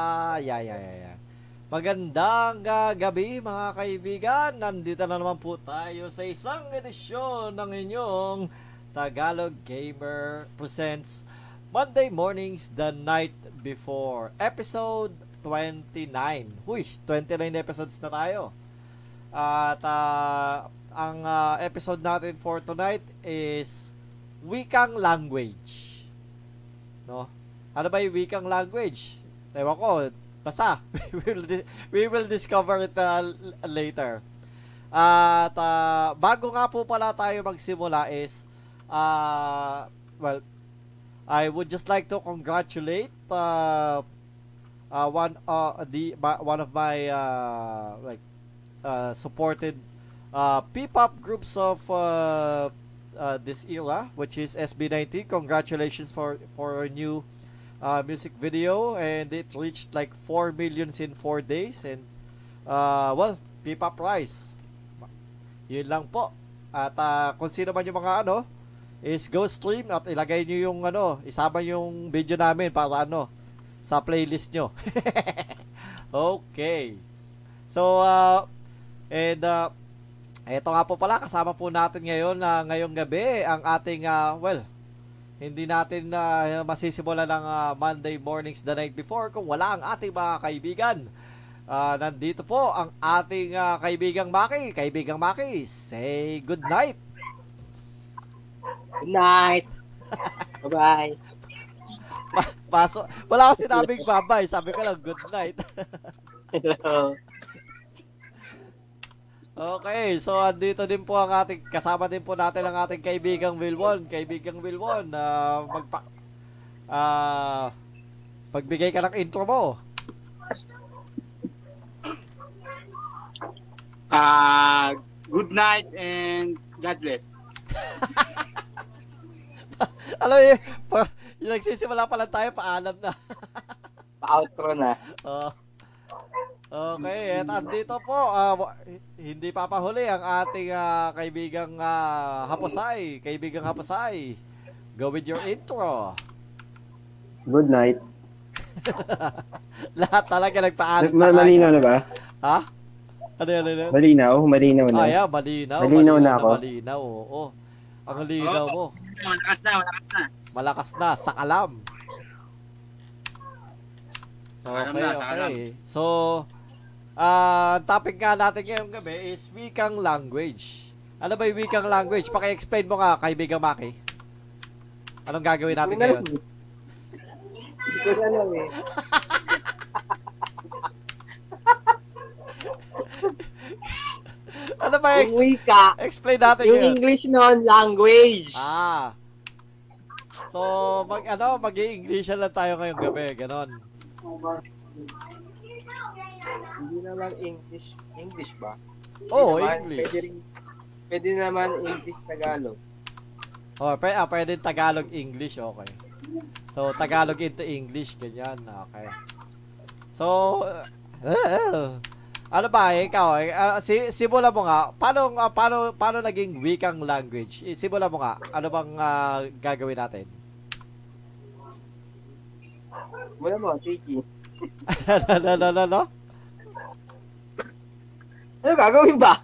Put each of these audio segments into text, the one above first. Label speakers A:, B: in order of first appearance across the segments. A: Ah, yeah, yeah, yeah, yeah. Magandang ah, gabi mga kaibigan. Nandito na naman po tayo sa isang edisyon ng inyong Tagalog Gamer Presents Monday Mornings The Night Before Episode 29. Huy, 29 episodes na tayo. At ah, ang ah, episode natin for tonight is Wikang Language. No? Ano ba yung wikang language? Ewan ko, basta. we, will di- we will discover it uh, l- later. At ah, bago nga po pala tayo magsimula is, ah, well, I would just like to congratulate uh, uh, one uh, the my- one of my uh, like uh, supported uh, P-pop groups of uh, uh, this era, which is SB19. Congratulations for for a new uh, music video, and it reached like four millions in four days. And uh, well, P-pop Rise. Yun lang po. At uh, kung sino man yung mga ano, is go stream at ilagay nyo yung ano, isama yung video namin para ano, sa playlist nyo. okay. So, uh, and uh, eto nga po pala, kasama po natin ngayon na ngayong gabi ang ating, ah, well, hindi natin na masisimula ng ah, Monday mornings the night before kung wala ang ating mga kaibigan. Ah, nandito po ang ating ah, kaibigang Maki. Kaibigang Maki, say good night.
B: Good night. Bye-bye.
A: Pa- Paso. Wala akong sinabing babay. Sabi ko lang, good night.
B: Hello.
A: Okay, so andito din po ang ating, kasama din po natin ang ating kaibigang Wilwon. Kaibigang Wilwon, ah, magpa, ah, pagbigay ka ng intro mo.
C: Ah, good night and God bless.
A: Alam mo, yun, pa, yung nagsisimula pa lang tayo, paalam na.
B: Pa-outro na.
A: Oo. Ah. okay, at andito po, ah, wa- hindi papahuli ang ating ah, kaibigang ah, Haposay. Kaibigang Haposay, go with your intro.
D: Good night.
A: Lahat talaga nagpaalam
D: Ma-
A: tayo.
D: malinaw na ba?
A: Ha? Ano yan, ano yan?
D: Malinaw? Malinaw na.
A: Ah, yeah, malinaw.
D: Malinaw na ako.
A: Malinaw, oo. Ang linaw mo.
C: Malakas na, malakas na.
A: Malakas na, sakalam.
C: Sakalam
A: okay,
C: na, sakalam.
A: okay. So, ah, ang topic nga natin ngayong gabi is wikang language. Ano ba yung wikang language? Paki-explain mo nga, kaibigan Maki. Anong gagawin natin
B: Hindi ko
A: ngayon?
B: alam eh. Hindi ko na alam eh.
A: Ano ba
B: Yung
A: ex-
B: wika.
A: explain natin
B: Yung
A: ngayon?
B: English noon, language.
A: Ah. So, mag ano, mag-i-English lang tayo ngayong gabi, ganon.
B: Hindi naman English. English ba?
A: Oh,
B: Hindi naman, Pwede,
A: English.
B: rin, pwede naman English Tagalog.
A: Oh, pwede, ah, pwede Tagalog English, okay. So, Tagalog into English, ganyan, okay. So, eh, eh, ano ba, ikaw, eh, ah, si, simula mo nga, paano, ah, paano, paano naging wikang language? Eh, Simula mo nga, ano bang ah, gagawin natin?
B: Wala mo, Tiki.
A: no, no, no, no?
B: Ano gagawin ba?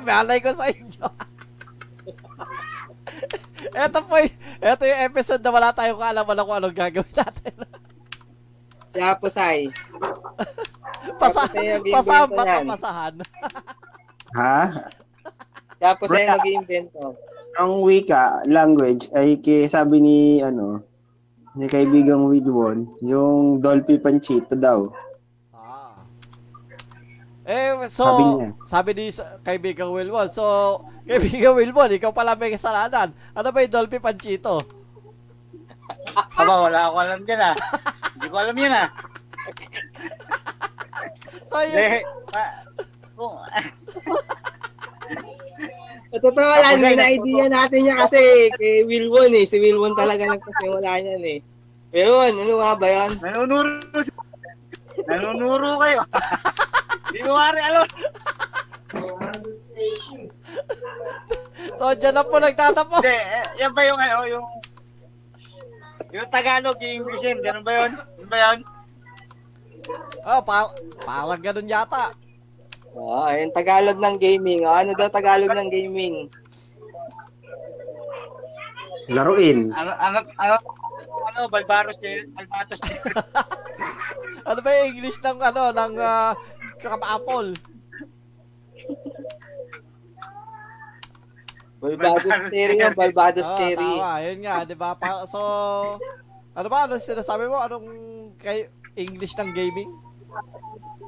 A: Malay ko sa inyo. Eto po, y- eto yung episode na wala tayong kaalaman kung anong gagawin natin.
B: Si Aposay.
A: Pasa,
B: Tapos tayo mag-invento
A: pasahan ba ito?
B: yan.
A: Pasahan?
D: Ha?
B: Si Aposay
D: Wala.
B: mag-invento.
D: Ang wika, language, ay kay, sabi ni, ano, ni kaibigang Widwon, yung Dolphy Panchito daw.
A: Ah. Eh, so,
D: Sabi niya.
A: sabi ni sa- kaibigang Wilwon, so, kaibigang Wilwon, ikaw pala may kasalanan. Ano ba yung Dolphy Panchito?
C: Aba, wala akong alam dyan ah. Hindi ko alam yan ah.
A: So,
C: Hindi.
A: yung,
C: Ah, kung,
B: Totoo wala,
C: Aposay,
B: hindi na
C: nagtuto.
B: idea natin yan kasi kay Wilwon eh. Si Wilwon talaga nagpasiwala niyan eh. Wilwon, ano nga ba yan?
C: nanunuro si... Nanunuro kayo. Hindi ko maaari alam.
A: so, dyan na po nagtatapos.
C: Hindi, eh, yan ba yung ano, yung... Yung Tagalog, yung English yun, ganun ba yun? Yun ba yun?
A: Oh, pa parang ganun yata.
B: Oo, ayun, Tagalog ng gaming. O, ano daw Tagalog ng gaming?
E: Laruin.
C: Ano, ano, ano, ano, Balbaros din, Balbatos din.
A: Ano ba yung English ng ano, ng uh, kapapol?
B: Balbados
C: Barbados
B: Terry,
C: Terry.
B: Barbados
A: Oo,
B: Terry.
A: Ah, tama. Yun nga, di ba? Pa- so, ano ba? Ano sinasabi mo? Anong kay English ng gaming?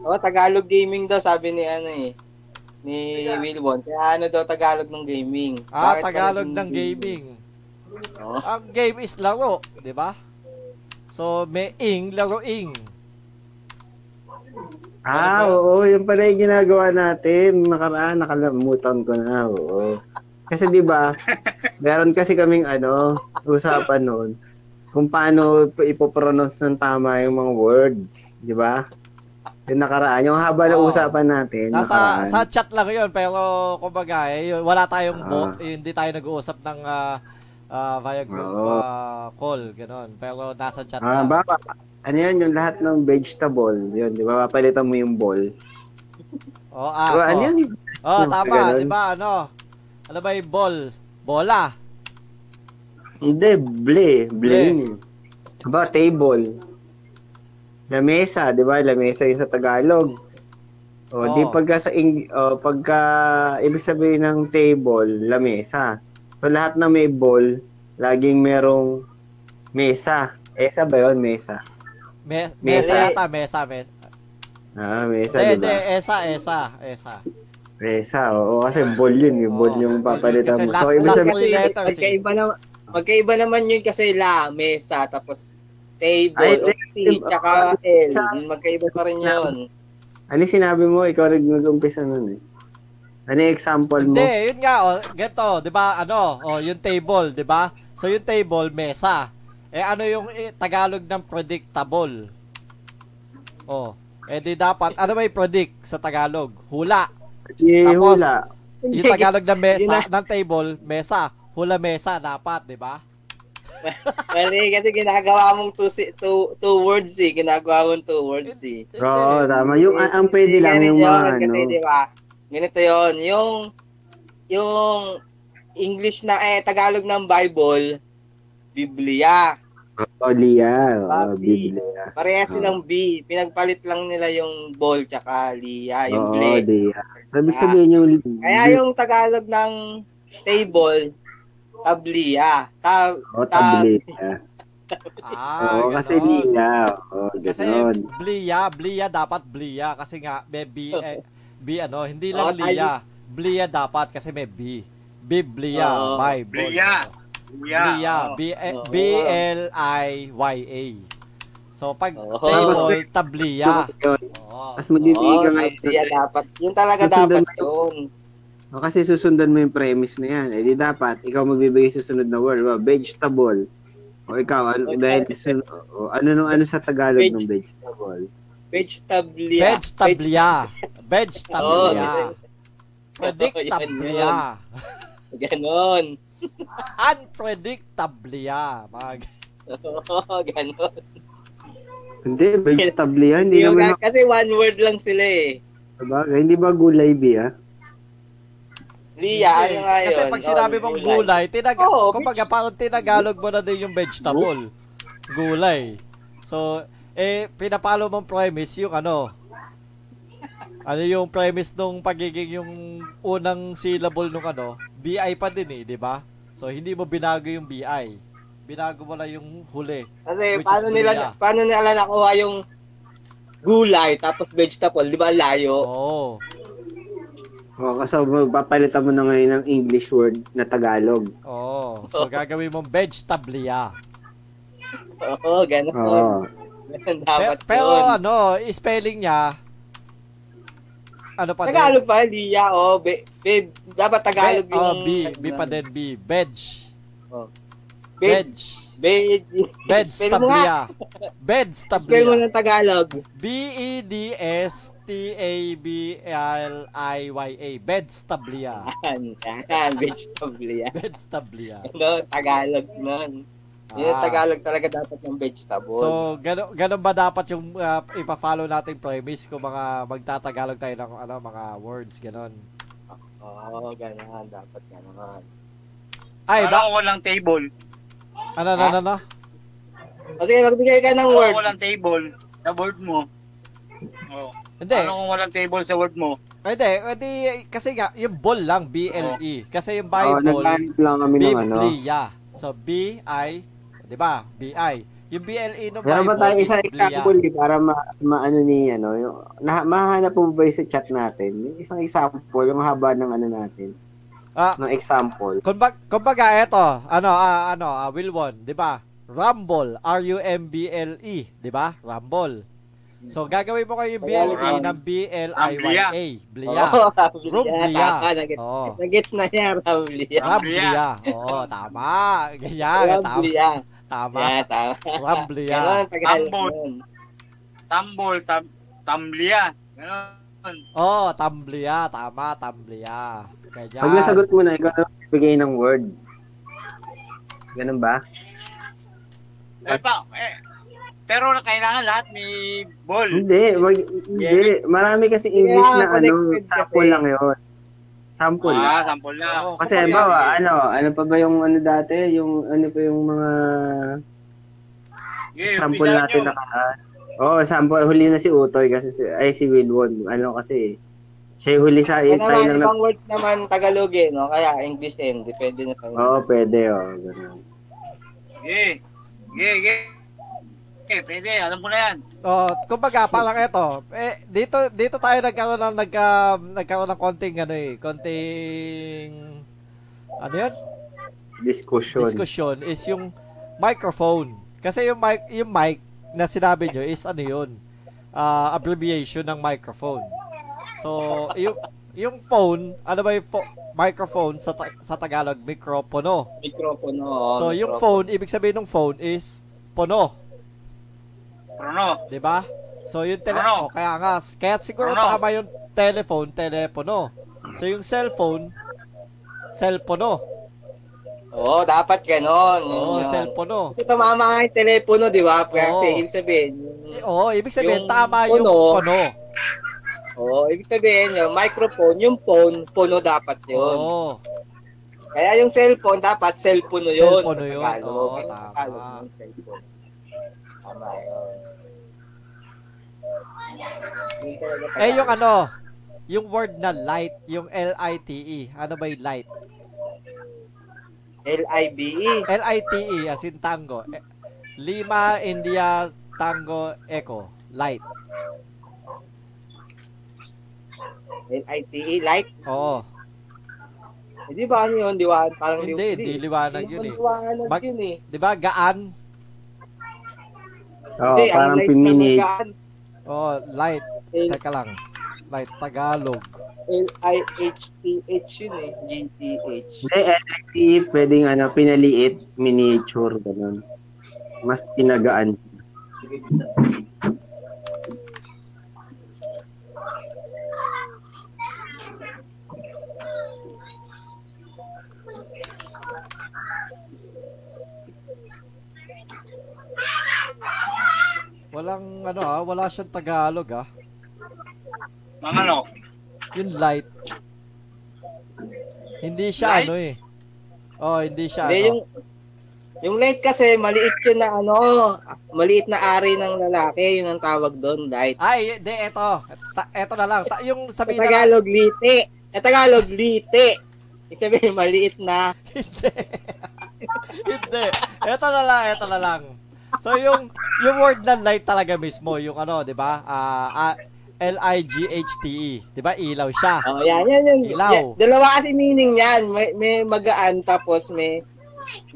B: Oh, Tagalog gaming daw sabi ni ano eh ni Wilbon. Kaya ano daw Tagalog ng gaming?
A: Ah,
B: Bakit pa
A: Tagalog
B: naging
A: ng gaming.
E: Oh.
B: Oo.
A: Ang game is laro, di ba? So, may ing, laruing.
E: Ah, oo. Yung pala yung ginagawa natin. Nakaraan, nakalamutan ko na. Oo. Kasi di ba, meron kasi kaming ano, usapan noon kung paano ipopronounce ng tama yung mga words, di ba? Yung nakaraan, yung haba na
A: Oo.
E: usapan natin,
A: Nasa
E: nakaraan.
A: sa chat lang 'yon pero kumbaga eh, yun, wala tayong bo-
E: Ah.
A: eh, hindi tayo nag-uusap ng ah, ah, via group
E: Oo.
A: ah, call ganun. Pero nasa chat
E: Ah,
A: lang.
E: ba, ano yun, yung lahat ng vegetable, yun, di ba, papalitan mo yung ball.
A: Oh, ah,
E: Diba,
A: so,
E: ano yun?
A: oh, tama,
E: Ganun.
A: 'di ba? Ano? Ano ba 'yung ball? Bola.
E: Hindi, ble, ble. yun eh. Ba, table. Lamesa, di ba? Lamesa yung sa Tagalog. O,
A: Oo.
E: di pagka sa Eng- o, pagka ibig sabihin ng table, lamesa. So, lahat na may ball, laging merong mesa. Esa ba yun? Mesa.
A: Me-
E: Mesa.
A: mesa yata, mesa, mesa.
E: Ah, mesa,
A: Hindi,
E: di
A: hindi,
E: ba?
A: esa, esa, esa.
E: Mesa, oo. Kasi ball yun. Yung ball
A: Oo,
E: yung papalitan
A: Oh. kasi
E: mo.
A: last-
E: So, ibig
A: last
E: sabihin,
A: three letters, eh.
B: magkaiba na magkaiba naman yun kasi la, mesa, tapos
E: Ay,
B: table, o tea,
E: table.
B: tsaka L.
E: Sa-
B: Magkaiba pa rin yun.
E: ano yung sinabi mo? Ikaw rin nag-umpisa nun eh. Ano yung example mo?
A: Hindi, yun nga, oh, ganito, 'di ba? Ano? Oh, 'yung table, 'di ba? So 'yung table, mesa. Eh ano 'yung eh, Tagalog ng predictable? Oh, eh di dapat ano may predict sa Tagalog? Hula.
E: Eh,
A: Tapos,
E: hula.
A: Yung Tagalog ng mesa,
B: Yun
A: ng table, mesa, hula mesa dapat, 'di ba?
B: Mali, kasi ginagawa mong two, si- two, two words eh. Ginagawa mong two words eh.
E: Oo, tama. Yung ah, ang, ang pwede lang
B: Ganun
E: yung
B: yun,
E: mga ano.
B: Kasi di ba, ganito yun. Yung, yung English na, eh, Tagalog ng Bible, Biblia.
E: O, Lia. O,
B: Papi.
E: Biblia.
B: Parehas
E: Oo.
B: silang B. Pinagpalit lang nila yung ball tsaka Lia, yung
E: Oo,
B: blade.
E: Lia. Sabi
B: Ah.
E: sabihin yung...
B: Kaya yung Tagalog ng table, tablia. Tab,
E: O, tablia.
A: Ah,
E: oh, Oo, kasi
A: ganon.
E: Lia. O,
A: Kasi
E: ganon.
A: bliya, bliya dapat bliya kasi nga may B eh, B ano, hindi lang
B: Oo, tayo-
A: liya. Bliya dapat kasi may B. Biblia,
B: Oo.
A: Bible.
C: Bria. Bria.
A: Blia,
C: oh.
A: B E,
B: Oo.
A: B L I Y A. So pag
B: Oo.
A: table tablia. Oo.
E: Tapos magbibigay ka
B: Oo,
E: nga.
B: tablia dapat. Yung talaga dapat
E: Susundan
B: yun.
E: O, oh, kasi susundan mo yung premise na yan. Eh, di dapat, ikaw magbibigay susunod na word. Diba? Vegetable. O, ikaw, ano, dahil sun- o, ano, nung, ano sa Tagalog ng vegetable?
B: Vegetablia.
A: Veg tablia. Veg tablia.
B: Oo.
A: Predict
B: Oo, yan
A: tablia.
B: Veg- Ganon.
A: Unpredictablia. Mag
B: Oo, ganon.
E: Hindi, vegetable yan. Hindi
B: Yung
E: naman
B: ga- kasi one word lang sila eh.
E: makakabagay. Hindi ba gulay, B, ah?
B: Lia, ano
A: Hindi.
B: nga yun?
A: Kasi pag sinabi
B: Oo,
A: mong gulay, tinag
B: Oo,
A: kumbaga parang tinagalog mo na din yung vegetable. Gulay. So, eh, pinapalo mong premise yung ano, ano yung premise nung pagiging yung unang syllable nung ano, BI pa din eh, di ba? So, hindi mo binago yung BI. Binago mo na yung huli.
B: Kasi
A: Which is
B: paano nila,
A: Bria.
B: paano nila nakuha yung gulay tapos vegetable, di ba ang layo? Oh.
A: Oo.
E: O, kasi magpapalitan mo na ngayon ng English word na Tagalog.
A: Oo. So,
B: Oh.
A: gagawin mong vegetablia.
B: Oo, ganon.
E: Oo.
B: Ganon
A: Pero,
B: dapat
A: pero
B: yun.
A: ano, spelling niya, ano pa din?
B: Tagalog pa, Lia, oh, be, be, dapat Tagalog
A: Be- oh, B, B
B: ano,
A: pa din, B. Bedge.
B: Bed,
A: Bedge.
B: bed,
A: Bedge
B: Spell mo nga.
A: tablia. Bedge
B: Spell mo
A: tablia.
B: ng Tagalog.
A: E B-E-D-S-T-A-B-L-I-Y-A. Bedge tablia.
B: Yan, yan, vegetable yan.
A: Bedge tablia.
B: Ano, Tagalog nun. Yun
A: Ah.
B: ang Tagalog talaga dapat ng vegetable.
A: So, gano, ganun ba dapat yung ah, ipa-follow natin premise kung mga magtatagalog tayo ng ano, mga words, ganun.
B: Oo, ganyan. Dapat ganyan.
A: Ay,
C: Ano
A: ba?
C: kung walang table?
A: Ano, ano, ano, ano?
B: O sige, magbigay ka ng
C: Ano
B: word.
C: kung walang table na word mo? Oh.
A: Hindi.
C: Ano kung walang table sa word mo?
A: Ay, Hindi, hindi, kasi nga, yung ball lang, B-L-E. Kasi
B: Oh,
A: yung Bible,
D: nag lang kami ng ano.
A: Biblia. So, B-I, di ba? B-I. Yung B-L-E ng
D: Meron ba
A: Bible
D: tayo
A: is
D: isang
A: Biblia.
D: example eh, para ma- maano ni ano, yung, na, mahanap mo ba yung sa chat natin? Yung isang example, yung haba ng ano natin,
A: Ah,
D: ng example.
A: Kumbaga, kumbaga eto, ano, ah, ano, ah, Wilwon, di ba? Rumble, R-U-M-B-L-E, E, di ba? Rumble. So, gagawin mo kayo yung
B: Kaya
A: BLE
C: ram-
A: ng B-L-I-Y-A. Blia.
B: Oo,
A: Rumblia.
B: Tama, nag-
A: Oo.
B: Nag-gets na niya, Ramblia.
A: Ramblia. Oo, tama. Ganyan, Ah, tama.
B: Ramblia.
A: Tama.
B: Yeah, tama.
A: Ramblia.
B: Ganun, Tagalog.
C: Tambol.
B: nun.
C: Tambol, tam, tamblia. Ganon.
A: Oo, tamblia. Tama, tamblia. Ganyan.
D: Pag nasagot mo na, ikaw na bigay ng word. Ganun ba?
C: Eh, pa, eh, pero kailangan lahat may ball.
D: Hindi, wag, hindi. Marami kasi English
B: Yeah,
D: na ano,
B: connected kasi.
D: sample lang yun. Sample.
C: Ah, sample na.
D: Hmm,
A: Oo,
D: Kasi
A: kumbaga,
D: ba, ano, ano pa ba yung ano dati, yung ano pa yung mga ah,
C: Okay,
D: sample
C: umpisahan
D: natin
C: nyo.
D: nakaraan. Oo, sample. Huli na si Utoy kasi, si, ay si Wilwon. Ano kasi, siya yung huli sa akin.
B: Kaya
D: Tayo
B: naman,
D: lang nag...
B: ibang word naman Tagalog eh, no? Kaya English din, depende na
E: Ah.
D: Oo,
B: sa
D: pwede. Oh, ganun.
C: Sige. Sige, sige. Okay, pwede. Alam ko na yan.
A: Oh, kumbaga parang eto. Eh dito dito tayo nagkaroon ng nagka nagkaroon ng konting ano eh, konting ano yun?
D: Discussion.
A: Discussion is yung microphone. Kasi yung mic yung mic na sinabi nyo is ano yun? Ah, abbreviation ng microphone. So, yung yung phone, ano ba yung pho- microphone sa ta- sa Tagalog mikropono.
B: mikropono. oo,
A: So, yung
B: Oh, mikropono.
A: phone, ibig sabihin ng phone is pono.
C: Prono.
A: 'di ba? So yung tele oh,
C: Ano?
A: kaya nga s- kaya siguro
C: Ano?
A: tama yung telephone, telepono. So yung cellphone, cellpono.
B: Oo, dapat ganon.
A: Oo,
B: Yun, yun.
A: cellpono.
B: Kasi tumama nga yung telepono, di ba? Kasi
A: Oo.
B: ibig sabihin,
A: Eh, Oo, ibig sabihin
B: Yung
A: tama yung
B: pono.
A: pono.
B: oo, ibig sabihin yung microphone, yung phone, puno dapat yun.
A: Oo.
B: Kaya yung cellphone, dapat cellphone yun.
A: Cellphone
B: sa
A: yun,
B: Tagalog.
A: oo,
B: Yung
A: tama.
B: Tagalog, yung cellphone. Tama yun. Yun talaga
A: Eh yung
B: Tagalog.
A: ano, yung word na light, yung L I T E. Ano ba yung light?
B: L-I-B-E.
A: L I T E as in tango. Eh, Lima India Tango Echo Light.
B: L-I-T-E, light.
A: Oo.
B: Hindi ba ano yun? Liwanag? Parang
A: Hindi, hindi liwanag yun eh.
B: Liwanag
A: Bak-
B: yun eh.
A: 'Di ba? Gaan.
D: Oo,
B: Hindi, ang
D: parang
B: light ng
D: pimini.
B: magaan,
A: Oh, light.
B: L-
A: Teka lang. Light Tagalog.
B: L-I-H-T-H yun eh. G-T-H.
D: Hindi, NFT, pwedeng ano, pinaliit, miniature, ganun. Mas pinagaan.
A: Walang ano ah, wala siyang Tagalog ah.
C: Mga ano?
A: Yung light. Hindi siya
C: Light?
A: ano eh. Oh, hindi siya
B: Hindi,
A: ano.
B: yung, yung light kasi, maliit yun na ano, maliit na ari ng lalaki, yun ang tawag doon, light.
A: Ay, hindi, eto. Ta- eto na lang. Ta- yung
B: Sa
A: sabi na lang.
B: Tagalog, lite. Sa Tagalog, lite. Ibig sabihin, maliit na.
A: Hindi. hindi. Eto na lang, eto na lang. So yung yung word na light talaga mismo, yung ano, 'di ba? Ah, ah, L I G H T E, 'di ba? Ilaw siya.
B: Oh, yan, yan, yan.
A: Ilaw.
B: Yan. Dalawa kasi meaning yan. May, may magaan, tapos may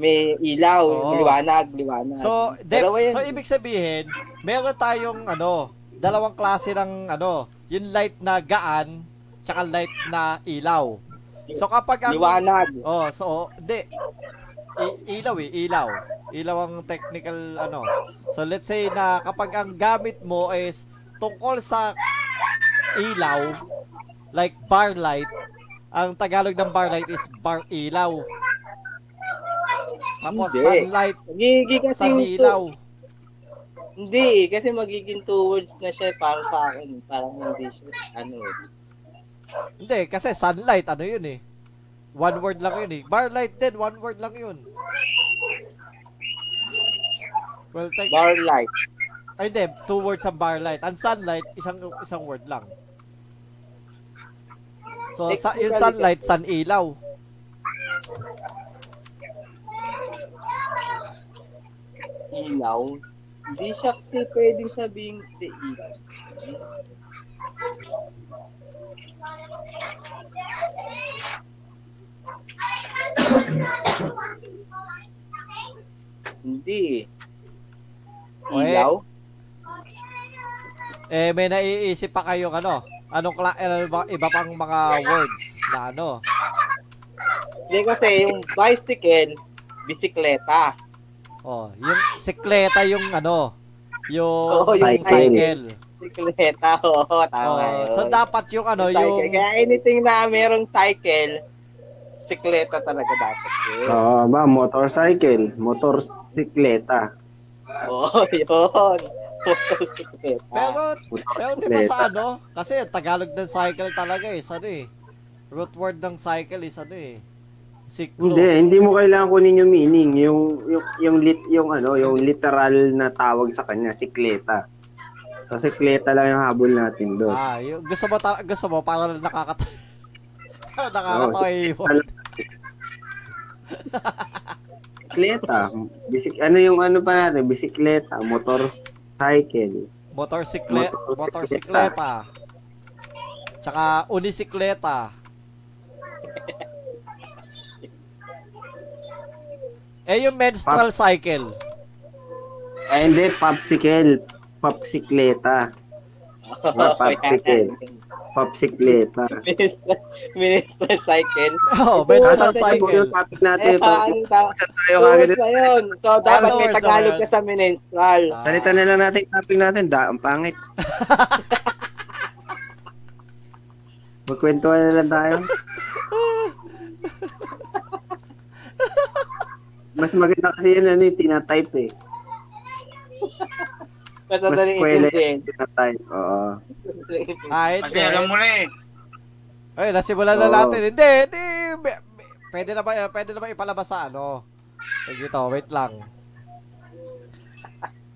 B: may ilaw,
A: Oo.
B: liwanag, liwanag.
A: So, de,
B: Dalawa yan.
A: so ibig sabihin, meron tayong ano, dalawang klase ng ano, yung light na gaan, tsaka light na ilaw. So kapag ang
B: liwanag.
A: Oh, so de ilaw eh, ilaw. Ilaw ang technical ano. So let's say na kapag ang gamit mo is tungkol sa ilaw, like bar light, ang Tagalog ng bar light is bar ilaw. Tapos
B: Hindi.
A: sunlight
B: Magiging kasi
A: sa dilaw.
B: Hindi, eh, kasi magiging towards na siya eh, para sa akin. Parang hindi siya, ano eh.
A: Hindi, kasi sunlight, ano yun eh. One word lang yun eh. Bar light din, one word lang yun. Well, thank
B: Bar light.
A: Ay, hindi. Two words ang bar light. Ang sunlight, isang isang word lang. So, sa, yung sunlight, sun ilaw.
B: Ilaw. Hindi siya kasi pwedeng sabihin the ilaw. Hindi. eh.
A: Oy.
B: Ilaw?
A: Eh, may naiisip pa kayong ano? Anong kla- eh, ano ba- iba pang mga words na ano?
B: Hindi kasi yung bicycle, bisikleta.
A: Oh, yung sikleta yung ano? Yung,
B: Oo, Oh, yung
A: yung cycle.
B: Bisikleta, oo, tama
A: Oh,
B: yun.
A: so, dapat yung ano, yung...
B: Cycle. Kaya anything na merong cycle, sikleta talaga dapat yun.
E: Oo, ba? Motorcycle. Motorsikleta.
B: Oo, yun. Motosikleta.
A: Pero, pero di ba
E: Motorsikleta.
A: sa ano? Kasi Tagalog ng cycle talaga is ano eh. Root word ng cycle is ano eh. Siklo.
E: Hindi, hindi mo kailangan kunin yung meaning, yung yung yung lit yung ano, yung literal na tawag sa kanya, sikleta. So sikleta lang yung habol natin doon.
A: Ah, yung, gusto mo ta- gusto mo para nakakata nakakatawa yung
E: Ano? Sikleta. Bisik ano yung ano pa natin, bisikleta, motorcycle.
A: motorsikle
E: Motorsikleta.
A: motorsikleta. Tsaka unisikleta. eh yung menstrual cycle.
E: Ay hindi, popsicle, popsikleta,
B: Oo, yan.
E: Popsicle. popsikleta.
B: Minister- Minister cycle.
A: Oh,
E: Nasa
A: menstrual
E: po
A: cycle.
E: yung topic natin
B: Eh,
E: ito.
B: paano ta?
E: Tayo
B: Towards
E: kagad.
B: na yun. So, dapat may
A: Towards na
B: Tagalog
A: yun.
B: ka sa menstrual.
A: Ah,
E: Salita na lang natin yung topic natin, da, ang pangit. Magkwentuhan na lang tayo. Mas maganda kasi yun, ano yung tinatype eh.
B: Pero
E: Mas
B: dali
E: kwela
B: itindihin.
E: yung tinatype, oo.
A: ah,
C: Kasi
A: hindi.
C: alam mo na eh.
A: Ay, eh, nasimulan na
E: Oo.
A: natin. Hindi, hindi. Be- be- Pwede na ba, eh, pwede na ba ipalabas sa ano? Sige to, wait lang.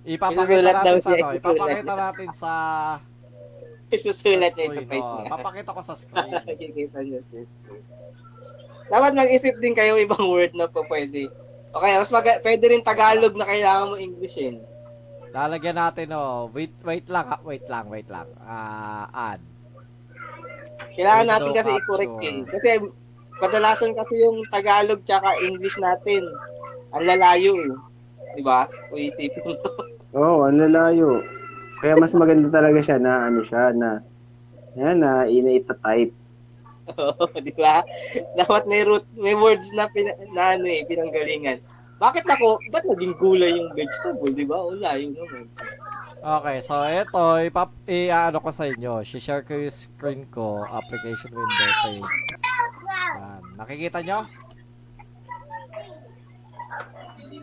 A: Ipapakita
B: Isusulat daw
A: natin sa
B: siya,
A: ano,
B: isusulat
A: ipapakita
B: niya.
A: natin sa, sa
B: Isusulat niya ito
A: screen.
B: pa
A: oh. Papakita ko sa screen.
B: Nakikita niyo sis. Dapat mag-isip din kayo ibang word na po pwede. O kaya, mas mag- pwede rin Tagalog na kailangan mo eh. Englishin.
A: Lalagyan natin oh. Wait, wait lang, ha? wait lang, wait lang. Ah, ad.
B: Kailangan
A: Window
B: natin kasi
A: capture.
B: i-correct eh. Kasi kadalasan kasi yung Tagalog tsaka English natin. Ang lalayo eh. Di ba? Kung isipin mo.
E: Oo, ang lalayo. Kaya mas maganda talaga siya na ano siya, na yan na inaitatype.
B: Di ba? Dapat may root, may words na, pina, na ano eh, pinanggalingan. Bakit ako, ba't naging gulay yung vegetable? Di ba? O layo naman.
A: Okay, so ito, ipap i-ano ko sa inyo. share ko yung screen ko, application window page. Yan. Nakikita nyo?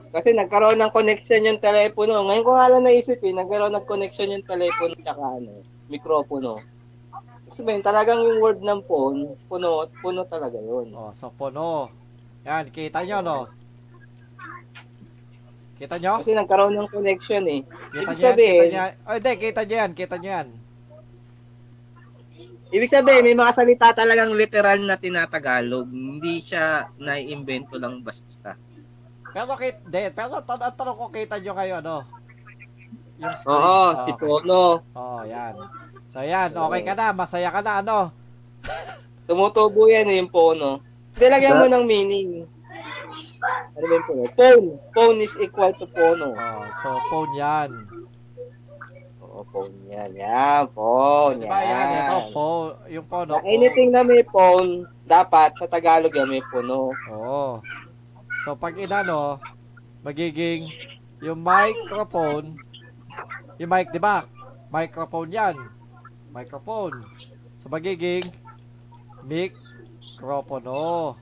B: Kasi nagkaroon ng connection yung telepono. Ngayon ko nga lang naisip eh, nagkaroon ng connection yung telepono tsaka ano, mikropono. Kasi ba yun, talagang yung word ng phone, puno, puno talaga yun.
A: Oh, sa puno. Yan, kita nyo, no? Kita nyo?
B: Kasi nagkaroon ng connection eh.
A: Kita nyo
B: Ibig
A: yan, kita
B: sabihin-
A: nyo yan. Oh, hindi, kita nyo yan, kita nyo yan.
B: Ibig sabihin, may mga salita talagang literal na tinatagalog. Hindi siya naiimbento lang basta.
A: Pero, kit, hindi, pero tan ang tanong ko, kita nyo kayo, ano? Yung screen.
B: Oo,
A: Oh,
B: si Pono.
A: Oo, yan. So, yan, okay ka na, masaya ka na, ano?
B: Tumutubo yan eh, yung Pono. Hindi, lagyan mo ng meaning. Ano ba yung Pono? Phone. Phone is equal to Pono.
A: Oh, so, phone yan.
B: Oo, phone yan. Yan, phone.
A: Diba, yan,
B: Yan.
A: ito, phone. Yung phone,
B: Na
A: oh,
B: anything na may phone, dapat sa Tagalog yan may puno.
A: phone. Oo. So, pag inano, magiging yung microphone, yung mic, di ba? Microphone yan. Microphone. So, magiging
B: Hmm.
A: micropono.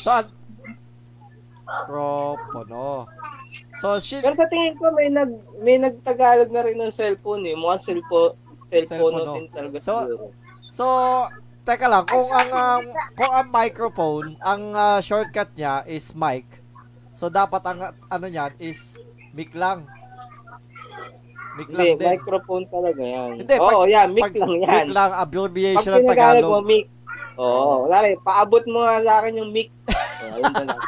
A: Saan? Propono. So, shit.
B: Pero sa tingin ko may nag may nagtagalog na rin ng cellphone eh. Mukhang cellphone cellphone
A: Cellphone, no?
B: din talaga
A: So,
B: siguro.
A: So, teka lang, kung ang um, kung ang microphone, ang uh, shortcut niya is mic. So dapat ang uh, ano niyan is mic lang. Mic lang
B: Hindi,
A: din.
B: microphone talaga yan.
A: Hindi, pag-
B: Oo, yan, mic
A: Pag-
B: lang yan.
A: Mic lang,
B: Pag
A: abbreviation ng
B: tinagalog mo,
A: Tagalog.
B: mic. Oo, wala rin. Paabot mo nga sa akin yung mic. Oo, ayun na lang.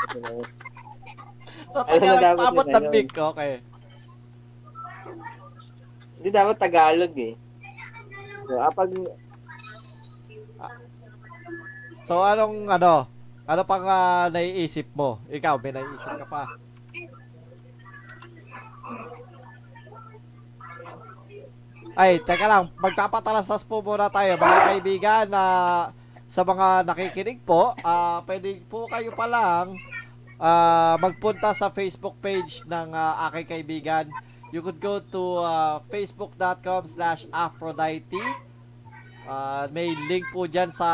A: So,
B: Ayun na
A: Tagalog,
B: dapat
A: paabot
B: yun,
A: ng
B: ayun.
A: mic. Okay.
B: Hindi dapat Tagalog eh. So, ah, pag
A: So, anong ano? Ano pang ah, naiisip mo? Ikaw, may naiisip ka pa. Ay, teka lang. Magpapatalasas po muna tayo, mga kaibigan, na sa mga nakikinig po, ah, pwede po kayo pa lang ah, magpunta sa Facebook page ng ah, aking kaibigan. You could go to ah, facebook.com slash Aphrodite Ah, may link po dyan sa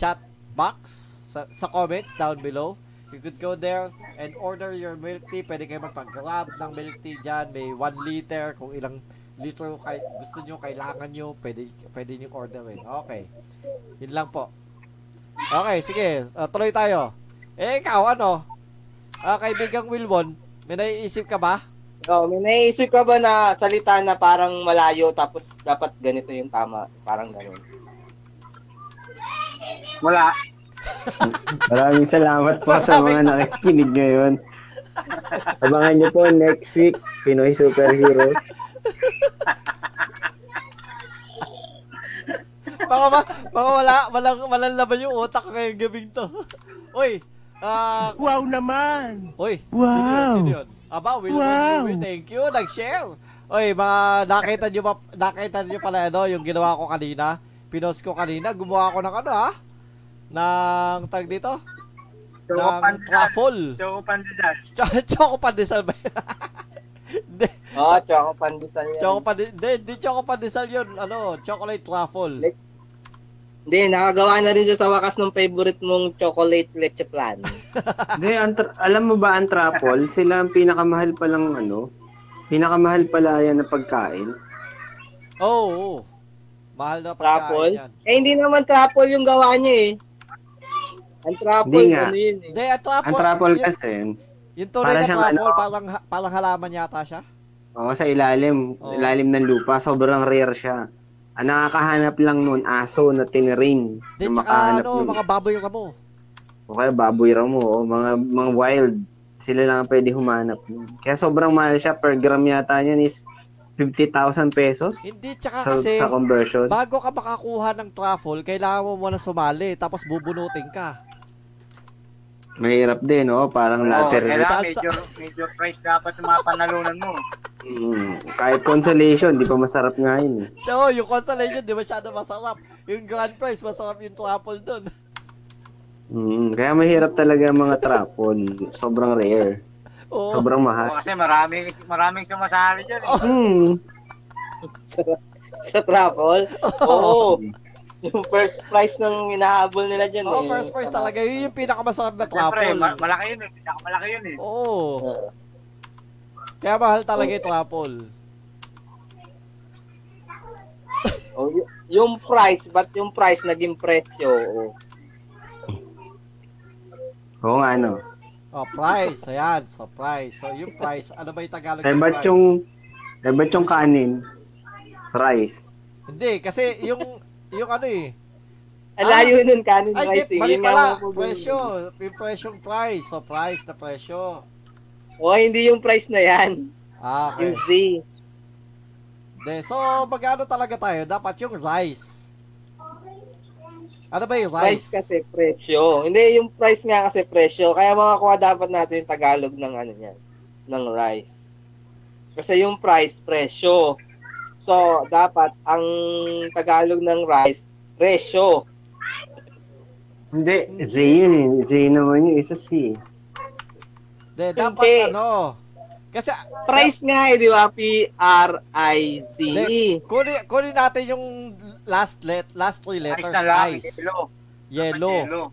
A: chat box, sa, sa comments down below. You could go there and order your milk tea. Pwede kayo magpag-grab ng milk tea dyan. May 1 liter, kung ilang litro kay, gusto nyo, kailangan nyo, pwede, pwede nyo orderin. Okay. Yun lang po. Okay, sige. Ah, tuloy tayo. Eh, ikaw, ano? Ah, kaibigang Wilbon, may naiisip ka ba?
B: oh, may naisip ka ba na salita na parang malayo tapos dapat ganito yung tama? Parang ganun.
C: Wala.
E: Maraming salamat po sa
A: Maraming
E: mga nakikinig ngayon. Abangan niyo po next week, Pinoy Superhero.
A: Baka, ma, baka wala, walang, walang laban yung utak ngayong gabing to. Uy, ah,
F: Wow naman!
A: Uy,
F: Wow.
A: sino yun? Sino yun? Aba, Will
F: Wow.
A: wow. thank you. Nag-share. Uy, mga nakita nyo, ba- nakita nyo pala ano, yung ginawa ko kanina. Pinost ko kanina. Gumawa ako ng ano ha? Ng tag dito?
C: Choco
A: Ng
C: Pandan.
A: truffle.
C: Choco Pandan.
A: Ch- Choco pandesal ba yun? Hindi,
B: Oo, oh, tsaka pandutan yan.
A: choco pandesal. Hindi, hindi choco pandesal yun. Ano, chocolate truffle.
B: Like- Hindi, nakagawa na rin siya sa wakas ng favorite mong chocolate leche plan.
E: Hindi, ang tra- alam mo ba ang trapol? Sila ang pinakamahal palang ano? Pinakamahal pala yan na pagkain.
A: Oo. oo. Mahal na pagkain
B: Truffle?
A: yan.
B: eh, hindi naman trapol yung gawa niya eh. Ang trapol,
E: Hindi nga.
B: ano yun eh.
A: Hindi, ang truffle.
E: Ang trapol
A: yun-
E: kasi,
A: Yung tunay
E: para
A: na
E: siyang
A: truffle,
E: ano-
A: parang, ha- parang halaman yata siya.
E: oo, sa ilalim,
A: Oo.
E: ilalim ng lupa, sobrang rare siya. Ang nakakahanap lang noon, aso na tiniring.
A: Hindi, tsaka
E: na makahanap
A: ano,
E: nun.
A: mga baboy ramo.
E: O kaya baboy ramo, o mga, mga wild. Sila lang ang pwede humanap. nun. Kaya sobrang mahal siya. Per gram yata niyan is 50,000 pesos
A: Hindi, tsaka
E: sa,
A: kasi,
E: sa conversion.
A: bago ka makakuha ng truffle, kailangan mo muna sumali, tapos bubunutin ka.
E: Mahirap din, oh, parang
C: Oo,
E: lottery.
C: kailangan
A: Chance-
C: major, major price dapat ng mga panalunan mo.
E: Mm, kahit consolation, di pa masarap nga yun. eh.
A: So, yung consolation, di masyado masarap. Yung grand prize, masarap yung truffle dun.
E: Mm, kaya mahirap talaga ang mga trapon. Sobrang rare.
A: Oo.
D: Ah.
E: Sobrang
C: Oo,
E: mahal.
C: Oh, kasi maraming, maraming sumasali dyan. Eh.
E: Mm.
B: sa, sa trapol? Oo. Yung first prize ng hinahabol nila dyan
A: Oo,
B: eh.
A: first prize talaga. Yun yung pinakamasarap na
C: Siyempre,
A: truffle.
C: ma- malaki yun eh. Pinakamalaki yun
A: Oh,
C: eh.
A: Oo.
B: Oo.
A: Kaya mahal talaga yung truffle.
B: Oh, y- yung price, ba't yung price naging presyo? Oo.
E: Oo nga, ano.
A: Oh, price. Ayan, so price. So, yung price. Ano ba yung Tagalog
E: Kaya ba't
A: price?
E: yung, kaya ba't yung kanin? Rice.
A: Hindi, kasi yung, yung ano eh,
B: Ang layo nun kanin
A: Ay, di, mali
B: pricing. Yun nga
A: pala.
B: mga problema.
A: Presyo. Yung presyong price. So, price na presyo.
B: Oo, hindi yung price na yan.
A: Ah, okay.
B: Yung Z.
A: De, so, magkano talaga tayo? Dapat yung rice. Ano ba yung rice?
B: Price kasi presyo. Hindi, yung price nga kasi presyo. Kaya makakuha dapat natin yung Tagalog ng ano niyan, ng rice. Kasi yung price, presyo. So, dapat ang Tagalog ng rice, presyo.
E: Hindi, Z yun eh. Z naman yun, isa C.
A: De, dapat
B: Hindi.
A: ano? Kasi,
B: Price nga eh, di ba? P-R-I-Z-E.
A: kunin, kunin natin yung last let, last three
C: Price
A: letters.
C: na lang.
A: Ice.
C: Yellow.
A: Yellow.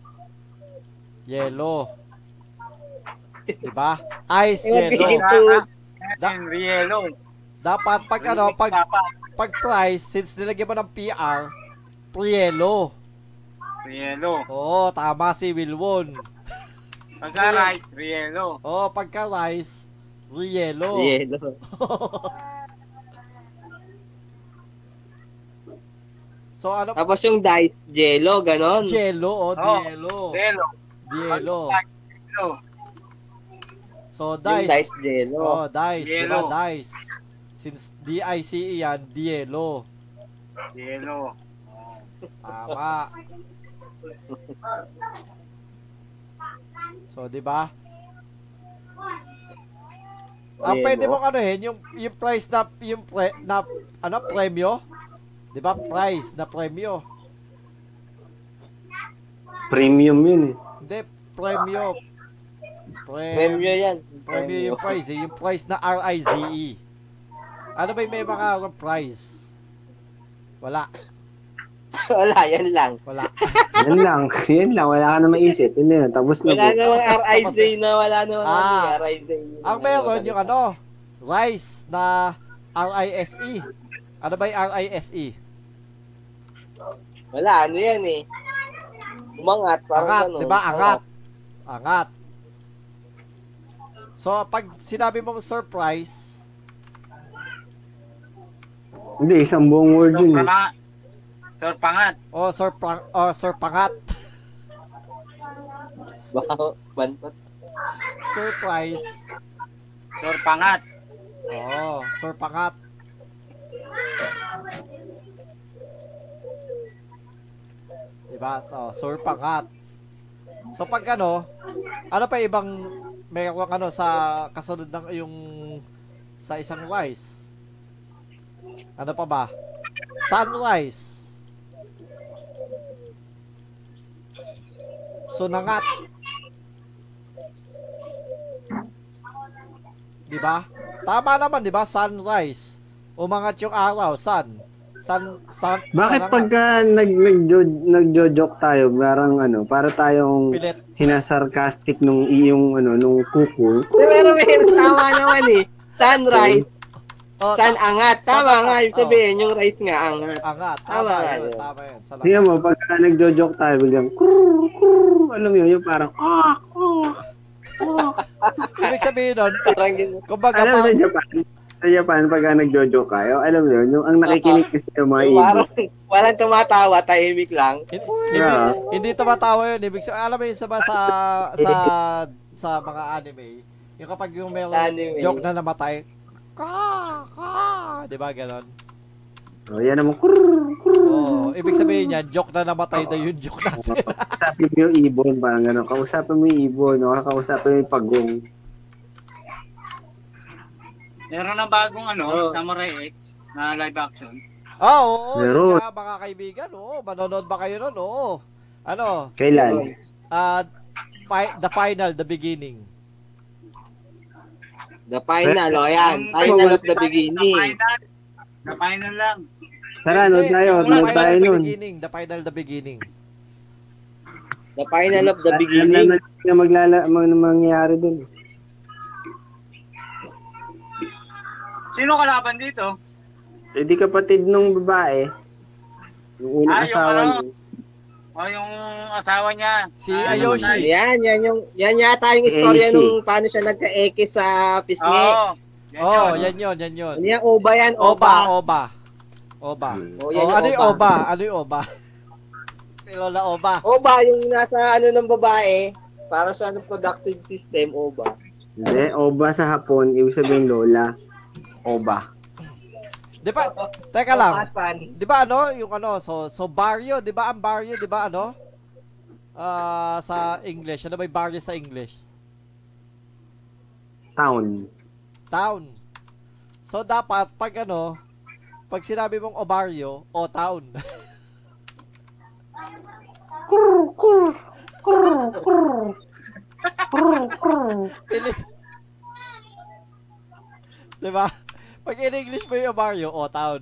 A: Yellow. Di ba? Ice
B: Yung
A: yellow.
B: Bluetooth.
A: Da-
C: And yellow.
A: Dapat pag ano, pag, pag price, since nilagyan mo ng PR, pre-yellow.
C: Yellow.
A: Oo, tama si Wilwon.
C: Pagka rice, yellow.
A: Oo, pagka rice, re-yellow.
B: Yellow.
A: so ano?
B: Tapos yung dice, jello, ganon.
A: Yellow o
B: oh,
C: Oo.
A: Dielo.
C: Yellow.
A: Dielo.
C: Yellow.
A: So
B: Yung
A: dice.
B: dice, jello.
A: Oh, dice, di ba?
C: Yellow.
A: Dice. Since D-I-C-E E yan, Dielo.
C: Yellow.
A: Tama. So, di ba? Ah,
B: Yellow.
A: pwede mong ano yung, yung price na, yung pre, na, ano, premyo? Di ba? Price na premyo.
E: Premium yun eh.
A: Hindi, premyo. Prem-
B: Memyo yan.
A: premyo yung price eh. Yung price na R-I-Z-E. E. Ano ba yung may mga anong price? Wala,
B: Wala, yan lang.
A: wala.
E: Yan lang. Yan lang. Wala ka na maisip. Yun na yun. Tapos na
B: Wala
E: po.
B: namang RIZ na, wala namang
A: Ah.
B: ano, RIZ.
A: Ang meron yung ano, rice na R-I-S-E. Ano ba yung R-I-S-E?
B: Wala, ano yan eh. Umangat, parang
A: Angat,
B: ano.
A: di ba? Angat. Angat. So, pag sinabi mong surprise,
E: Hindi, isang buong word yun eh.
C: Sorpangat. Sorpangat.
A: o surpang, o surpangat,
B: Wow, bantot.
A: surprise,
C: Sorpangat.
A: oo, surpangat. Diba? So, surpangat. So, pag ano, ano pa ibang merong ano sa kasunod ng yung sa isang rice? Ano pa ba? Sunrise. Sunangat. Di ba? Diba? Tama naman, di ba? Sunrise. Umangat yung araw, sun. Sun, sun, sunangat.
E: Bakit pagka nag, nagjo, nagjo-joke tayo, parang ano, para tayong
A: Pilit.
E: sinasarcastic nung iyong ano, nung kuko.
B: Pero meron, meron, tama naman eh. Sunrise,
A: Oh,
B: sun angat. Tama
A: Sun-
B: nga, yung
A: oh.
B: sabihin, yung rice nga angat.
A: Angat. Tama,
B: Tama nga
A: yun.
B: yun.
A: Tama yun. Salamat.
E: Tingnan mo, pagka nagjo-joke tayo, biglang, krrr, krrr, alam mo yun, yung parang, ah, ah, ah.
A: Ibig sabihin nun,
B: Parang gano'n.
A: kumbaga
E: Alam mo
A: pa,
E: sa Japan, sa Japan, pagka nagjo-joke kayo, alam mo yun, yung ang nakikinig kasi ng mga ibo.
B: Parang, walang tumatawa, tahimik lang.
A: hin- hindi, hindi tumatawa yun. Ibig sabihin, alam mo yun sa, ba- sa, sa, sa mga anime, yung kapag yung may
B: Anime.
A: joke na namatay, ka, ka, di ba ganon?
E: Oh, yan naman, krrr, krrr.
A: Oo, ibig sabihin niya, joke na namatay na yun, joke na.
E: Kausapin mo yung ibon, parang gano'n. Kausapin mo yung ibon, o kausapin mo yung pagong.
C: Meron na bagong ano,
B: Oo.
C: Samurai X na live action.
A: Ah, oo, yun
E: Meron.
A: nga, mga kaibigan, oo, manonood ba kayo nun, oo. Ano,
E: Kailan?
A: ah, fi- the final, the beginning.
B: The final, o yan.
C: Ang-
B: Final of the
C: Ang-
B: beginning.
C: Final. The final lang.
E: Tara, noon
A: Hindi,
E: tayo,
A: yung
E: noon
A: final,
E: tayo
A: the
E: noon.
A: beginning, the final, the beginning.
B: The final of the
E: Alam
B: beginning.
E: na natin Ah, na maglala, mag, mangyayari dun.
C: Sino kalaban dito?
E: Eh, di kapatid nung babae, yung unang
C: Ah, yung
E: asawa
C: ano?
E: niya.
C: O yung asawa niya.
A: Si
C: Ah,
A: Ayoshi.
B: Ano Yan, yan yung yan yata yung istorya nung paano siya nagka-eke sa pisngi.
C: Oo. Yan
A: Oo,
C: yun.
A: Oh, yan yun, yan yun.
B: Ano yan? Oba yan,
A: Oba,
B: oba.
A: oba. Oba.
B: Oh,
A: Oh, ano yung oba? Ano yung oba? si Lola Oba.
B: Oba yung nasa ano ng babae para sa ano productive system oba.
E: Hindi, oba sa hapon, ibig sabihin lola. Oba.
A: Di ba? Teka lang.
B: Patan.
A: Di ba ano? Yung ano? So, so barrio. Di ba ang barrio? Di ba ano? Ah, sa English. Ano ba yung barrio sa English?
E: Town.
A: Town. So, dapat pag ano, pag sinabi mong obaryo, o town.
E: Kurr, kurr, kurr, kurr. Kurr, kurr.
A: Pilit. Di ba? Pag in English mo yung obaryo, o town.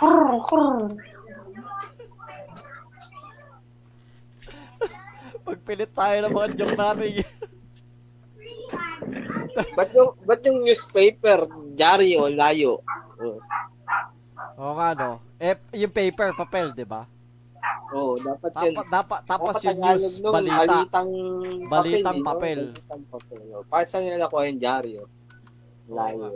E: Kurr, kurr.
A: Pilit tayo ng mga joke natin.
B: Ba't yung, ba't yung newspaper, dyaryo, layo? Oo,
A: Oo nga, no? Eh, yung paper, papel, di ba?
B: oh, dapat yun.
A: Dapat, dapat, tapos
B: Dapat
A: yung
B: Tagalog
A: news,
B: nun,
A: balita.
B: Balitang,
A: Balitang
B: eh, no?
A: papel.
B: Balitang papel. oh. Paano saan nila nakuha yung dyaryo? Layo.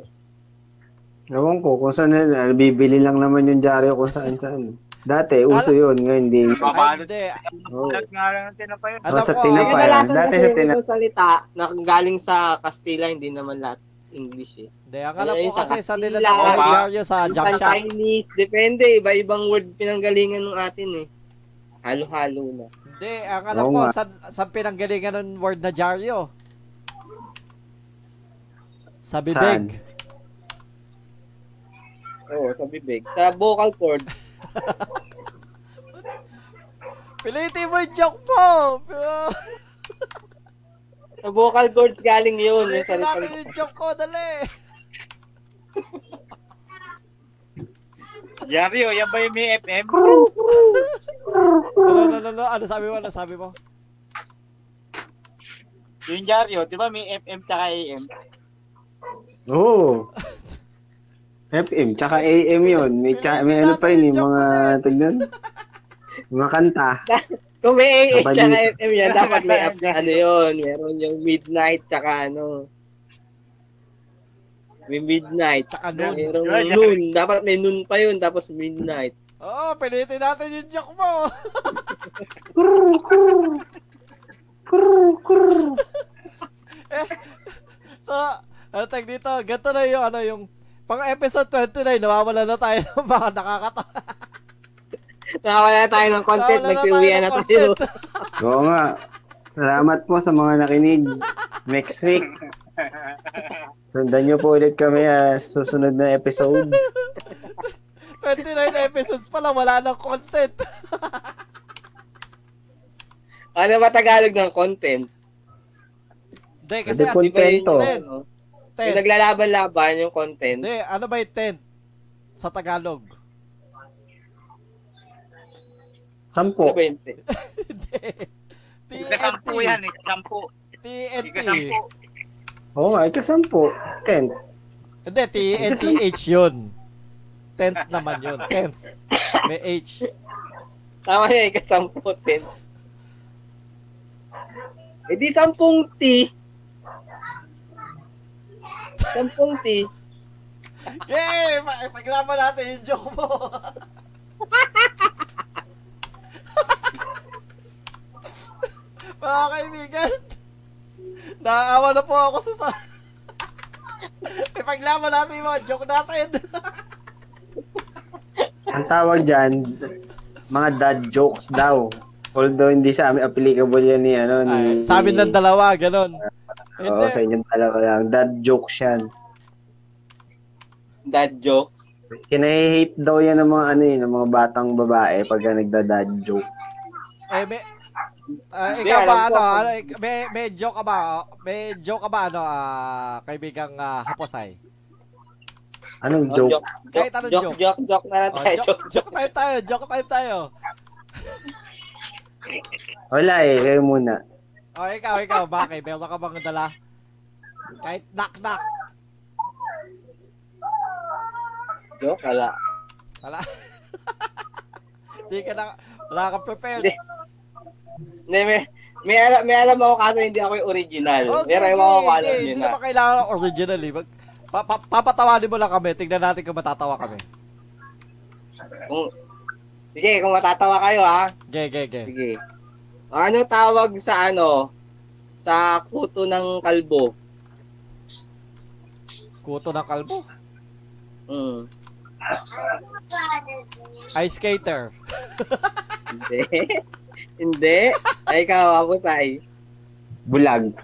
E: Ewan ko, kung saan na, bibili lang naman yung dyaryo kung saan saan. Dati, uso yun, ngayon hindi.
A: Ay,
C: Babalot.
A: hindi.
E: Oo.
C: Babalot nga lang ng tinapay yun.
A: Alam
E: sa
A: ko,
E: tinapay.
A: ayun,
E: Napaya. Dati sa
B: kasi
E: tina-
B: yung salita na galing sa Kastila, hindi naman lahat English eh.
A: Hindi, ang alam
B: Ayun,
A: ko
B: sa
A: kasi sa nila
B: Kastila.
A: nakuha yung dyaryo sa jump
B: Minsan
A: shop.
B: Chinese, depende, iba-ibang word pinanggalingan ng atin eh. Halo-halo na.
A: Hindi, ang alam
E: Oo
A: ko,
E: nga.
A: sa, sa pinanggalingan ng word na dyaryo. Sa bibig.
B: Oo, sa bibig. Sa vocal cords.
A: Pilitin mo yung joke mo!
B: Sa vocal cords galing yun. eh, Yung
A: Pilitin
B: salita
A: natin yung joke ko, dali!
C: Yario, oh, yan ba yung may FM?
A: Ano, ano, ano, ano, ano sabi mo, ano sabi mo?
C: Yung Yario, di ba may FM tsaka AM?
E: Oo. FM, tsaka AM yun. May, tsa- may ano pa yun, yung mga, tignan, mga kanta.
B: Kung may AA
E: Kapalita.
B: tsaka FM yan, dapat may up na ano yun. Meron yung midnight tsaka ano. May midnight.
A: Tsaka noon.
B: Merong
C: Yun, yun.
B: noon. Dapat may noon pa yun, tapos midnight.
A: Oo, oh, pilitin natin yung joke mo! eh, so, ano tag dito, ganito na yung ano yung pang episode 29, nawawala na tayo ng mga nakakata.
B: Nakawala na tayo ng content,
A: Nawawala
B: nagsiuwian na
A: ng
B: tayo.
A: content.
E: Oo nga. Salamat po sa mga nakinig. Next week. Sundan niyo po ulit kami sa susunod na episode.
A: 29 episodes pala, wala ng content.
B: Ano ba Tagalog ng content?
A: Hindi, kasi
E: Pwede
A: at
B: Di ba yun yung
E: Contento.
B: ano? Yung
A: 10.
B: naglalaban-laban yung content.
A: Hindi, ano ba yung 10? Sa Tagalog.
B: Ano
E: Sampo.
B: ba yun? Pe?
A: Hindi.
C: Kasampu yan eh, kasampu.
A: TNT.
C: Kasampu.
E: Oo nga, ikaw sampo. Ten.
A: Hindi, E TNTH yun. Tenth naman yun. Tenth. May H.
B: Tama na yung kasampu content. E di sampung T. Sampung T.
A: Yay! Pa- Paglaban natin yung joke mo. Mga kaibigan, naawa na po ako sa sa... Ipaglaban natin yung mga joke natin.
E: Ang tawag dyan, mga dad jokes daw. Although hindi sa amin applicable yan ni ano
A: Ay,
E: ni
A: sabi ng dalawa, ganun.
E: Oo, sa
A: Hindi,
E: inyong dalawa lang. Dad jokes yan.
B: Dad jokes.
E: Kinahihate daw yan ng mga ano eh, ng mga batang babae pagka nagda-dad joke.
A: eh, may, ah,
B: Hindi,
A: ikaw ba,
B: alam ko
A: ano,
B: kung-
A: ano, ik- may, may joke ka ba, oh? may joke ka ba, ano, ah, kaibigang ah, Haposay?
E: Anong
B: Oh,
E: joke?
B: joke.
A: Kahit
B: Joke,
A: anong
B: joke,
A: joke.
B: joke, joke na lang
A: Oh,
B: tayo.
A: joke, joke time tayo, joke time tayo.
E: Wala eh, kayo muna.
A: Oh, ikaw, ikaw, bakit? Meron ka bang dala? Kahit knock-knock.
B: Joke, wala.
A: Wala. Hindi ka na, wala kang prepared.
B: Hindi. Hindi, may, may, alam, may alam ako kaso hindi ako yung original.
A: Okay,
B: Pero
A: okay,
B: ewan ko kung alam
A: okay.
B: nyo
A: Hindi
B: na.
A: naman kailangan ng original eh. Mag, pa, pa, papatawanin mo lang kami, tignan natin kung matatawa kami.
B: Kung, sige, kung matatawa kayo ha.
A: Ge, ge, ge.
B: Sige. Ano tawag sa ano? Sa kuto ng kalbo.
A: Kuto ng kalbo.
B: Mm.
A: Ice skater.
B: Hindi. hindi. Ay, ikaw, abutay.
E: Bulag.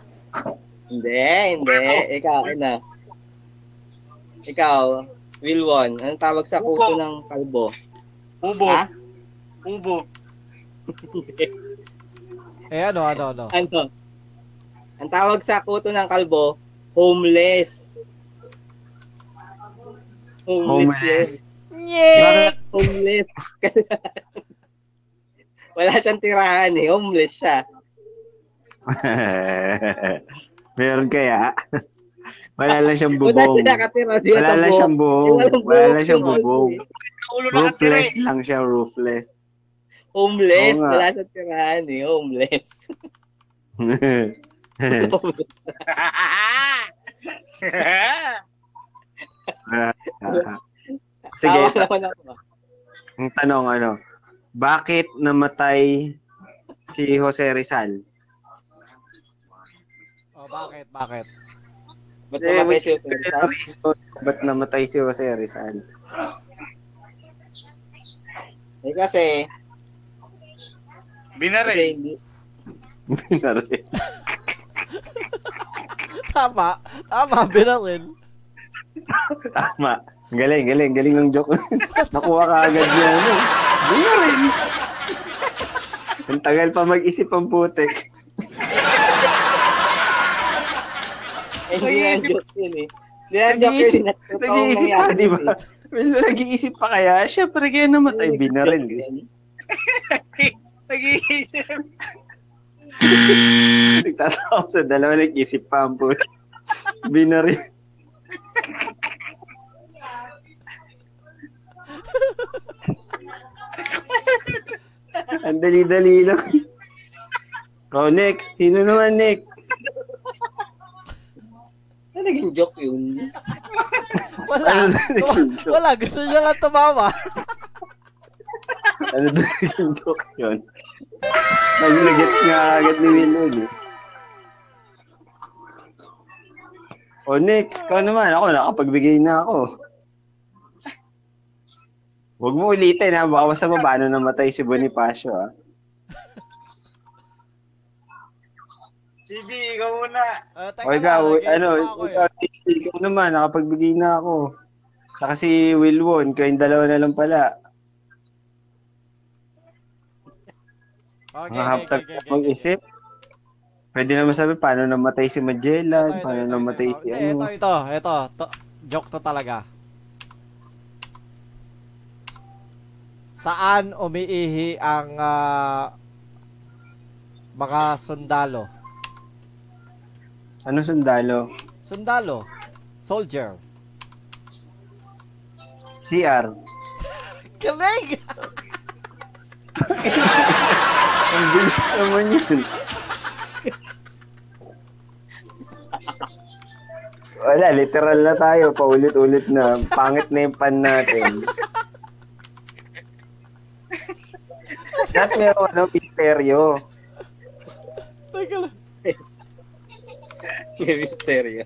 B: Hindi, hindi. Ikaw, ano? Ikaw, Wilwon, anong tawag sa kuto
C: Upo.
B: ng kalbo?
C: Ubo.
B: Ha?
C: Ubo.
A: Eh ano, ano, ano.
B: Ano? Ang tawag sa kuto ng kalbo, homeless. Homeless.
E: Homeless.
B: yes.
A: Nyek!
B: Homeless. Kasi wala siyang tirahan eh. Homeless siya.
E: Meron kaya? Wala lang siyang
B: Wala
E: bubong.
B: siya nakatira siya
E: Wala
B: sa
E: lang
B: buhok. Yung
E: siyang
B: walang
E: bubong. Wala lang siyang
B: buhok,
E: bubong.
B: yung
C: Ulo na eh. katire.
E: Roofless lang siya, roofless.
B: Homeless.
E: Oo nga.
B: Wala sa tirahan eh. Homeless.
E: Sige,
B: Tawa naman ako.
E: ang tanong ano, bakit namatay si Jose Rizal?
A: Oh, bakit? Bakit?
B: Ba't
E: Eh,
B: namatay
E: which
B: si
E: is the reason Ba't namatay si Jose Rizal?
B: Eh kasi, kasi
C: Binaril.
B: hindi.
E: Binaril.
A: Tama. Tama, binaril.
E: Tama. Galing, galing, galing ng joke. Nakuha ka agad niya. Ano? Binaril. Ang tagal pa mag-isip ang putik.
B: Eh, hindi na ang joke yun eh. Hindi na ang joke yun. eh.
E: Nag-iisip,
B: Totoong
E: nag-iisip pa,
B: nangyari
E: di
B: yun,
E: ba? Well, nag-iisip pa kaya? Siyempre kaya namatay.
B: eh.
E: Binaril.
B: Joke
E: eh.
B: yun.
C: Nag-iisip.
E: Nagtatawa sa dalawa, nag-isip pa ang putik. Binaril. Ang dali-dali lang. Oh, next. Sino naman next?
B: Ano naging joke yun?
A: Wala. Tuma- wala. Gusto niya lang tumama.
E: Ano ba yung joke yun? Sabi na gets nga agad ni Winlog eh. O next, ka naman. Ako, nakapagbigay na ako. Huwag mo ulitin ha. Baka sa baba, ano namatay si Bonifacio ha.
C: Hindi, ikaw muna.
A: Uh, teka
E: O ikaw,
A: lang,
E: ano,
A: nag-iisip ako eh.
E: ikaw, ikaw naman, nakapagbigay na ako. Saka si Wilwon, kayong dalawa na lang pala.
A: Okay,
E: Mga
A: okay,
E: haptag
A: okay, okay, okay.
E: mag-isip. Pwede naman sabi paano namatay si Magellan,
A: Ito, ito,
E: paano
A: ito,
E: namatay
A: ito,
E: si
A: ito,
E: ano.
A: Ito, ito, ito. To- joke to talaga. Saan umiihi ang ah, mga sundalo?
E: Ano sundalo?
A: Sundalo. Soldier.
E: CR.
A: Galing!
E: Ang bilis naman yun. Wala, literal na tayo. Paulit-ulit na. Pangit na yung pan natin. Dapat meron ano, misteryo.
A: Teka lang.
B: May misteryo.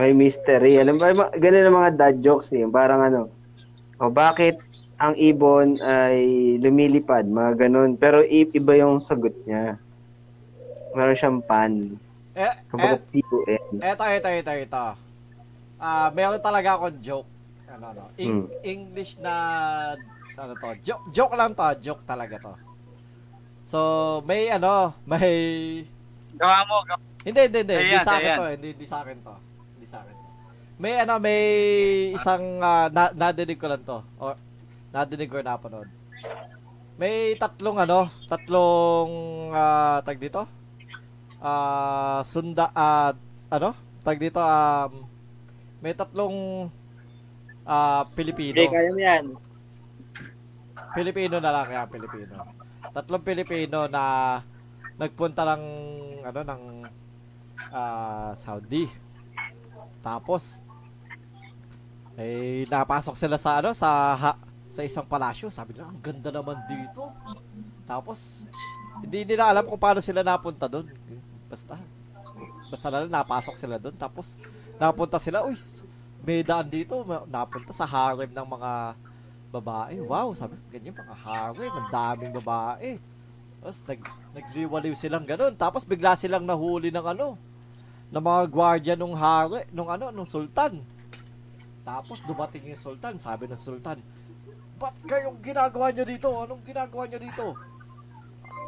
E: May mystery. Alam ba, ma- ganun ang mga dad jokes eh. Parang ano, o bakit ang ibon ay lumilipad, mga ganun. Pero i- iba yung sagot niya. Meron siyang pan.
A: Eh, eh,
E: Kapag P-U-N.
A: Eto, eto, eto, eto. Ah, meron talaga akong joke. Ano, ano. Eng-
E: Hmm.
A: English na ano to. Joke, joke lang to, joke talaga to. So, may ano, may
C: Gawa mo. gawa-
A: hindi, hindi, hindi. Hindi
C: Ayan,
A: sa akin
C: ayan.
A: to. Hindi, hindi sa akin to. Hindi sa akin to. May ano, may isang ah, na, nadinig ko lang to. O, nadinig ko na panood. May tatlong ano, tatlong ah, tag dito. Ah, sunda at ano? Tag dito um may tatlong ah
B: Hindi,
A: Pilipino.
B: kaya mo yan.
A: Pilipino na lang kaya Pilipino. Tatlong Pilipino na nagpunta ng ano ng ah, Saudi. Tapos eh napasok sila sa ano sa ha- sa isang palasyo. Sabi nila, ang ganda naman dito. Tapos hindi nila alam kung paano sila napunta doon. Basta basta na lang napasok sila doon. Tapos napunta sila, uy, may daan dito, Ma- napunta sa harem ng mga babae. Wow, sabi ko, ganyan mga harem, ang daming babae. Tapos nag, nagriwaliw silang ganun. Tapos bigla silang nahuli ng ano, ng mga gwardiya nung hari, nung ano, nung sultan. Tapos dumating yung sultan, sabi ng sultan, Ba't kayong ginagawa nyo dito? Anong ginagawa nyo dito?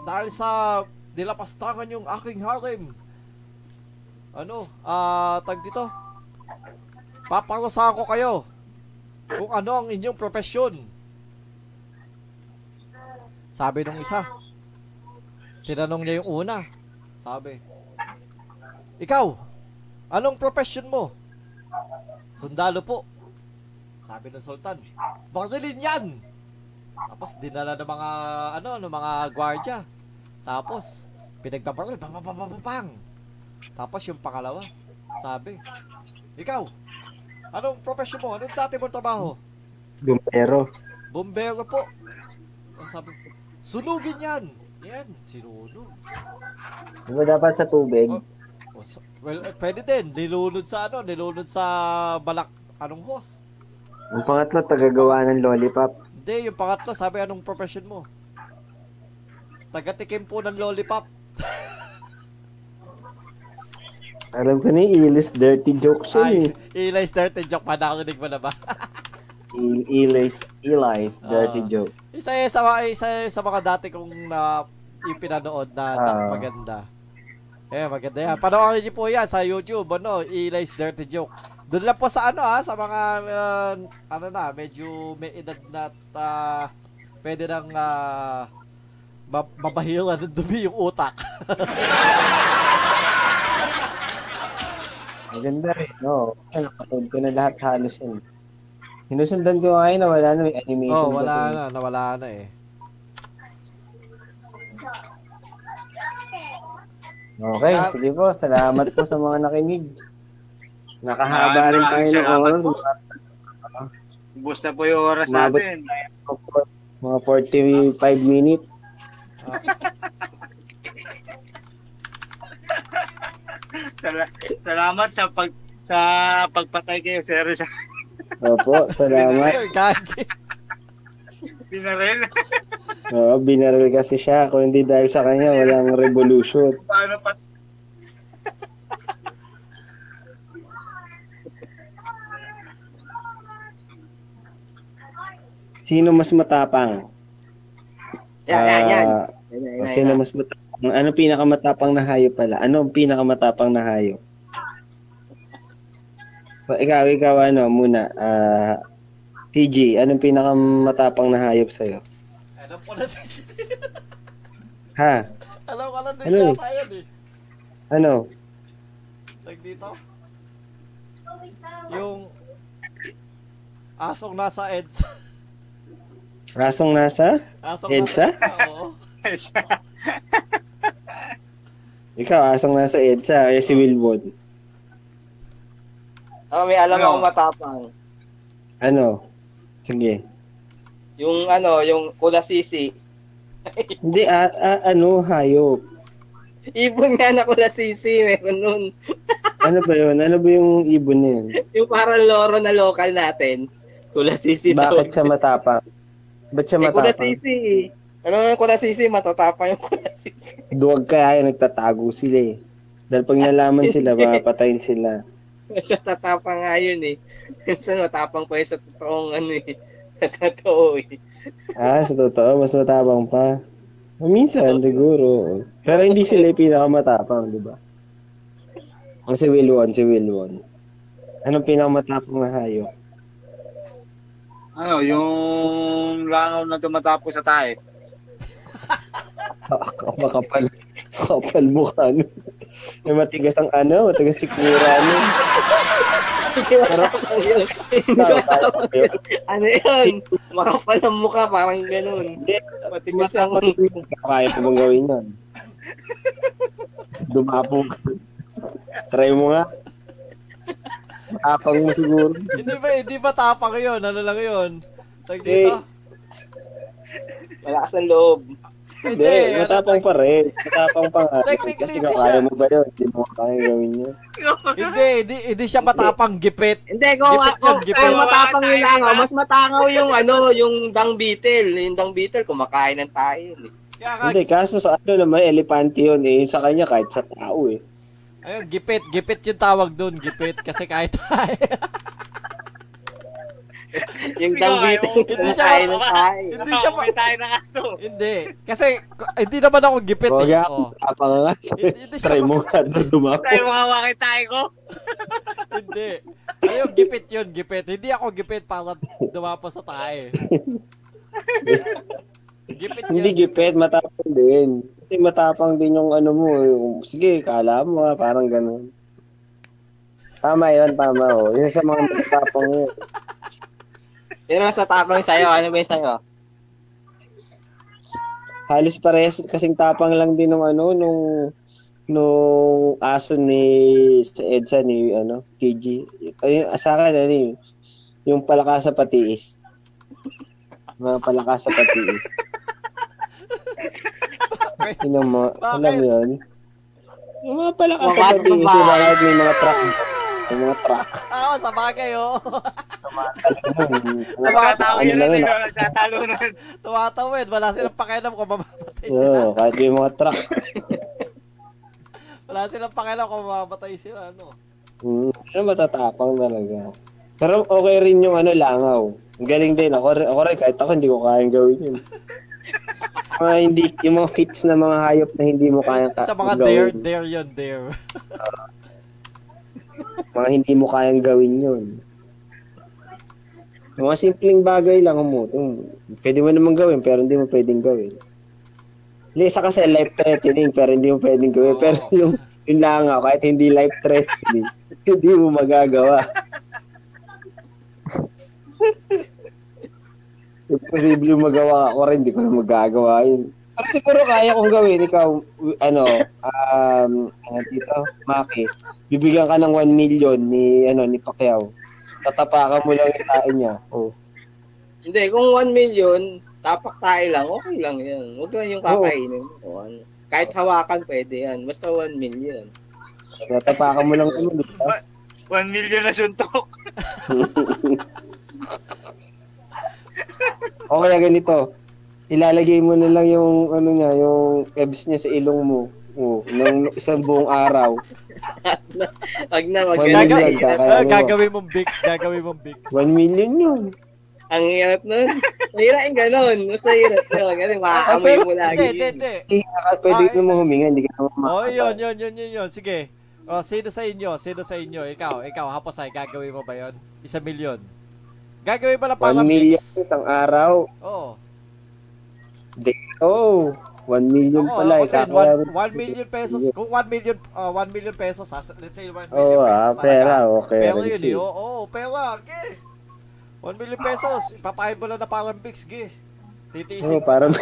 A: Dahil sa nilapastangan yung aking harem. Ano, ah, tag dito. Paparusahan ko kayo kung ano ang inyong profesyon. Sabi nung isa, Tinanong niya yung una. Sabi, Ikaw, anong profession mo? Sundalo po. Sabi ng Sultan, Bakilin yan! Tapos dinala ng mga, ano, ng mga gwardya. Tapos, pinagbabaril, bang, bang, bang, bang, bang, bang. Tapos yung pangalawa, sabi, Ikaw, anong profession mo? Anong dati mong trabaho?
E: Bumbero.
A: Bombero po. Ang sabi ko, sunugin yan. Yan, sinunog.
E: Di ba Diba dapat sa tubig?
A: Oh. O, so- well, eh, pwede din. Nilunod sa ano, nilunod sa balak, anong hose.
E: Ang pangatlo, tagagawa ng lollipop.
A: Hindi, yung pangatlo, sabi anong profession mo? Tagatikim po ng lollipop.
E: Alam ko na yung Ilis dirty jokes
A: Ay,
E: yun eh.
A: ilay started joke pa, nakinig mo na ba?
E: Il- Ilis, Ilis dirty
A: Ah.
E: joke.
A: isa yun sa, mga- isa yun sa mga dati kong na ipinanood na
E: Ah.
A: napaganda. Eh, maganda yan. Panoorin niyo po yan sa YouTube, ano, Eli's Dirty Joke. Doon lang po sa ano ha, sa mga, uh, ano na, medyo may edad na at, ah, pwede nang uh, mabahilan ng dumi yung utak.
E: Maganda rin, no? Ay, Nakapanood ko na lahat halos yun. Hinusundan ko ngayon na wala na may
A: Oh,
E: animation. kasi.
A: wala na, nawala na eh.
E: Okay,
A: Ah.
E: sige po. Salamat po sa mga nakinig.
C: Ah,
E: Nakahaba rin tayo
C: maraming
E: ng
C: salamat
E: oras.
C: po. Ubus na po yung oras
E: Umabot.
C: natin.
E: Mga 45 minutes.
C: Sala- salamat sa pag sa pagpatay kayo, sir. Sa
E: Opo,
A: Ano
E: salamat.
A: Gagi.
C: binaril.
E: Oo, binaril kasi siya. Kung hindi dahil sa kanya, walang revolution.
C: Paano pa?
E: Sino mas matapang?
B: Yan, yan, yan.
E: Ah,
B: Yan, yan,
E: o
B: yan,
E: sino
B: yan.
E: mas matapang? Ano pinakamatapang na hayop pala? Ano ang pinakamatapang na hayop? O, ikaw, ikaw, ano, muna. Ah, PG, anong pinakamatapang na hayop sa'yo?
A: Alam ko na din.
E: Ha?
A: Alam ko na din
E: Ano eh?
A: yata yun eh.
E: Ano?
A: Like dito? Yung asong nasa EDSA.
E: Rasong nasa?
A: Asong
E: EDSA?
A: nasa EDSA, oo.
E: Ikaw, asong nasa EDSA, eh, si Wilbon.
B: Oh, may alam
C: Ano?
B: ako matapang.
E: Ano? Sige.
B: Yung ano, yung kulasisi.
E: Hindi, ah, ah, ano, hayop.
B: Ibon nga na kulasisi, meron nun.
E: Ano ba yun? Ano ba yung ibon na yun?
B: Yung parang loro na local natin. Kulasisi
E: Bakit siya matapang? Ba't
B: Eh,
E: siya matapang?
B: kulasisi. Ano yung kulasisi? Matatapang yung kulasisi.
E: Duwag kaya yun, nagtatago sila eh. Dahil pag nalaman sila, papatayin sila.
B: Sa tatapang nga yun eh. Minsan matapang pa yun sa totoong ano eh. Sa totoo eh.
E: Ah, sa totoo, mas matapang pa. O, Minsan, siguro. Pero hindi sila yung pinakamatapang, di ba? O si Wilwon, si Wilwon. Anong pinakamatapang na hayop?
C: ano, yung langaw na tumatapos sa tae.
E: Ako, makapal. Makapal mukha nun. May matigas ang ano, matigas si Kura nun.
B: Hindi matapang yun.
E: Tama tayo.
B: ano yun? Makapal ang mukha, parang ganun. Matigas ang
E: Kaya pa bang gawin yun? Dumapong ka. Try mo nga. Apang mo siguro.
A: hindi ba, hindi ba tapang yun? Ano lang yun? Like
E: Hey.
A: dito?
B: malakas ang loob.
A: Hindi. ano,
E: Hindi, matapang pa rin. Matapang pa nga.
A: Technically,
E: Kasi
A: hindi
E: kung
A: siya.
E: kaya mo ba yun, hindi mo kaya gawin yun.
A: hindi, hindi, hindi siya matapang gipit.
B: Hindi, kung,
A: Gipit
B: kung,
A: yun, gipit.
B: kung matapang yung
C: Tayo,
B: langaw,
C: ha?
B: mas matangaw yung ano, yung dung beetle. Yung dung beetle, kumakain ng tayo yun eh.
A: Kaya ka,
E: Hindi, kaso sa ano naman, elepante yun eh. Sa kanya kahit sa tao eh.
A: ayun, gipit, gipit yung tawag doon, gipit. Kasi kahit
B: Yung dung
C: Ikaw,
B: beetle,
C: ayaw.
A: Hindi siya
B: kumakain ng
C: matapang.
B: tayo.
A: Hindi siya ma-
C: Nakauwi tayo ng ato.
A: hindi. Kasi, k- hindi naman ako gipit
E: Huwag
A: eh.
E: yan,
A: Oh.
E: apang nga.
A: Hindi, hindi siya
E: Try mo nga na
C: Tayo
E: dumapong.
C: makawakin tayo ko.
A: Hindi. Ayun, gipit yun, gipit. Hindi ako gipit para dumapa sa tae. Gipit yun.
E: Hindi gipit, matapang din. kasi matapang din yung ano mo. Yung, sige, kala mo ah, parang ganun. Tama yun, tama oh. Yun sa mga matapang yun.
B: Pero sa tapang sa'yo, ano ba yung sa'yo?
E: Halos parehas kasing tapang lang din nung ano, nung nung aso ni sa EDSA ni ano, TG. Ay, sa akin ano yun, yung palakas sa patiis. Mga palakas sa patiis. Yun ang mga, alam mo yun? Yung mga palakas sa
B: Bakit
E: patiis,
B: ba?
E: yung mga, may mga truck. Yung mga truck.
A: Ah, sa bagay, oh.
E: Yung mga truck,
C: Nagkatawi
E: ano lang
C: rin,
E: yun,
C: eh, no? nagkatalo rin.
A: Tumatawid. Wala silang pakialam kung mamamatay sila.
E: Oo, kahit yung mga truck.
A: Wala silang pakialam kung mamamatay sila, ano. no?
E: Mm, pero matatapang talaga. Pero okay rin yung ano, langaw. Ang galing din. Ako, rin- ako rin, kahit ako hindi ko kayang gawin yun. mga hindi, yung mga fits na mga hayop na hindi mo kayang ka-
A: Sa mga dare,
E: gawin.
A: dare yun, dare.
E: Mga hindi mo kayang gawin yun. Yung Mga simpleng bagay lang mo. Yung, pwede mo naman gawin, pero hindi mo pwedeng gawin. Yung isa kasi life-threatening, pero hindi mo pwedeng gawin. Pero
A: Oo.
E: yung, yung langaw, kahit hindi life-threatening, hindi mo magagawa. Imposible yung magawa ako rin, hindi ko na magagawa yun. Pero siguro kaya kong gawin, ikaw, ano, um, ano dito, Maki, bibigyan ka ng 1 million ni, ano, ni Pacquiao. Tatapakan mo lang yung tae niya. Oh.
B: Hindi, kung 1 million, tapak tayo lang, okay lang yan. Huwag lang yung kakainin. O, ano. Kahit hawakan, pwede yan. Basta 1 million.
E: Tatapakan mo lang yun, di ba?
C: One million na suntok.
E: O kaya ganito, ilalagay mo na lang yung, ano niya, yung ebs niya sa ilong mo. Oh, ng isang buong araw.
B: Wag na, wag
E: One
B: na.
A: Gaga-
E: million ka.
A: Ah, gagawin mong bix, gagawin mong bix.
E: 1 million yun.
B: Ang hirap nun. Mahirap yung ganun. Mas mahirap yun. Kasi maaamoy mo lagi.
A: Hindi,
B: yun.
A: hindi, hindi.
E: Hindi ka- Pwede ka naman huminga, hindi ka naman
A: Oh,
E: makakatawa.
A: yun, yun, yun, yun, yun. Sige. Oh, sino sa inyo? Sino sa inyo? Ikaw, ikaw, haposay, gagawin mo ba yun? Isa milyon. Gagawin mo lang para
E: 1 million
A: mix.
E: isang araw.
A: Oo.
E: Oh, 1 million
A: Ako,
E: pala.
A: ako
E: eh,
A: din,
E: kakaya-
A: 1 million pesos. Kung 1 million, ah, 1 million pesos, ha? let's say 1 million
E: Oo, ah,
A: pesos
E: pera, okay.
A: Pero
E: I
A: yun,
E: see.
A: eh, oo, oh, pera, ge. 1 million pesos, ipapahin mo lang na parang bix, ge.
E: Oo,
A: Titiisin.
E: Oh, parang...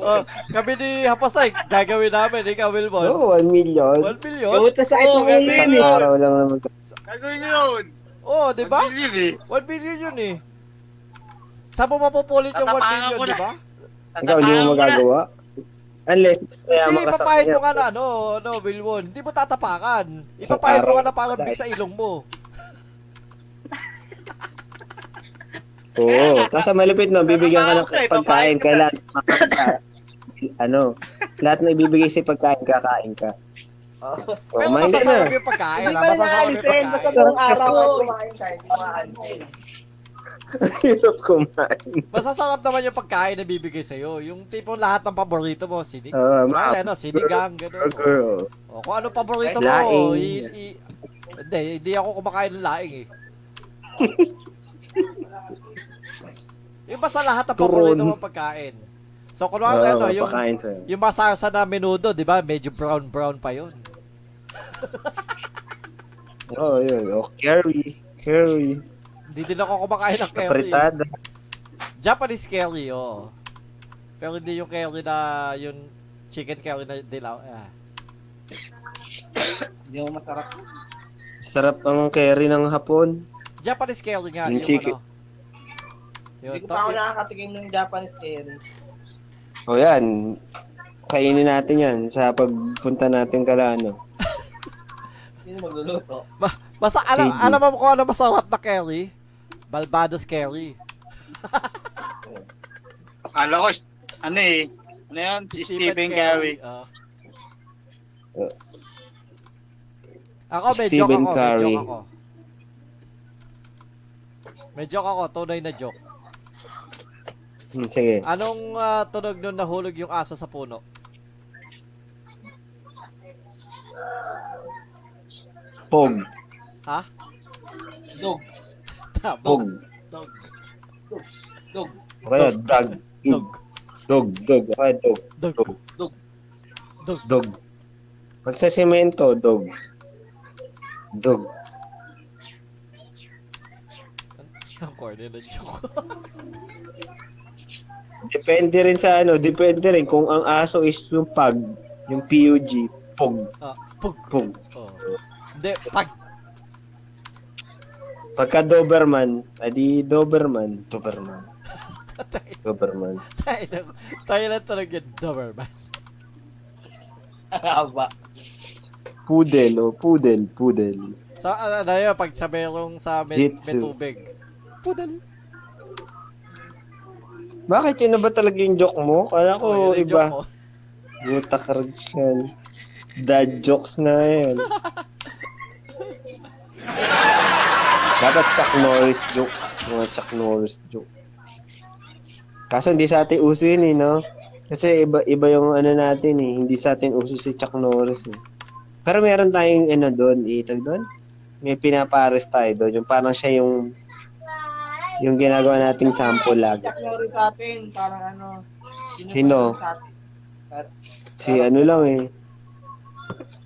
A: Oh, kami ni Hapasay, gagawin namin, ikaw, Wilbon.
E: Oo, 1 Oh, million.
A: 1 million?
B: Gamot sa sakit
C: Oo,
B: ng ulo yun
E: Isang
B: eh.
E: araw lang naman.
C: Gagawin nyo yun.
A: Oo, oh, di ba?
C: One million eh.
A: 1 million yun eh. Saan mo mapupulit yung 1
C: Tatapakan
A: million,
C: ko na.
A: di ba?
C: eh.
E: Ikaw, hindi mo
C: Tatapakan na.
E: magagawa. Unless,
A: Hindi,
E: mayaman ka sa
A: ipapahid
E: kanya.
A: mo nga na, ano, ano, Wilwon. Hindi mo tatapakan.
E: Isang
A: Ipapahid mo
E: araw.
A: nga na parang big sa ilong mo.
E: Oo. Tapos sa malupit no, bibigyan ka
A: eh,
E: ng
C: Tatamaan ka,
E: pagkain
C: ipapain
E: ka lahat. Kakain ka. ano, lahat na ibibigay sa pagkain, kakain ka. Oh,
A: Pero
E: may
A: masasarap
E: ganun.
A: yung pagkain,
B: Hindi
A: ah.
B: pa rin
A: Masasarap yung
B: naalisin. Basta
A: pagkain.
B: buong araw ay kumain tayo. Kumain tayo.
E: Hirap kumain.
A: Masasarap naman yung pagkain na bibigay sa'yo. Yung tipong lahat ng paborito mo, sinig.
E: Oo, ma-
A: Ay, ano, sinigang, gano'n.
E: burger, oh.
A: O, kung ano paborito mo,
E: Laing.
A: i- i- hindi, hindi ako kumakain ng laing eh. Iba sa lahat ng paborito
E: Turon. Ah,
A: mong pagkain. So, kung
E: Oo,
A: ano, yung,
E: Oh, papakain sa'yo.
A: yung masarsa na menudo, di ba? Medyo brown-brown pa yun.
E: Oo, yun. Oh, curry. Curry.
A: Hindi din ako kumakain ng curry. eh.
E: Apretada.
A: Japanese curry, oo. Pero hindi yung curry na, yung chicken curry na dilaw. Ah.
B: Hindi ako masarap.
E: Sarap ang curry ng hapon.
A: Japanese curry nga, yung,
E: Yung chicken.
A: ano. Yun,
B: Hindi ko pa ako
A: topic.
B: nakakatigim ng Japanese curry.
E: O Oh, yan. Kainin natin yan sa pagpunta natin ano? Kalano.
B: Hindi na magluluto.
A: Basta alam,
E: Crazy.
A: alam mo kung ano masarap na curry? Balbados curry.
C: Kala ko, ano eh. Ano yun? Si Stephen Curry.
A: ah.
E: Oh.
A: Ako, may joke
E: Stephen
A: ako, may
E: Curry.
A: joke ako. May joke ako, tunay na joke.
E: Hmm, Sige.
A: Anong ah, tunog nun nahulog yung aso sa puno?
E: Pog.
A: Ha?
B: Dog.
A: Tama.
E: Pog.
A: Dog.
B: Dog.
E: Okay, dog.
A: Dog.
E: Dog, dog. Okay, dog,
A: Dog.
B: Dog.
A: Dog.
E: dog. Pag sa semento, dog. Dog.
A: Ang corny na joke.
E: Depende rin sa ano, depende rin kung ang aso is yung pag, yung PUG, pog,
A: ah, pug.
E: pog.
A: Oh. Hindi, pag.
E: Pagka Doberman, adi Doberman, Doberman. Doberman.
A: Tayo na- Tayo lang talaga yung Doberman.
B: Haba.
E: Poodle, oh, poodle, poodle.
A: Sa, ah, ano yun, pag sa merong sa may, may
E: Jitsu.
A: tubig. Pudal.
E: Bakit yun na ba talaga yung joke mo? Kala ko
A: yun ang
E: iba.
A: joke ko.
E: Buta ka rin yan. Dad jokes na yan. Dapat Chuck Norris joke. Mga Chuck Norris joke. Kaso hindi sa atin uso yun eh, no? Kasi iba, iba yung ano natin eh. Hindi sa atin uso si Chuck Norris eh. Pero meron tayong ano doon, itag doon. May pinapares tayo doon. Yung parang siya yung yung ginagawa nating sample lagi.
B: Jack Lawrence sa atin, parang ano. sino ba
E: Sino?
B: yun sa atin?
E: Si ano lang eh.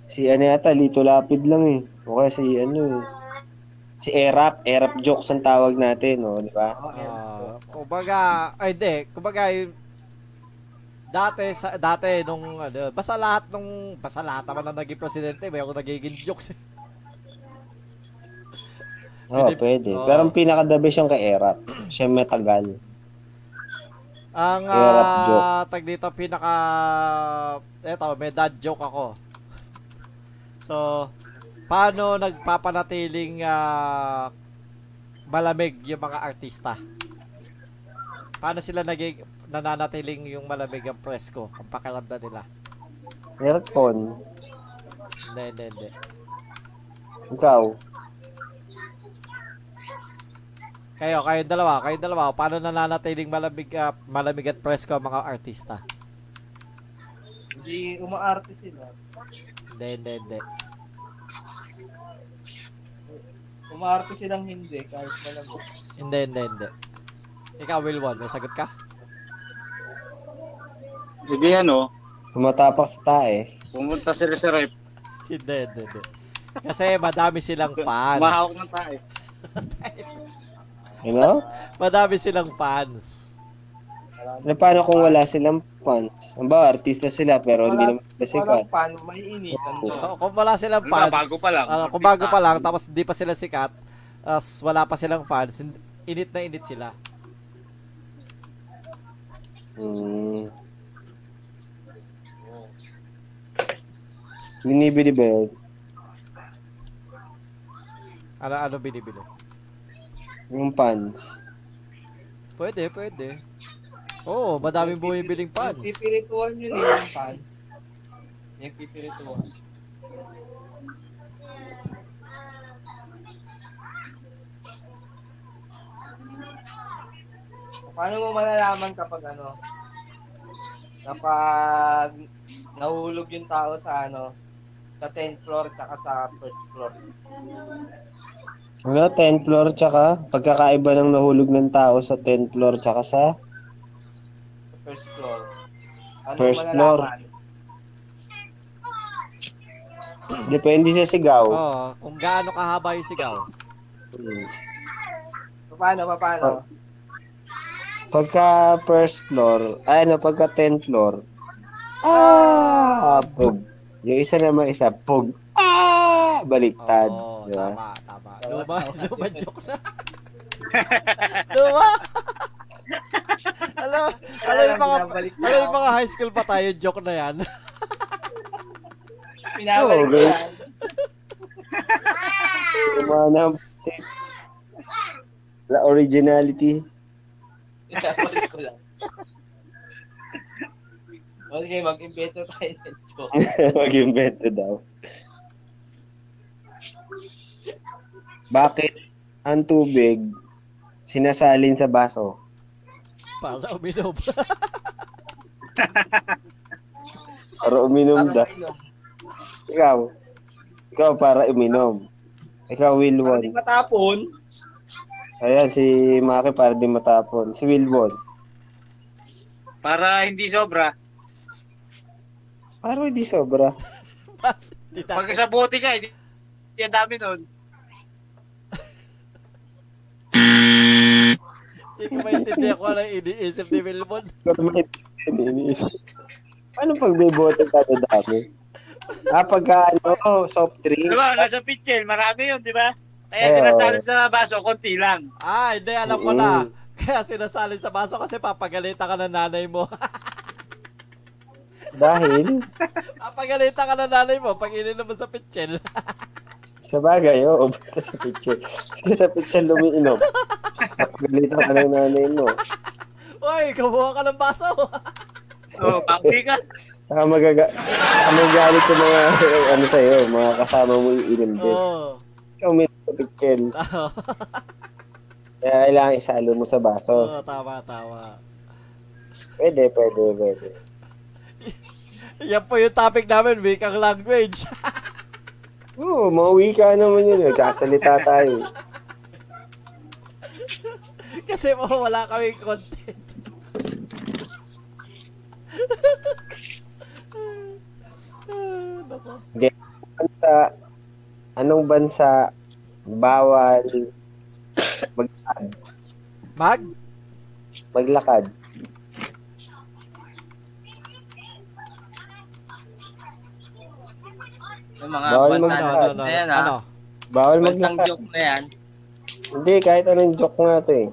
E: Si ano yata, Lito Lapid lang eh. O kaya si ano eh. Si Erap. Erap jokes ang tawag natin, no? Di ba?
B: Oo, yun.
A: Ah, kumbaga, ay hindi, kumbaga yung dati sa dati nung ano, basta lahat nung basta lahat naman na naging presidente, may ako nagiging jokes. eh.
E: Oo,
A: Hindi-
E: pwede.
A: oo.
E: Pero ang pinaka-the best yung kay Erap. Siya matagal.
A: Ang
E: Hirap joke.
A: ah, tag dito pinaka eto, may dad joke ako. So, paano nagpapanatiling ah, malamig yung mga artista? Paano sila naging nananatiling yung malamig ang presko, ang pakiramdam nila?
E: Aircon.
A: Hindi, hindi, hindi.
E: Ikaw.
A: Kayo, kayo dalawa, kayo dalawa, paano nananatiling malamig, ah, malamig at presko ang mga artista?
B: Hindi umaarte sila.
A: Hindi, hindi, hindi.
B: Umaarte silang hindi kahit malam.
A: Hindi, hindi, hindi. Ikaw, Wilwon, may sagot ka?
G: Hindi ano,
E: Tumatapak sa tae.
G: pumunta sila sa ref.
A: Hindi, hindi, hindi. Kasi madami silang fans.
G: Mahawak ng tayo.
E: You know?
A: Madami silang fans.
E: Na Ano, paano kung wala silang fans? Ang ba, artista sila pero hindi naman sila sikat.
B: Walang paano, may initan doon.
A: O, Oh, Kung wala silang
G: Ano
A: fans,
G: ba, bago pa lang, hmm.
A: ah, kung
G: artista.
A: bago pa lang, tapos hindi pa sila sikat, as wala pa silang fans, hin- init na init sila.
E: Hmm. Binibilibel.
A: Ano, ano binibili?
E: Yung fans.
A: Pwede, pwede. Oo, madaming bumibiling fans.
B: Pipirituan yun eh, yung pan. Yung pipirituan. Paano mo malalaman kapag ano? Kapag nahulog yung tao sa ano? Sa 10th floor tsaka sa first floor.
E: Wala, 10th floor tsaka pagkakaiba ng nahulog ng tao sa 10th floor tsaka sa
B: Sa first floor. Ano
E: First
B: mo
E: floor.
B: malalaman?
E: depende sa sigaw.
B: Oh.
A: Oo, kung gaano kahaba yung sigaw.
E: Hmm.
B: Paano, paano?
E: Oh. Pagka first floor, ay ano, pagka 10th floor, ah, pog. Yung isa naman isa, pog. Ah, baliktad.
A: Oo,
B: Oh,
E: di ba?
A: tama, tama. Luma, luma joke na. luma! alam, alam yung mga,
B: Binabalik na
A: alam yung
B: ako.
A: mga high school pa tayo, joke na yan.
B: Pinabalik ko
E: Oo, girl.
B: yan.
E: Kumana ang putik. La originality.
B: Pinabalik ko lang. Okay, mag-invento tayo nito.
E: Mag-invento daw. Bakit ang tubig sinasalin sa baso?
A: Para uminom.
E: Para uminom daw.
C: ano,
E: Ikaw. Ikaw para uminom.
B: Para
E: Ikaw,
B: di
E: Wilwon.
B: matapon.
E: Ayan, si Maki para di matapon. Si Wilbon.
G: Para hindi sobra.
E: Parang hindi sobra.
A: Di ta-
G: Pag sa bote ka, hindi hindi ang dami nun.
A: Hindi ko maintindihan kung ano yung iniisip ni Wilbon.
E: Government yun, iniisip. Paano pag may bote ka na dami? Ah, pagka ano, soft drink.
G: Di ba, Diba? nasa pitchel, marami yun, di ba? Kaya
E: Oo.
G: sinasalin sa baso, konti lang.
A: Ah, hindi, alam ko
E: Mm.
A: na. Kaya sinasalin sa baso kasi papagalitan ka ng nanay mo.
E: Dahil,
A: papagalitan ka ng nanay mo pag ininom mo sa pitchel.
E: sa bagay, oo, basta sa picture. Kasi sa picture lumiinom. Pagalitan ka ng nanay mo.
A: Uy, kumuha ka ng baso.
G: So, pangpi ka.
E: Saka magaga... Saka magalit yung mga, ano sa'yo, mga kasama mo iinom din.
A: Oo.
E: Ikaw may sa picture.
A: Oh,
E: Kaya kailangan isalo mo sa baso.
A: Oo, tama, tama.
E: Pwede, pwede, pwede.
A: Yan po yung topic namin, wikang language.
E: Oo, mga wika naman yun. Nagkasalita tayo.
A: kasi po wala kaming content. Ah, Nako.
E: bansa, anong bansa bawal mag,
A: Mag?
E: maglakad?
C: Yung mga
E: Bawal
C: bansa
A: Ano,
E: Ano,
A: ano, ano?
C: na yan, ah.
A: Ano?
E: Bawal
C: Bansang
E: maglakad.
C: joke na yan.
E: Hindi, kahit anong joke nga to eh.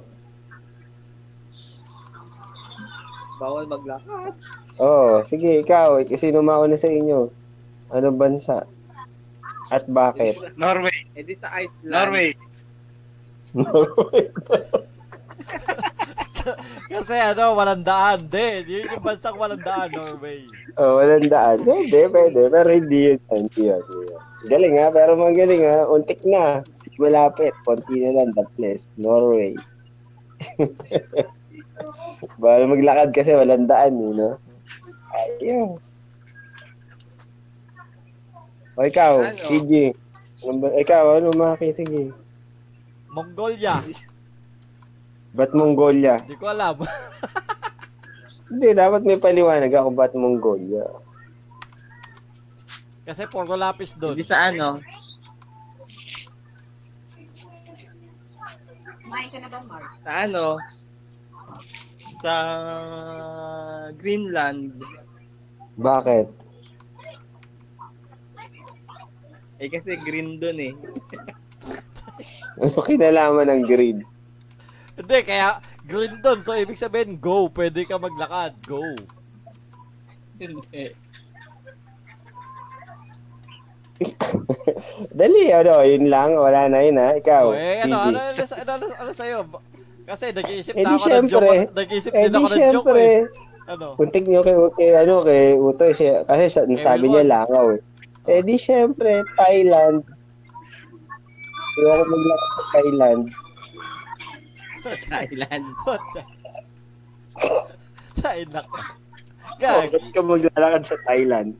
C: Bawal maglakad.
E: Oo, sige, ikaw, eh, sino mauna sa inyo? Anong bansa? At bakit?
G: Norway,
C: Eh di sa Iceland.
G: Norway.
A: Kasi ano, walang daan. Hindi, yun yung bansang walang daan, Norway.
E: oh, walang daan. Pwede, pwede. Pero hindi yun. Hindi yun. Hindi yun. Galing ha, pero magaling ha. Untik na. Malapit. Konti na lang. The place. Norway. Bawal maglakad kasi walang daan eh, no? Ayun. O ikaw,
G: Ano?
E: TJ. Ano ba- Ikaw, ano Maki? Sige.
A: Mongolia.
E: Ba't Mongolia?
A: Hindi ko alam.
E: Hindi, dapat may paliwanag ako ba't Mongolia.
A: Kasi puro lapis doon.
C: Hindi sa ano. Sa ano? Sa Greenland.
E: Bakit?
C: Eh kasi green dun eh.
E: Ano kinalaman ng grade?
A: Hindi, kaya green doon. So, ibig sabihin, go. Pwede ka maglakad. Go.
C: Hindi.
E: Dali, ano, yun lang, wala na yun ha. Ikaw,
A: Oh, eh, ano,
E: TJ.
A: ano, ano, ano, ano, ano sa'yo? Kasi nag-iisip
E: Eh,
A: na
E: di
A: ako ng joke.
E: syempre.
A: Nag-iisip
E: Eh
A: din
E: di
A: ako ng joke
E: syempre,
A: eh. Ano?
E: untik nyo kay, kay, ano, kay Utoy, siya, kasi sa, sabi niya langaw eh. Eh di syempre, Thailand. Hindi ako maglakad sa Thailand.
C: Thailand.
A: What the? Tayo na ka.
E: Oh,
A: Gag.
E: Bakit ka maglalakad sa Thailand?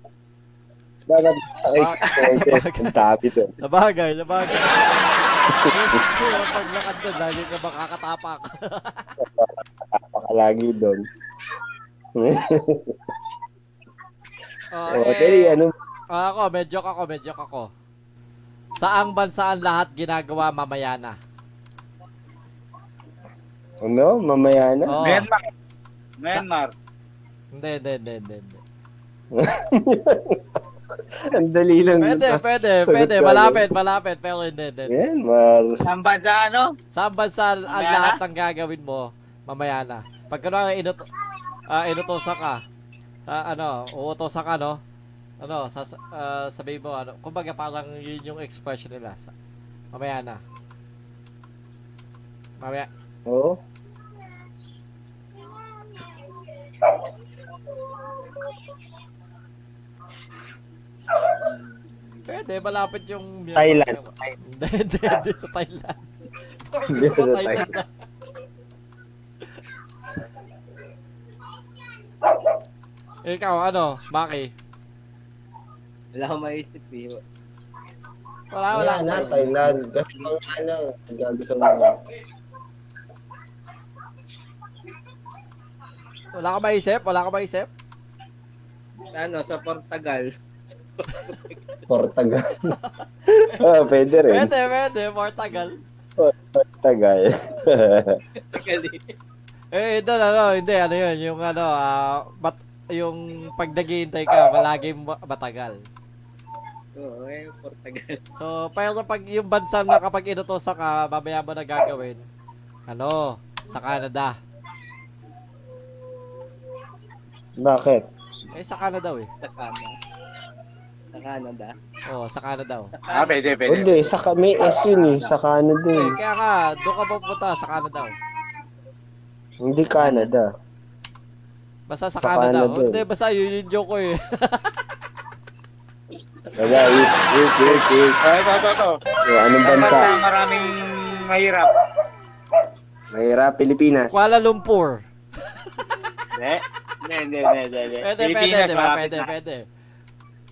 E: Dapat sa Thailand. Ang dami doon.
A: Nabagay, nabagay. Ang paglakad doon, lagi ka makakatapak.
E: Napakalagi doon.
A: Oh,
E: oh, dali, ano,
A: Ah, ako, medyo ako, medyo ako. Saang bansa ang lahat ginagawa mamaya na?
E: ano, mamaya na.
A: Oo.
G: Myanmar. Myanmar.
A: Oh, Hindi, hindi, hindi, hindi. hindi.
E: Ang dali lang. Ah,
A: Pwede,
E: nun.
A: pwede,
E: Sagot
A: pwede.
E: ka, ano?
A: Malapit, malapit. Pero hindi, hindi. hindi.
E: Yan, mar.
G: Ang bansa ano?
A: Saang bansa ang
G: Mamaya na?
A: lahat ng gagawin mo mamaya na? Pag kunwari, inut ah, inutosan ka. Ah, ano, uutosan ka, no? Ano, sas, ah, sabihin mo, ano, kumbaga parang yun yung expression nila. Sa, mamaya na. Mamaya.
E: Oo.
A: Pwede, malapit yung...
E: Thailand. Ah.
A: Hindi, hindi, hindi sa Thailand.
E: Hindi
A: sa
E: sa
A: Thailand. na. Ikaw, ano, Maki?
C: Wala akong maisip eh.
A: Ah, Wala, wala.
E: Thailand. Kasi ano, gusto mo.
A: Wala ka maisip? Wala ka maisip?
B: Ano, sa Portugal.
E: Portagal. ah, pwede rin.
A: Pwede, pwede. More tagal.
E: Portagal.
B: Tagali.
A: Eh, doon ano, hindi, ano yun, yung ano, ah, bat, yung pag naghihintay ka, malagi ma- matagal.
B: Oo, eh, Portugal.
A: So, pero pag yung bansa na kapag inutosan ka, mamaya mo na gagawin, ano, sa Canada.
E: Bakit?
A: Eh, sa Canada daw eh.
B: Sa Canada. Sa Canada.
A: Oo, sa Canada oh. daw.
C: Ah, pwede, pwede.
E: Hindi, sa kami S yun eh, sa Canada
A: Eh,
E: eh.
A: kaya ka, doon ka pupunta sa Canada oh. daw.
E: Hindi Canada.
A: Basta sa,
E: Sa
A: Canada.
E: Canada
A: daw.
E: eh.
A: Hindi, basta yun yung joke ko eh.
E: Wala, wait, wait, wait, wait.
C: Ah, ito, ito, ito.
E: So, anong
C: Dapat
E: bansa?
C: na maraming mahirap.
E: Mahirap, Pilipinas.
A: Kuala Lumpur.
C: Hindi. Hindi, hindi, hindi, hindi, hindi.
A: Pwede, pwede,
C: Pilipinas,
A: di ba?
C: malapit
A: Pwede,
C: na.
A: pwede.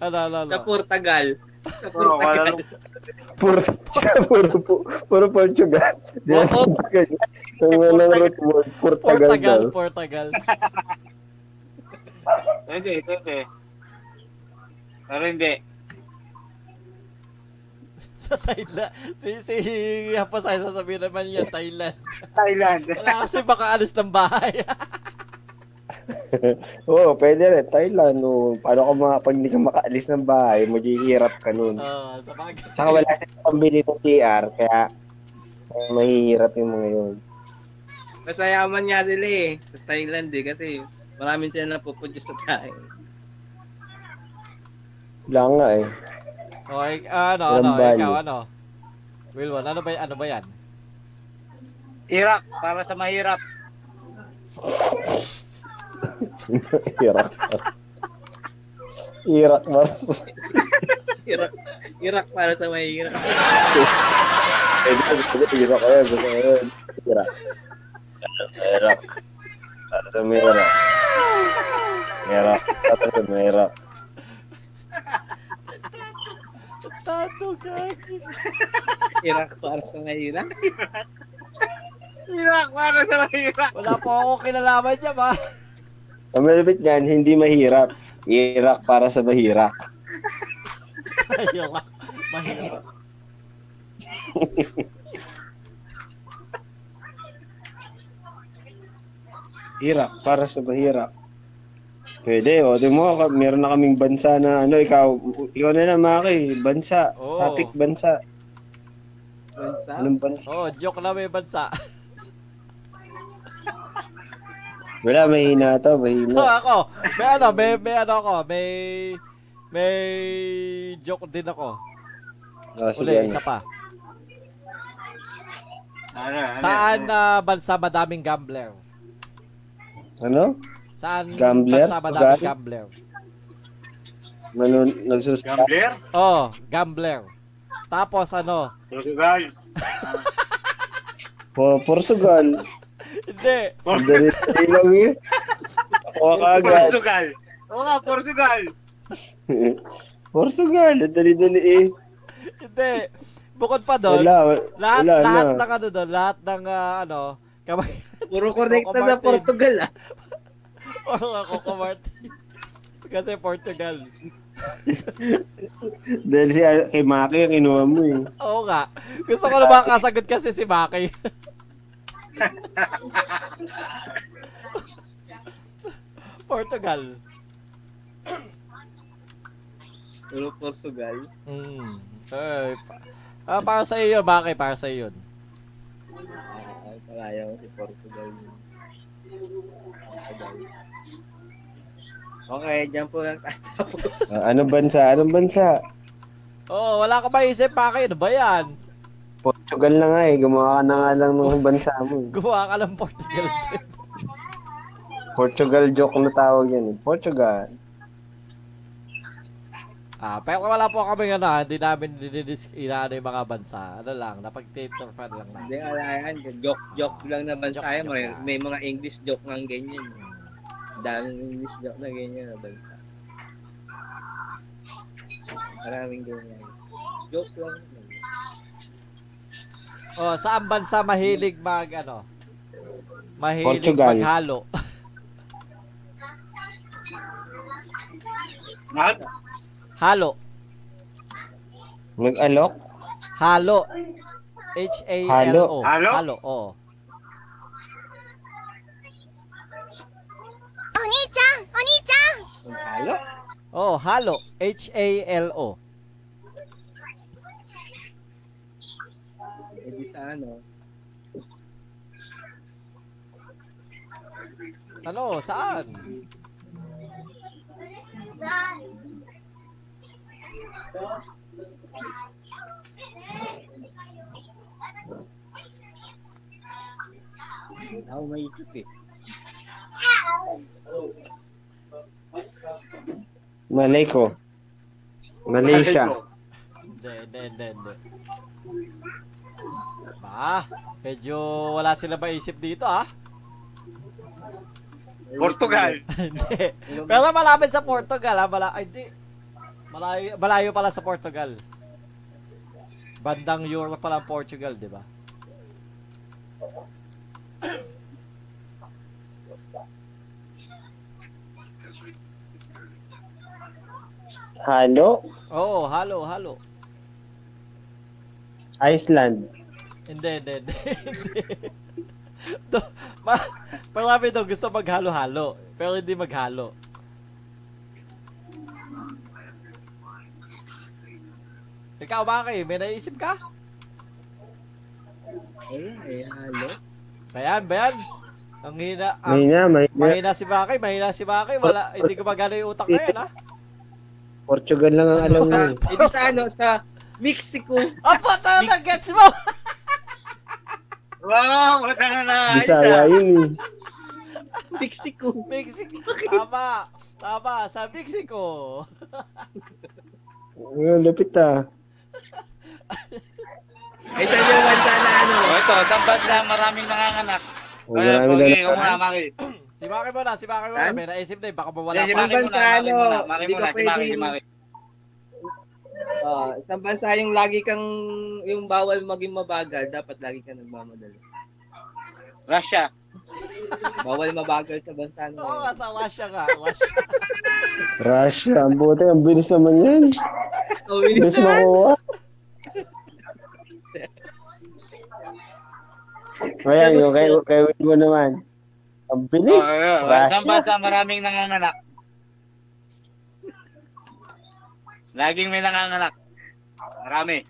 A: Ano, ano, ano.
B: Sa Portugal. Sa
C: Oo, wala
B: Portugal.
C: nung-
E: Puro, siya, puro, pu- puro Portugal. Diyan, ang walang root word, Portugal daw.
A: Portugal, Portugal.
C: Pwede, pwede. Pero hindi.
A: sa Thailand. Si, si Hapas ay sasabihin naman yan, Thailand.
C: Thailand.
A: Wala kasi baka alis ng bahay.
E: Oo, pwede rin. Thailand, no. Paano ka mga, pag hindi ka makaalis ng bahay, maghihirap ka nun.
A: Oo, Oh, sa bagay.
E: Saka wala silang pambili ng CR, kaya, kaya mahihirap yung mga yun.
B: Masayaman nga sila eh. Sa Thailand eh. Kasi maraming sila napupunyo sa Thailand.
E: Wala nga eh.
A: Okay, ano, ano,
E: Walang value.
A: ikaw, ano? Wilwon, ano ba, y- ano ba yan?
C: Iraq, para sa mahirap.
E: Irak. Irak, mas.
B: Irak, Irak para sa mahirap.
E: Pwede ko, gusto ko, gusto ko yun, gusto ko yun. Irak. Irak. Para sa Irak. Irak. Para sa Irak.
A: Tato, gagi.
B: Irak para sa mahirap.
C: Iraq, para sa mahirap.
A: Wala po ako kinalaman dyan, ba?
E: Ang malapit niyan, hindi mahirap. Irak para sa mahirap.
A: Mahirap. Mahirap.
E: Hirap, para sa mahirap. Pwede, o. Di mo, ka- meron na kaming bansa na, ano, ikaw, ikaw na na, Maki. Bansa.
A: Oo.
E: Topic bansa.
B: Bansa.
E: Anong bansa?
A: Oh, joke na may bansa.
E: Wala, mahina to,
A: So,
E: mahina.
A: ako, may ano, may, may ano ako, may, may joke din ako.
E: Oh, sige,
A: ah. Uli,
E: ano.
A: isa pa.
C: Ano, ano,
A: Saan
C: ano?
A: na bansa madaming gambler?
E: Ano?
A: Saan
E: Gambler?
A: bansa madaming
E: Ugali?
A: gambler?
E: Manon, nagsus...
C: Gambler?
A: Oh, gambler. Tapos ano?
C: Portugal.
E: Po, Portugal.
A: Hindi.
E: Dali-dali lang yun. Ako kagad.
C: Portugal. Oo nga, Portugal.
E: Portugal, dali-dali eh.
A: Hindi. Bukod pa doon,
E: Wala,
A: lahat,
E: wala
A: lahat
E: na.
A: ng ano doon, lahat ng ah, ano, kamay,
B: Puro connected sa
A: Martin.
B: Portugal ah.
A: or ako kumart. Kasi Portugal.
E: Dahil si ah, kay Maki ang kinuha mo eh.
A: Oo nga. Gusto ko naman kasagot kasi si Maki. Portugal.
B: Puro Portugal.
A: Mm. Ay, pa- ah, para sa iyo, Maki, para sa iyo. yun.
B: Ah, sabi pala ayaw si Portugal. Portugal. Okay, dyan po nagtatapos.
E: Ah, anong bansa? Anong bansa?
A: Oo, oh, wala ka maisip, Maki. Ano ba yan?
E: Portugal na nga eh. Gumawa ka na nga lang ng bansa mo eh.
A: Gumawa ka ng Portugal.
E: Portugal joke na tawag yan eh. Portugal.
A: ah, pero wala po kami ano, ah, hindi namin dinidis inaano yung mga bansa. Ano lang, napag-tater fan lang
B: Hindi,
A: natin.
B: wala yan. Joke, joke lang naman
A: Joke,
B: tayo.
A: joke
B: May,
A: lang.
B: may mga English joke ng ganyan. Daming English joke na ganyan. na bansa. Maraming ganyan. Joke lang.
A: Oh, saan bansa mahilig mag ano? Mahilig
E: Portugal.
A: maghalo.
C: Mag?
A: Halo.
E: Nag-alok?
A: Halo. H-A-L-O.
C: Halo?
A: Halo, oo.
H: お兄ちゃん
B: Halo?
A: Oh, halo. H-A-L-O.
B: Eh, di sa ano.
A: Ano? Saan?
B: Ako may isip eh.
E: Malay ko. Malaysia.
A: Hindi, hindi, hindi, hindi. Ba? Medyo wala sila maisip dito ah.
C: Portugal.
A: hindi. Pero malapit sa Portugal ah. Mala- ay, hindi. Malayo, malayo pala sa Portugal. Bandang Europe pala ang Portugal, di ba?
E: Halo?
A: Oo, oh, halo, halo.
E: Iceland.
A: Hindi, hindi, hindi. hindi. Do, ma, marami daw gusto maghalo-halo, pero hindi maghalo. Ikaw, Maki, may naisip ka?
B: Ayun eh, halo.
A: Bayan, bayan. Ang hina,
C: Ah,
E: May
A: ang,
E: na, may na.
A: mahina si Maki, mahina si Maki. Wala, hindi ko magana yung utak na yan, ha?
E: Portugal lang ang alam mo.
B: Sa, eh, di sa ano, sa Mexico.
A: Apo, tayo na, gets mo!
C: Wow, wala na na.
E: Bisaya
C: isa.
E: yun. eh.
B: Mexico.
A: Mexico. Tama, tama, sa Mexico.
E: Ang lupit ah.
B: Ito yung bansa na ano.
C: O ito, sa badla, maraming nanganganak.
E: Ang marami
C: okay,
E: na
C: ikaw muna, Maki.
A: Si Maki muna, si Maki muna.
B: Saan?
A: May naisip na, eh, baka mawala
C: Wala si
A: pa.
C: Maki muna, Maki muna. Maki
B: Hindi
C: muna,
B: ka
C: si Maki, si
B: pwedeng-
C: Maki.
B: Ah, isang bansa yung lagi kang, yung bawal maging mabagal, dapat lagi ka nagmamadali.
C: Russia.
B: Bawal mabagal sa bansa na
A: Oo
B: yun.
A: nga, sa Russia nga. Russia.
E: Russia. Ang buti. Ang bilis naman yan.
B: Oh, yun
E: Bilis
B: na.
E: makuha. Ayan, yung kay, kay Will mo naman. Ang bilis.
C: Oh, yeah. Sa
E: Russia.
C: bansa, maraming nanganganak. Laging may nanganganak. Marami.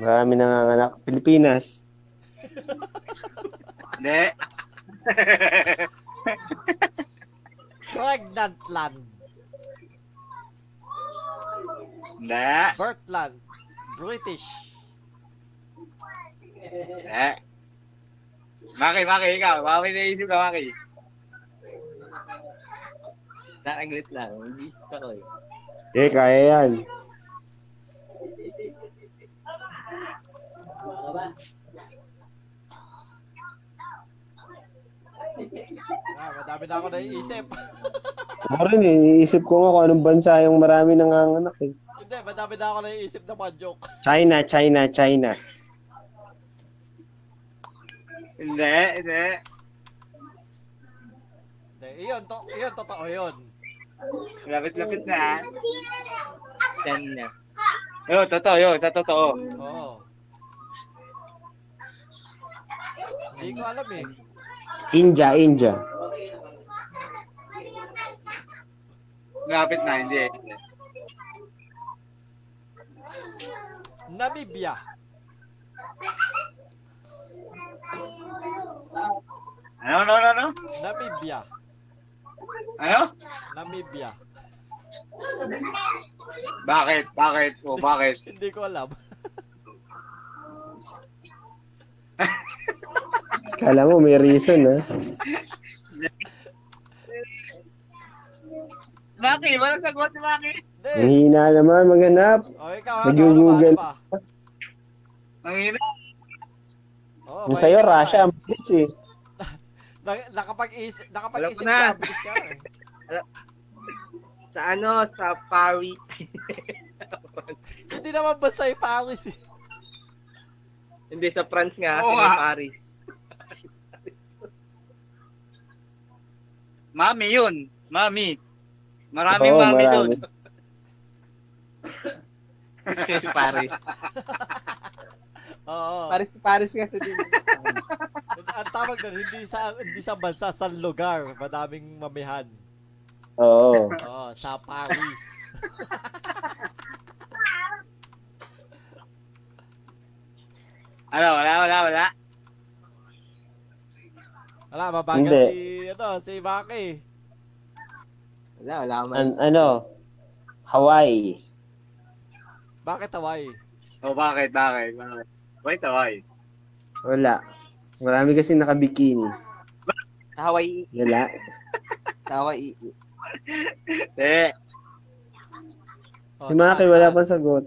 E: Marami nanganganak. Pilipinas.
C: Hindi.
A: Pregnant land.
C: Hindi.
A: Birthland. British.
C: Hindi. Maki, Maki, ikaw. Maki, naisip ka, Maki.
B: Nakaglit lang. Hindi ko ako eh.
E: Eh, kaya yan.
A: Ah, madami na ako naiisip.
E: Ako rin eh. Iniisip ko nga kung anong bansa yung marami nanganganak eh.
A: Hindi, madami na ako naiisip na mga joke.
E: China, China, China.
C: Hindi, hindi.
A: Hindi, iyon, to, iyon, totoo yun.
C: Lapit-lapit na. ah.
B: Yan na.
C: Yo, totoo, yo, sa totoo.
A: Oo. Hindi ko alam eh.
E: India, India.
C: Lapit na, hindi.
A: Namibia.
C: Ano, ano, ano, ano?
A: Namibia.
C: Ano?
A: Namibia.
C: Bakit? Bakit? O, bakit?
A: Hindi ko alam.
E: Kala mo may reason ha.
C: Maki, wala sagot si Maki.
E: Ang
A: Hindi.
E: hina naman maganap.
A: O, ikaw, ano, ano, pa, ano
E: Nag-Google.
A: pa?
C: Mahina.
A: Oh,
E: Yung sa'yo, Russia, ang bilis eh.
A: nakapag-isip, nakapag-isip
B: Alam ko na.
A: siya. Bilis ka eh.
B: Sa ano, sa Paris.
A: Hindi naman ba sa'yo Paris eh.
B: Hindi, sa France nga. Oo,
C: Oo nga.
B: Paris.
C: Mami yun. Mami. Maraming
E: Oo,
C: mami
E: marami.
C: doon. Excuse Paris.
A: Oo.
B: Paris, Paris kasi din.
A: Ang tawag doon, hindi sa hindi sa bansa, sa lugar. Madaming mamihan.
E: Oo.
A: Oo, sa Paris.
C: Ano, wala, wala, wala.
A: Wala, mabagal
E: Hindi.
A: si, ano, si Maki.
B: Wala, wala man.
E: An- ano? Hawaii.
A: Bakit Hawaii?
C: O
G: Oh,
C: bakit, bakit, bakit? Wait, wait.
E: Wala. Marami kasi nakabikini.
B: Sa Hawaii.
E: Wala.
B: Sa Hawaii.
C: Eh,
A: Oh,
E: Si
A: saan,
E: Maki wala
A: saan?
E: pang sagot.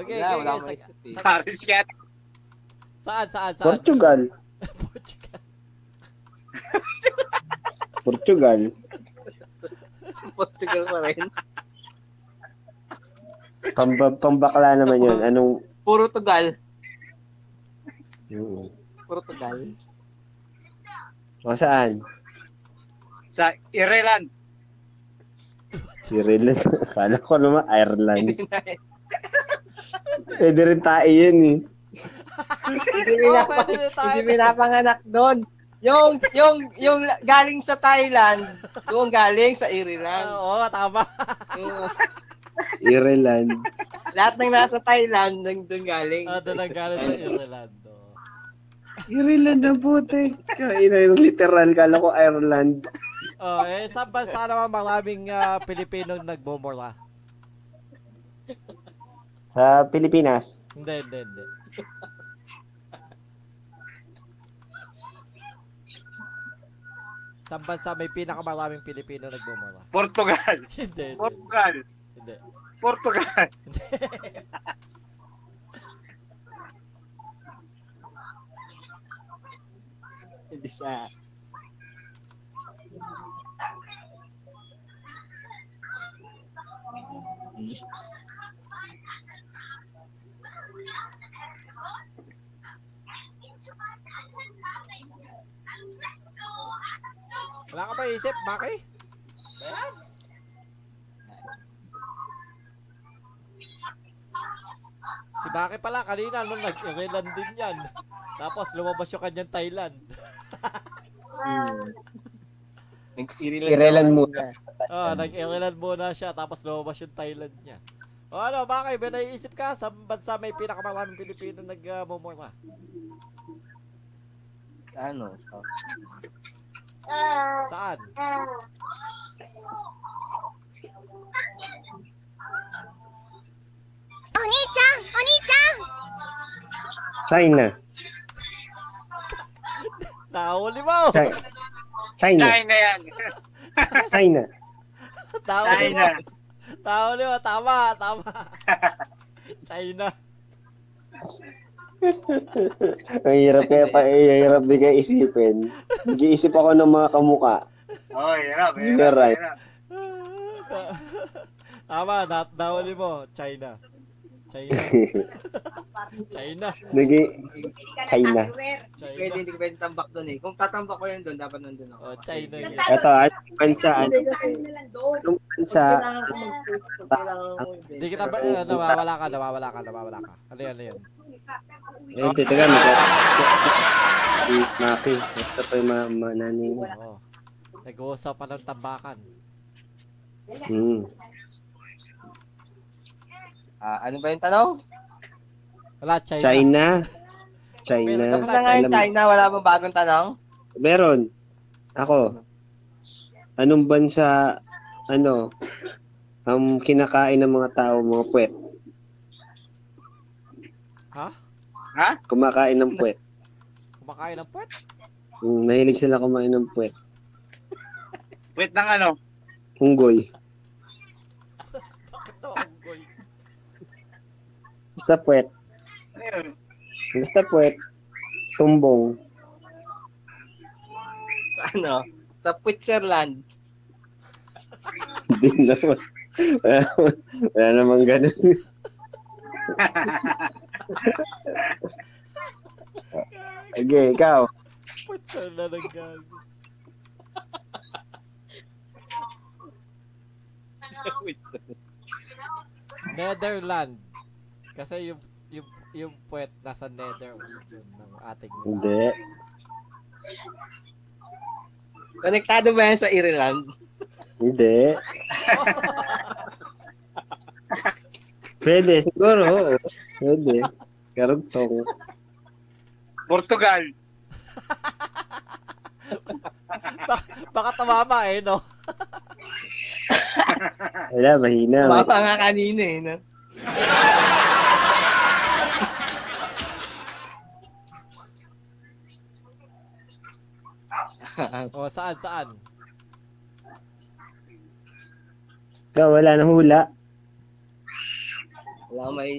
A: Okay,
B: Wala,
A: okay, okay.
B: wala akong
A: Sa-
B: isip eh.
A: sa-
C: Paris yata.
A: Saan, saan, saan?
E: Portugal.
A: Portugal.
E: Portugal.
B: Sa Portugal pa rin.
E: Pamba, pambakla naman yun. Anong...
B: Puro tugal.
E: Oo.
B: Puro tugal.
E: O saan?
C: Sa Ireland.
E: Cyril. Kala ko naman Ireland. Pwede rin tayo yun eh.
B: Hindi
A: Oh,
B: minapa-
A: pwede na tayo.
B: Hindi pinapanganak doon. Yung, yung, yung galing sa Thailand, yung galing sa
A: Ah,
B: Ireland.
A: Oo, tama.
B: Yung,
E: Ireland.
B: lahat ng nasa Thailand, nang doon galing.
A: Ah, doon ang galing sa Ireland. Oh. oo.
E: Ireland na puti. Kaya literal. Kala ko Ireland.
A: Oh, eh, sa bansa naman maraming ah, Pilipinong nagbomora.
E: Sa Pilipinas.
A: Hindi, hindi, hindi. Sa bansa may pinakamaraming Pilipino nagbomora.
C: Portugal.
A: Hindi, hindi,
C: Portugal.
A: hindi.
C: Portugal.
B: Hindi siya.
A: Wala ka ba isip, Maki? Si Maki pala kanina nung nag-Ireland din yan. Tapos lumabas yung kanyang Thailand.
B: Nag-Ireland.
E: Ireland muna.
A: Ah, nag-Ireland muna siya tapos lumabas yung Thailand niya. O ano, Maki, may naiisip ka sa bansa may pinakamaraming Pilipino nagmumura?
B: Sa ano? Sa
A: Saan?
E: China.
A: Nahuli mo!
E: Chi- China.
C: China yan.
E: China.
A: Nahuli mo!
C: China.
A: Nahuli mo! Tama! Tama! China!
E: Ang hirap kaya pa, eh, hirap di kaya isipin. Nag-iisip ako ng mga kamuka.
C: Oh, hirap,
E: You're
C: hirap,
E: right.
C: hirap.
A: Tama, na nahuli mo, China. China. China.
E: Naging China.
A: China.
B: Pwede, hindi ko pwede tambak doon eh. Kung tatambak ko yun doon, dapat nandun ako.
A: Oh, China yun.
E: Ito, anong ah, bansa?
B: Hindi
E: Anong
B: kasi,
E: bansa?
B: kailangan ko mag-post, kung kailangan ko
A: Hindi kita ba, uh, nawawala ka, nawawala ka, nawawala ka. Ano yan, ano yan?
E: Ayun, titaga, mag- Si Maki. Sa pa yung mga, mga nanay niya.
A: Oo. Nag-uusap pa ng tambakan.
E: Hmm.
B: Ah, ano ba yung tanong?
A: Wala, China.
E: China. China.
B: Tapos na nga yung
E: Alam- eh.
B: China, wala bang bagong tanong?
E: Meron. Ako. Anong bansa, ano, ang kinakain ng mga tao, mga puwet?
A: Ha?
C: Ha?
E: Kumakain ng puwet.
A: Kumakain ng puwet?
E: Hmm, Mahilig sila kumain ng puwet.
C: Wait ng ano?
E: Unggoy.
A: Bakit daw ang goy?
E: Basta puwet.
C: Ano yun?
E: Basta puwet. Tumbong.
B: Sa ano? Sa Switzerland.
E: Hindi naman. Wala, wala namang ganun. Sige, ikaw.
A: Puwet siya na nag Netherland. Kasi yung yung yung puwet nasa nether region ng ating
E: Hindi.
B: Konektado ba yan sa Ireland?
E: Hindi. Pwede, siguro. oo. Pwede. Karugtong.
G: Portugal.
A: Baka tumama eh, no?
E: Wala, mahina.
B: Baka nga kanina eh. No?
A: O, saan, saan?
E: Ikaw, wala nang hula.
B: Wala may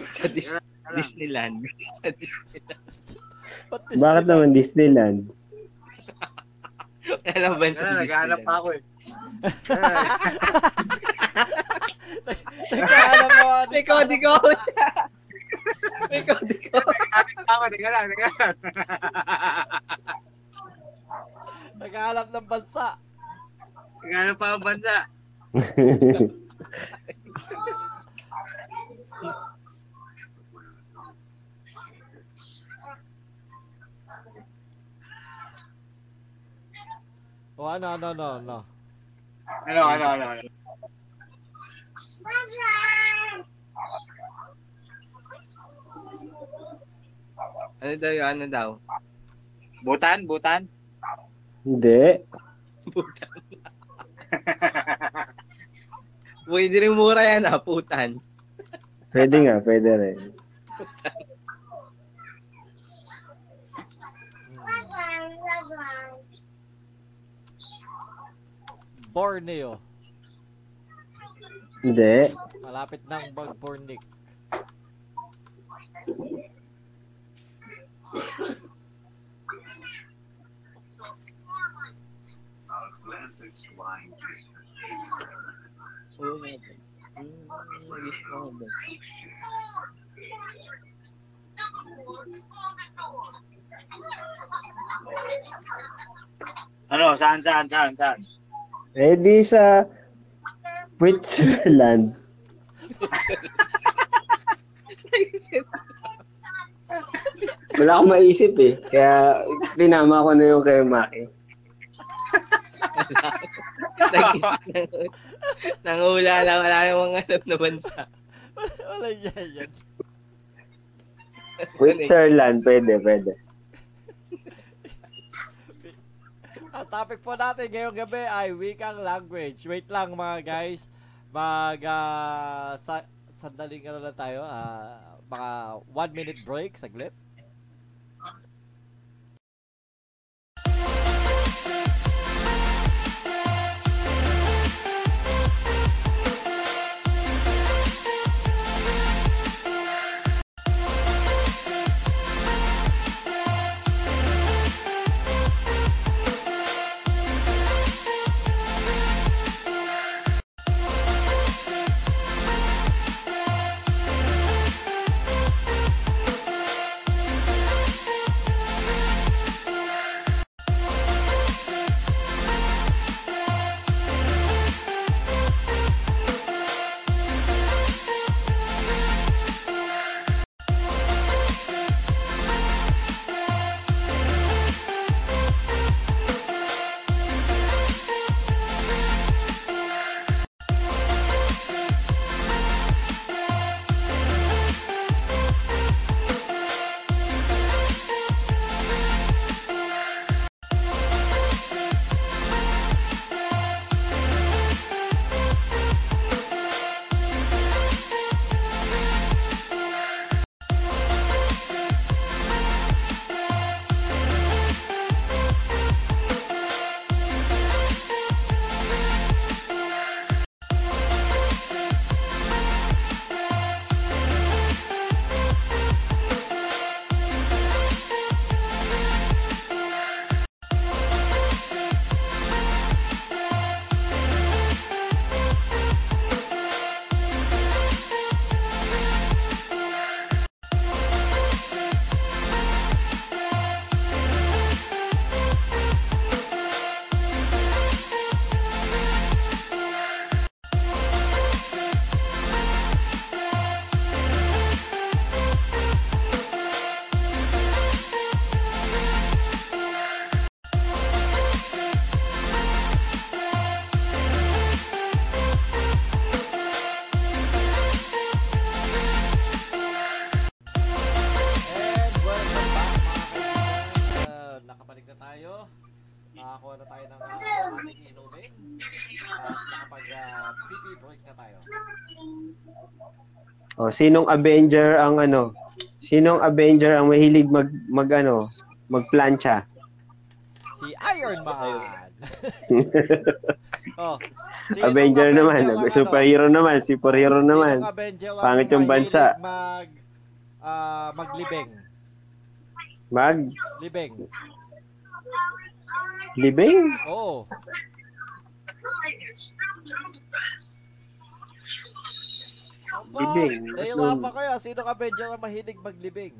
B: sa Dis- Disneyland. sa Disneyland.
A: Ba't this-
E: Bakit naman Disneyland?
B: Alam ba yun sa
G: Ano, naghahanap
B: Disneyland?
G: pa ako eh.
A: Nagkahanap ako.
B: May kodi ko siya. May kodi ko.
G: Naghahanap pa ako, teka lang, teka lang.
A: Nagkahanap ng bansa.
G: Naghahanap pa ako ng bansa.
A: O, ano, ano, ano, ano?
G: Ano, ano, ano, ano.
B: Ano daw yun? Ano daw?
G: Butan, butan.
E: Hindi.
B: Putan. Pwede rin mura yan ah, putan.
E: Pwede nga, pwede rin.
A: Borneo.
E: Hindi.
A: Malapit ng Bornic.
B: Oo nga ba? Hmm, nagis ko nga ba?
G: Ano, saan, saan, saan, saan?
E: Eh di sa Switzerland.
B: Naisip ko.
E: Wala akong maisip eh. Kaya tinama ko na yung kay Maki.
B: Nag- Nangula na wala namang alam na bansa.
A: Wala yan, yan.
E: Switzerland, pwede, pwede.
A: Ang topic po natin ngayong gabi ay wikang language. Wait lang mga guys. Mag ah, sa sandaling ano lang tayo, ah, mga one minute break saglit. ah, ah,
E: O, Oh, sinong Avenger ang ano? Sinong Avenger ang mahilig mag, mag ano, magplancha?
A: Si Iron Man. oh, sinong
E: Avenger naman,
A: ang ano?
E: superhero naman, superhero naman.
A: Sinong Avenger ang
E: Pangit yung
A: ano mahilig
E: bansa.
A: Mag, ah, maglibing.
E: Mag
A: Libing.
E: libing?
A: Oo.
E: Libing.
A: Naila pa kayo. Sinong Avenger ang mahilig maglibing?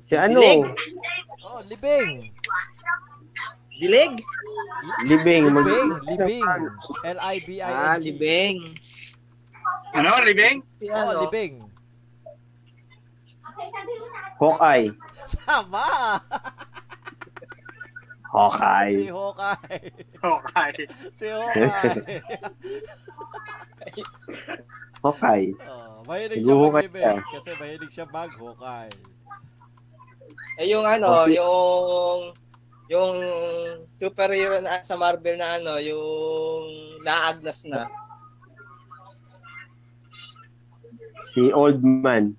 E: Si ano?
B: Leg.
A: Oh, libing.
B: Dilig?
E: Libing. Mag
A: Libing. Libing. L-I-B-I-N-G.
B: Ah, libeng.
G: Ano, libing?
B: Si
A: Oo,
B: ano?
A: libing.
E: Hawkeye.
A: Tama! Si
E: Hawkeye.
A: Hawkeye.
G: Okay.
A: Si Hawkeye.
E: Hawkeye.
A: oh, mahilig siya
E: Siguho ka
A: maglibing.
E: siya.
A: Kasi mahilig siya mag-Hawkeye.
B: Eh, yung ano,
E: Oh, si-
B: yung yung superhero na sa Marvel na ano, yung naagnas na.
E: Si Old Man.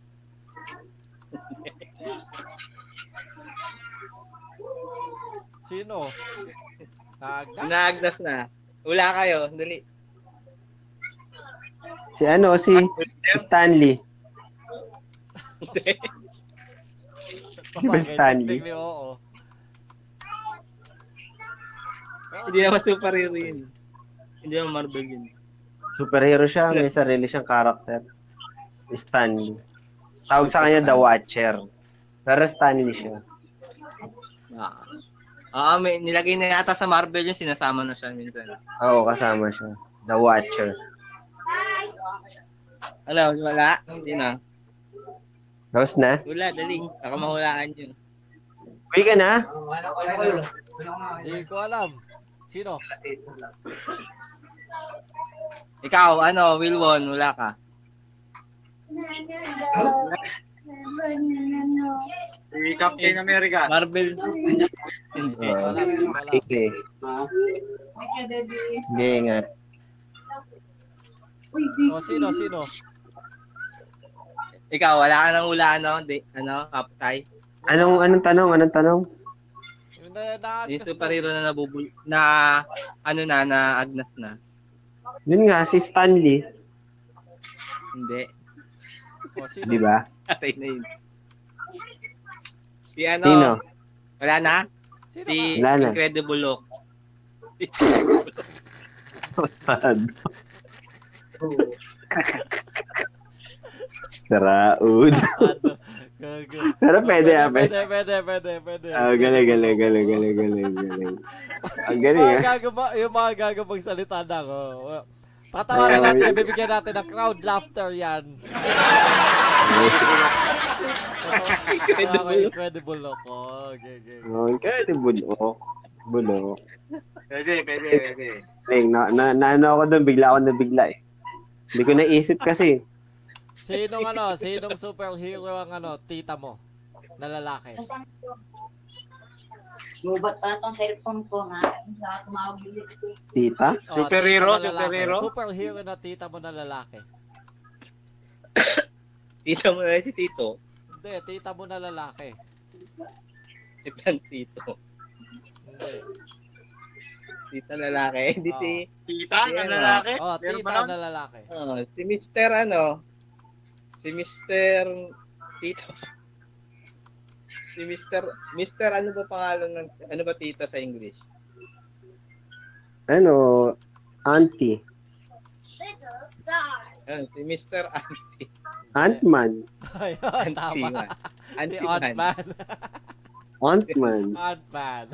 A: Sino?
B: Ah?
A: Nagda?
B: Naagnas na. Wala kayo, dali.
E: Si ano? Si Stanley. Di ba Stanley?
A: Technically, oo.
B: Hindi naman superhero yun. Hindi naman Marvel yun.
E: Superhero siya. May sarili siyang karakter. Stanley. Tawag sa kanya The Watcher. Pero Stanley siya.
B: Ah. Ah, may nilagay na yata sa Marvel yung sinasama na siya minsan.
E: Oo, kasama siya. The Watcher.
B: Ano, wala? Hindi na.
E: Tapos na?
B: Wala, dali. Baka mahulaan yun.
E: Uwi ka na?
A: Hindi ko alam. Sino?
B: Ikaw, ano, Wilwon, wala ka.
G: Si Captain America.
B: Marvel. Hindi.
E: Oo.
A: Alam, hindi ko alam.
E: Sige. Sige, ingat.
A: O, Oh, sino, sino?
B: Ikaw, wala ka nang wala, ano, di, ano, kapatay.
E: Anong, anong tanong? Anong tanong?
A: Yung na, na,
B: Yung superhero na nabubul... na, ano na, na agnas na.
E: Yun nga, si Stanley.
B: Hindi.
A: O, Oh, sino?
E: Di ba?
B: Patay na yun. Si ano,
E: Sino?
B: wala na?
A: Sino
B: Si
E: Wala na.
B: Incredible Hulk.
E: Saraud.
A: Ano? Gago.
E: Pero pwede ah,
A: Pwede,
E: pwede.
A: pwede, pwede, pwede.
E: Ah, galing, galing, galing, galing, galing, galing. Ang galing
A: Mga
E: ah.
A: gagama, yung mga gagawang salita na ako. Patawanan
E: Oo,
A: natin,
E: yun.
A: bibigyan natin ng crowd laughter yan. Incredible.
B: Incredible.
A: Ah, incredible ako. Okay, okay.
E: Oh, incredible bulok. Bulok.
G: Pwede, pwede, pwede.
E: Galing, na, na, naano ako doon, bigla ako nabigla eh. Hindi ko naisip kasi.
A: Sinong ano, sinong superhero ang ano, tita mo? Na lalaki.
I: Gubat pa na tong cellphone ko, ha? Hindi na tumawag
E: Tita?
A: O, Oh,
G: Superhero,
A: tita na lalaki.
G: superhero?
A: Superhero na tita mo na lalaki.
B: Tito mo na si Tito.
A: Hindi, tita mo na lalaki.
B: Si Plan Tito.
A: Hindi.
B: Tito lalaki. Hindi si...
G: Tita
B: Si
G: ng
B: ano?
C: Eh,
G: lalaki?
A: Oh,
G: Meron ba
A: tita
G: nun?
A: na lalaki.
B: Oh, si Mr. ano? Si Mr. Tito. Si Mr. Mr. ano ba pangalan ng ano ba tita sa English?
E: Ano? Auntie.
B: Ano, si Mr. Anti.
E: Antman.
A: Ayun,
B: Anti
A: tama.
B: man.
A: Si
B: Anti man.
A: Ant-Man.
E: Antman.
A: Ant-Man.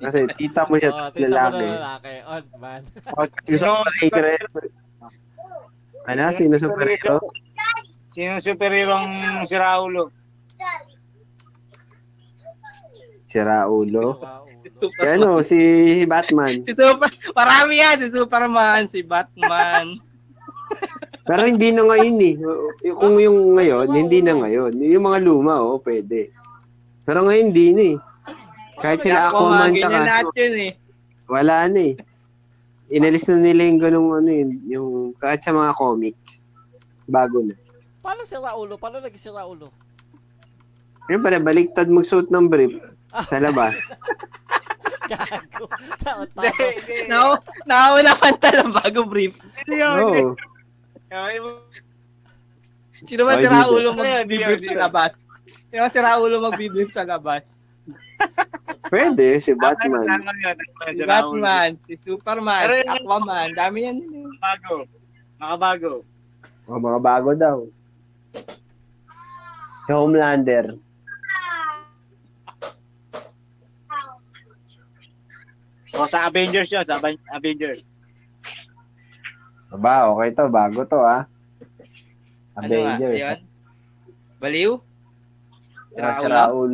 E: Kasi tita mo siya,
A: Oh,
E: tapos
A: tita mo
E: lalaki.
A: na lalaki. Ant-Man.
E: Oh, Gusto ko secret. Ano? Sino superhero?
G: Sino superhero ang si
E: oh?
G: Raulo?
E: Si Raulo.
A: Pinakaulo.
E: Si ano? Si Batman.
B: Si Super, marami yan. Si Superman, si Batman.
E: Pero hindi na ngayon eh. Kung yung ngayon, hindi na ngayon. Yung mga luma, oh, pwede. Pero ngayon, hindi na eh. Kahit sila
B: Ako, mga
E: Aquaman,
B: ganyan
E: tsaka
B: lahat yun eh.
E: wala na eh. inalis na nila yung ganung ano yun, yung kahit sa mga comics. Bago na.
A: Paano sila ulo? Paano naging sila ulo?
E: Yung pala, baliktad magsuot ng brief sa labas.
A: Gago. Tao, tao.
C: Hindi, hindi.
B: No, nauna pantalang bago brief.
C: Hindi yun, hindi.
E: Oo.
C: Ay, mo-
B: Sino ba
E: Ay,
B: si
E: hindi.
B: Raulo
C: Hindi,
B: mag-brief
C: hindi.
B: sa labas? Sino ba si Raulo mag-brief sa labas? Ah,
E: Pwede, si
C: Tama,
E: Batman.
C: tama yun, tama yun,
B: Si
C: si Raul.
B: Batman, si Superman,
C: Pero
B: si
C: yun-
B: Aquaman, dami yan. yun eh.
C: Bago. Nakabago.
E: O, Oh, mga bago daw. Si Homelander.
C: O, sa Avengers yun, sa Aven- Avengers.
E: Aba, okay to. Bago to, ah.
B: Ano nga,
E: Avengers.
B: yun? Baliw? Ano Si
E: Ah, si
B: Raul.
E: Raul.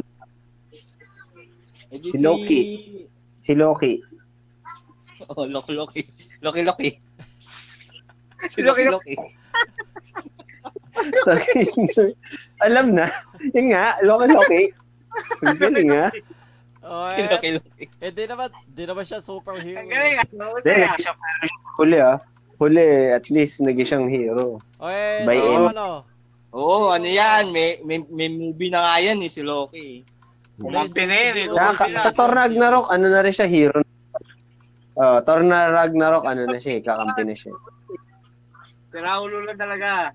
B: Eh, di
E: Si Loki. Si Loki.
B: Oh, Loki, Loki. Loki, Loki. Si
C: Loki,
B: Loki, Loki.
E: Alam na. Yun nga, Loki Loki. Ang galing, ah.
A: Oh,
B: Si
A: eh,
B: Loki, Loki.
A: eh, di naman, di naman siya superhero.
C: Ang galing, ano?
E: Hindi, nag- Huli, ah. Huli, at least, naging siyang hero.
A: Oh, eh,
E: By
A: so,
E: end.
A: ano?
B: Oo, ano yan? May, may, may movie na nga yan eh, si Loki.
C: Kumampi na yun, eh.
E: Sa,
C: Kumampi
E: sa,
C: na.
E: sa Thor Ragnarok, ano na rin siya, hero. Oh, Thor na Ragnarok, ano na siya, eh, kakampi na siya.
C: Si Raul ulo talaga.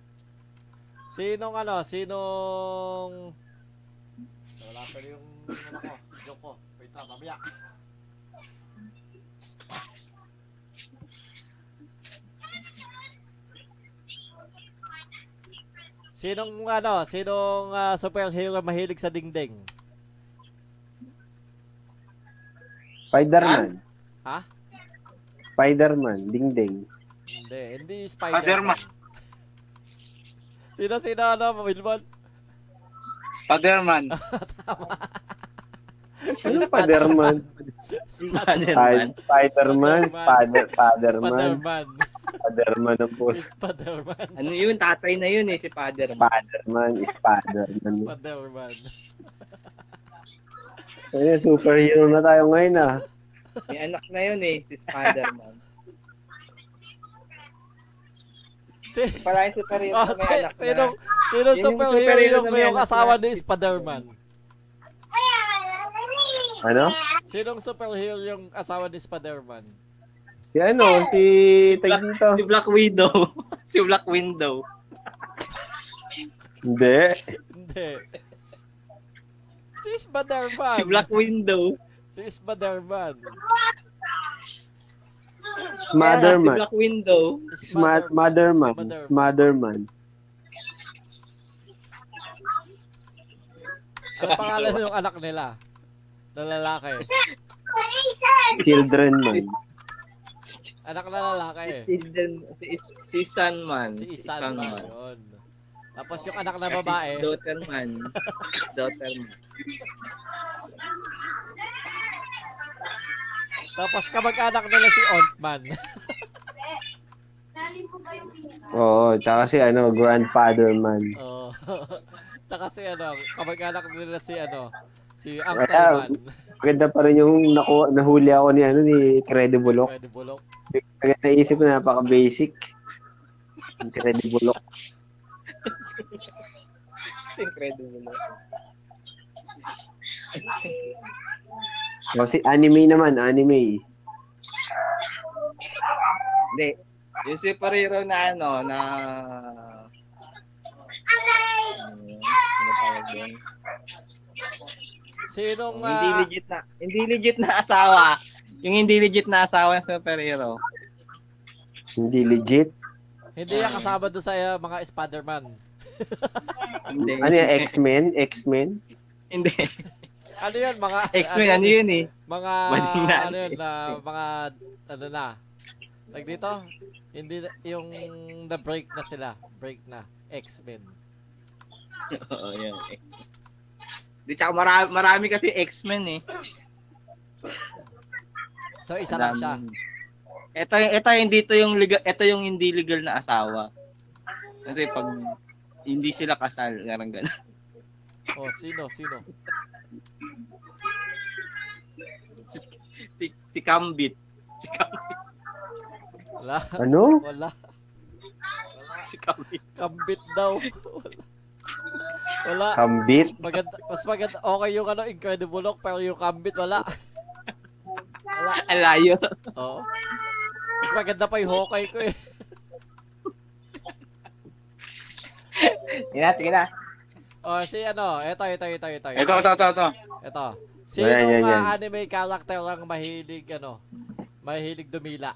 A: Sinong ano? Sinong... Wala pa rin yung ano ko, joke ko. Wait na, mamaya. Sinong ano, sinong ah, superhero mahilig sa dingding?
E: Spider-Man.
A: Ha?
E: Spider-Man, ding-ding.
A: Hindi, hindi Spider-Man.
C: Spider-Man.
A: Sino, sino, ano, Wilbon?
C: Spider-Man.
E: Ano
B: Spider-Man.
E: Spider-Man? Spider- Spider-Man, Spider- Spider-Man,
A: Spider-Man.
E: Spider-Man ang po.
A: Spider-Man.
B: Ano yun? Tatay na yun eh, si father.
E: Spider-Man, Spider-Man.
A: Spider-Man.
E: Ayun, Eh, superhero na tayo ngayon ah.
B: May anak na yun eh, si Spider-Man.
A: Si,
B: Pala yung superhero
A: oh,
B: na may
A: si,
B: anak na.
A: sino, sino
B: Yun yung
A: superhero
B: superhero
A: yung,
B: na may
A: yung
B: anak
A: asawa
B: na.
A: ni Spider-Man?
E: Ano?
A: Sinong superhero yung asawa ni Spider-Man?
E: Si ano, si tag dito.
B: Si Black Widow. si Black Widow.
E: Hindi.
A: Hindi. Si Spider-Man.
B: Si Black Widow.
A: Si Spider-Man.
B: Si
E: Motherman.
B: Black Widow.
E: Smart Motherman.
A: Smotherman.
E: Motherman.
A: Ano pangalan ng anak nila? Na lalaki.
E: Children man.
A: Anak na lalaki eh.
B: Si, Eden- si, si Sunman.
A: Si Isan ba
B: Sunman.
A: yun? Tapos yung anak na
B: Kasi
A: babae,
B: Daughterman. Daughterman.
A: tapos kamag-anak nila si Ontman.
E: Oo, tsaka si ano, grandfather man.
A: Oh. Tsaka si ano, kamag-anak nila si ano, si
E: Ayan.
A: Uncle Man.
E: Maganda pa rin yung naku- nahuli ako ni ano ni Credible
A: Pwede bulok.
E: Kaya naisip na napaka-basic. Yung Credible
B: It's incredible.
E: O si anime naman, anime.
B: Hindi. Yung superhero na ano, na... Ano yun? Ano tawag doon?
A: Sinong
B: hindi
A: ah,
B: legit na hindi legit na asawa. Yung hindi legit na asawa ng superhero.
E: Hindi legit.
A: hindi yan kasama doon sa ah, mga Spider-Man.
B: Hindi.
E: Ano yan, X-Men? X-Men?
B: Hindi.
A: Ano yun, mga...
B: X-Men, ano yun eh?
A: Mga,
B: Mali na.
A: ano yun, na, mga, ano na, like dito, hindi, na- yung na-break na sila, break na, X-Men.
B: Oo, yun. Di, tsaka marami, marami kasi X-Men eh.
A: So, isa lang siya.
B: Marami. Ito, ito yung dito yung legal, ito yung hindi legal na asawa. Kasi pag hindi sila kasal, garang ganun.
A: Oh, sino, sino?
B: Si, si Kambit.
A: Wala.
E: Ano?
A: Wala.
B: Si Kami.
A: Kambit daw. Wala. Wala.
E: Kambit?
A: Maganda, mas maganda. Okay yung ano, Incredible Hulk, pero yung Kambit, wala. Wala.
B: Alayo.
A: Oo. Mas maganda pa yung Hawkeye ko eh.
B: Sige na, sige na.
A: O, si ano, eto, eto, eto, eto.
C: Ito, ito, ito, ito.
A: Eto. Sino
E: Ayan, yan, yan.
A: nga anime character ang mahilig, ano, mahilig dumila?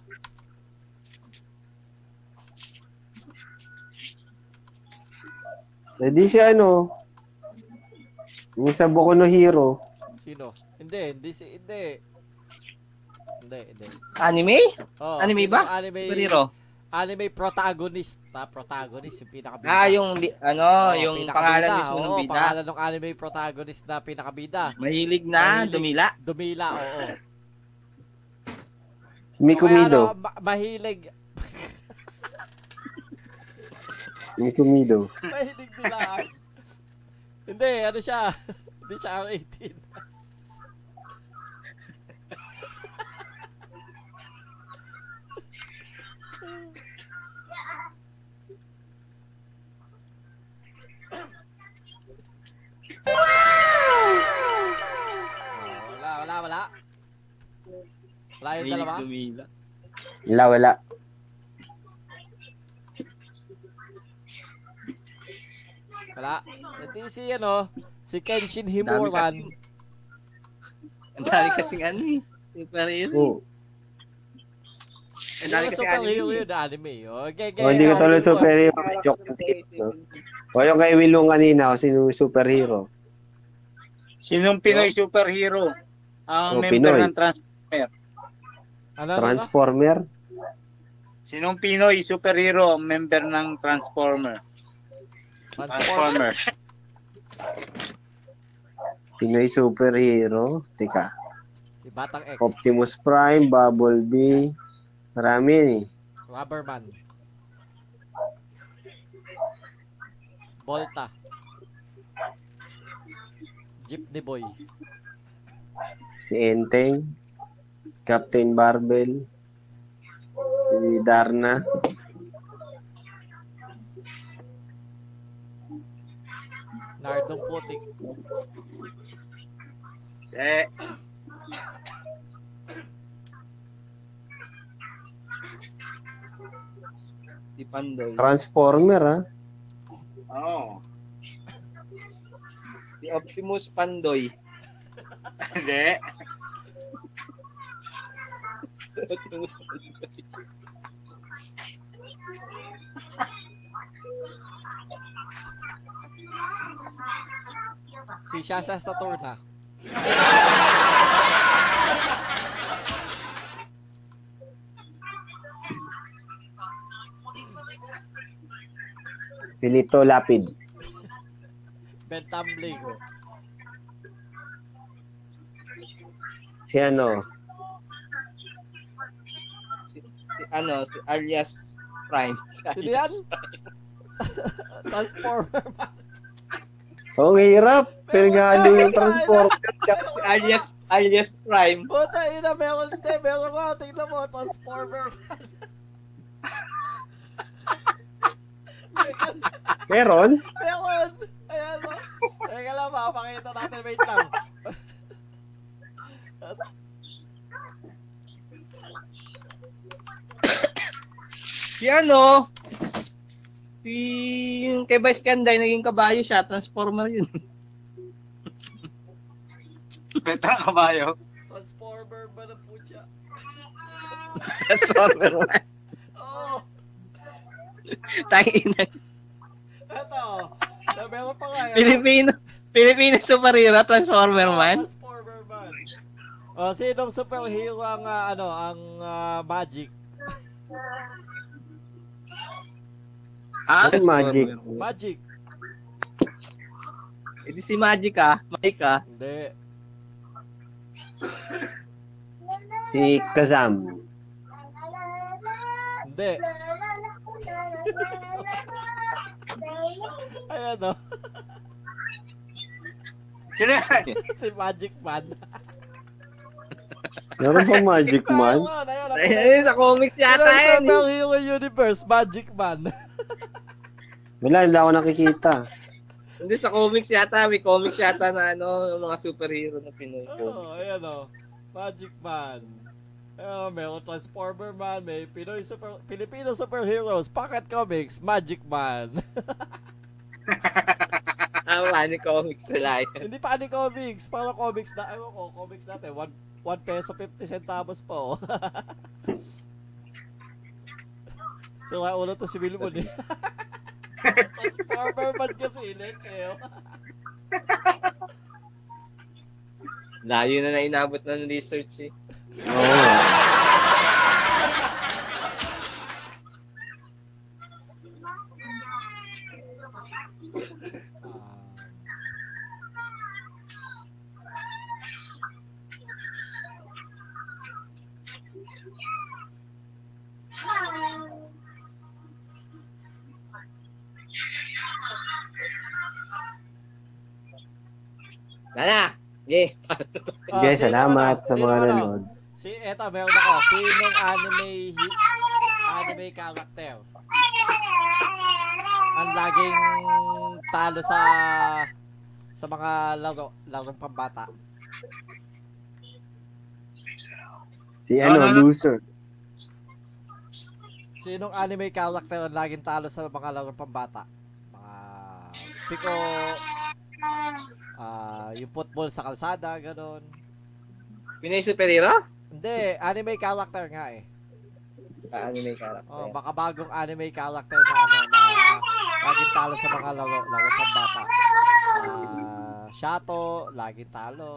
E: Eh di si ano. Yung sa Boku no Hero.
A: Sino? Hindi, hindi, si, hindi. Hindi, hindi.
B: Anime?
A: Oh,
B: Anime
A: sino
B: ba?
A: ang Anime,
B: Superhero.
A: anime protagonist. Na protagonist, yung pinakabida.
B: Ah, yung di- ano,
A: Oo,
B: yung
A: Oh, pinakabida,
B: pangalan mismo ng
A: oo,
B: bida.
A: pangalan ng anime protagonist na pinakabida.
B: Mahilig na,
A: Mahilig.
B: dumila.
A: Dumila, oo.
E: Si Miko
A: Kaya ano,
E: Mido.
A: ma- mahilig,
E: Miko Mido.
A: mahilig nila. Hindi, ano siya? Hindi siya R18. Ah, Wala, wala, wala. Wala yung
B: Mahilig
A: dalawa.
B: dumila.
E: Wala, wala.
A: Wala. Hindi si ano, si Kenshin
B: Dami
A: Himuran.
B: kasing- Ang dami kasing ano eh. Superhero.
E: Oo.
B: Ang dami
A: Yung
B: kasing
A: superhero
B: anime. eh.
A: yun, anime. Okay, okay.
E: Oh, hindi ko
A: anime
E: tuloy
A: po.
E: superhero. May joke lang dito, no? O yung kay Wilong kanina, o sino yung superhero?
C: Sinong Pinoy superhero?
E: Oh,
C: Ang member
E: Pinoy.
C: ng trans...
A: Ano, ano, ano?
E: Transformer?
C: Sinong Pinoy superhero ang member ng Transformer?
A: Transform.
C: Transformer.
E: Pinoy superhero? Teka.
A: Si Batang X.
E: Optimus Prime, Bumblebee. Marami yan eh.
A: Rubberman. Volta. Jeepney Boy.
E: Si Enteng. Captain Barbell. Si Darna.
A: Nardong Putik.
C: Eh,
B: Si Pandoy.
E: Transformer ah. ha?
C: oo.
B: Si Optimus Pandoy.
C: Hindi.
A: Si Shasha Saturna.
E: Pilito Lapid.
A: Ben Tumbling.
E: Si ano?
B: Si ano, si alias Prime.
A: Sino yan? Transformer.
E: Oh, ang hirap. Pinagano
A: Meron
E: yung
A: tayo
E: Transformer.
B: Si alias, alias Prime.
A: Puta ina, meron din. Meron na. Tingnan mo, Transformer.
E: Meron?
A: Meron! Ayan o. Teka lang, makapakita natin. Wait lang.
B: Si ano, si yung kay Vice Kanday, naging kabayo siya. Transformer yun.
C: Petra Kabayo.
A: Transformer ba na po siya?
B: Transformer.
A: Oo! Oh,
B: Tangin na.
A: eto. Na meron pa kayo.
B: Pilipino. Pilipino superhero, Transformer man.
A: Oh, Transformer man. O, sinong superhero ang, ah, ano, ang ah, magic?
B: Ah,
E: Ano Yung magic.
A: Magic?
B: Eh, di si Magic ah. Magic ah.
A: Hindi.
E: Si Kazam.
A: Hindi. Ayan o.
C: Sino yan?
A: si Magic Man.
E: Meron pa Magic Man?
A: Ayun, ayun,
B: Ayun, sa
A: Ano
B: comics
A: sa
B: yata yun. eh.
A: Hero Universe, Magic Man.
E: Wala, hindi ako nakikita.
B: Hindi, sa comics yata. May comics yata na ano, yung mga superhero na Pinoy. comics.
A: Oo, oh, ayan o. Magic Man. Uh, meron Transformer Man, may Pinoy Super, Filipino Superheroes, Pocket Comics, Magic Man.
B: Tama, ni comics sila yan.
A: Hindi pa ni comics, para comics na, ewan ko, comics natin, 1 peso 50 centavos po. so, kaya ulo to si Wilmon eh. Transformer Man kasi, leche oh.
B: Layo na na inabot ng research eh.
E: Oo.
B: Lala! Yeah.
A: Ah,
E: Guys,
A: sino
E: salamat
A: ano?
E: sa
A: Sino
E: mga
A: ano?
E: nanood.
A: Si, eto, meron ako. Sinong anime hi- anime character? Ang laging talo sa sa mga laro, larong pambata.
E: Si ano,
G: Ano, ano?
E: loser.
A: Sinong anime character ang laging talo sa mga larong pambata? Mga piko, ah, yung football sa kalsada, ganon.
B: Pinoy superhero?
A: Hindi, anime character nga eh.
B: Ah, ano may character.
A: Oh, baka bagong anime character na ano na laging talo sa mga laro, laro pambata. Sa Shato, laging talo.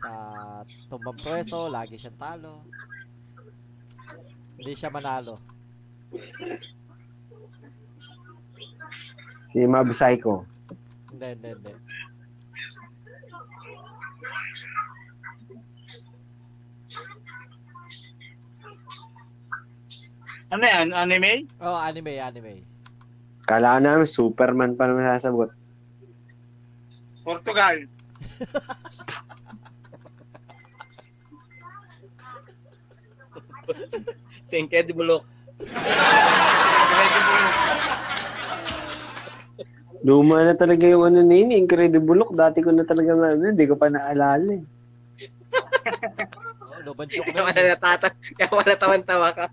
A: Sa Tumbang Preso, lagi siyang talo. Hindi siya manalo.
E: Si Mob Psycho.
A: Hindi, hindi, hindi.
G: Ano yan? Anime?
A: Oh, anime, anime.
E: Kala ko namin, Superman pa naman sasagot.
G: Portugal.
B: Si Incredible Hulk.
E: Luma na talaga yung ano na yun, Incredible Hulk. Dati ko na talaga na ano, hindi ko pa naalala eh.
A: Oh, Loban joke na
B: Kaya wala
A: yun.
B: natata- kaya wala tawan-tawa ka.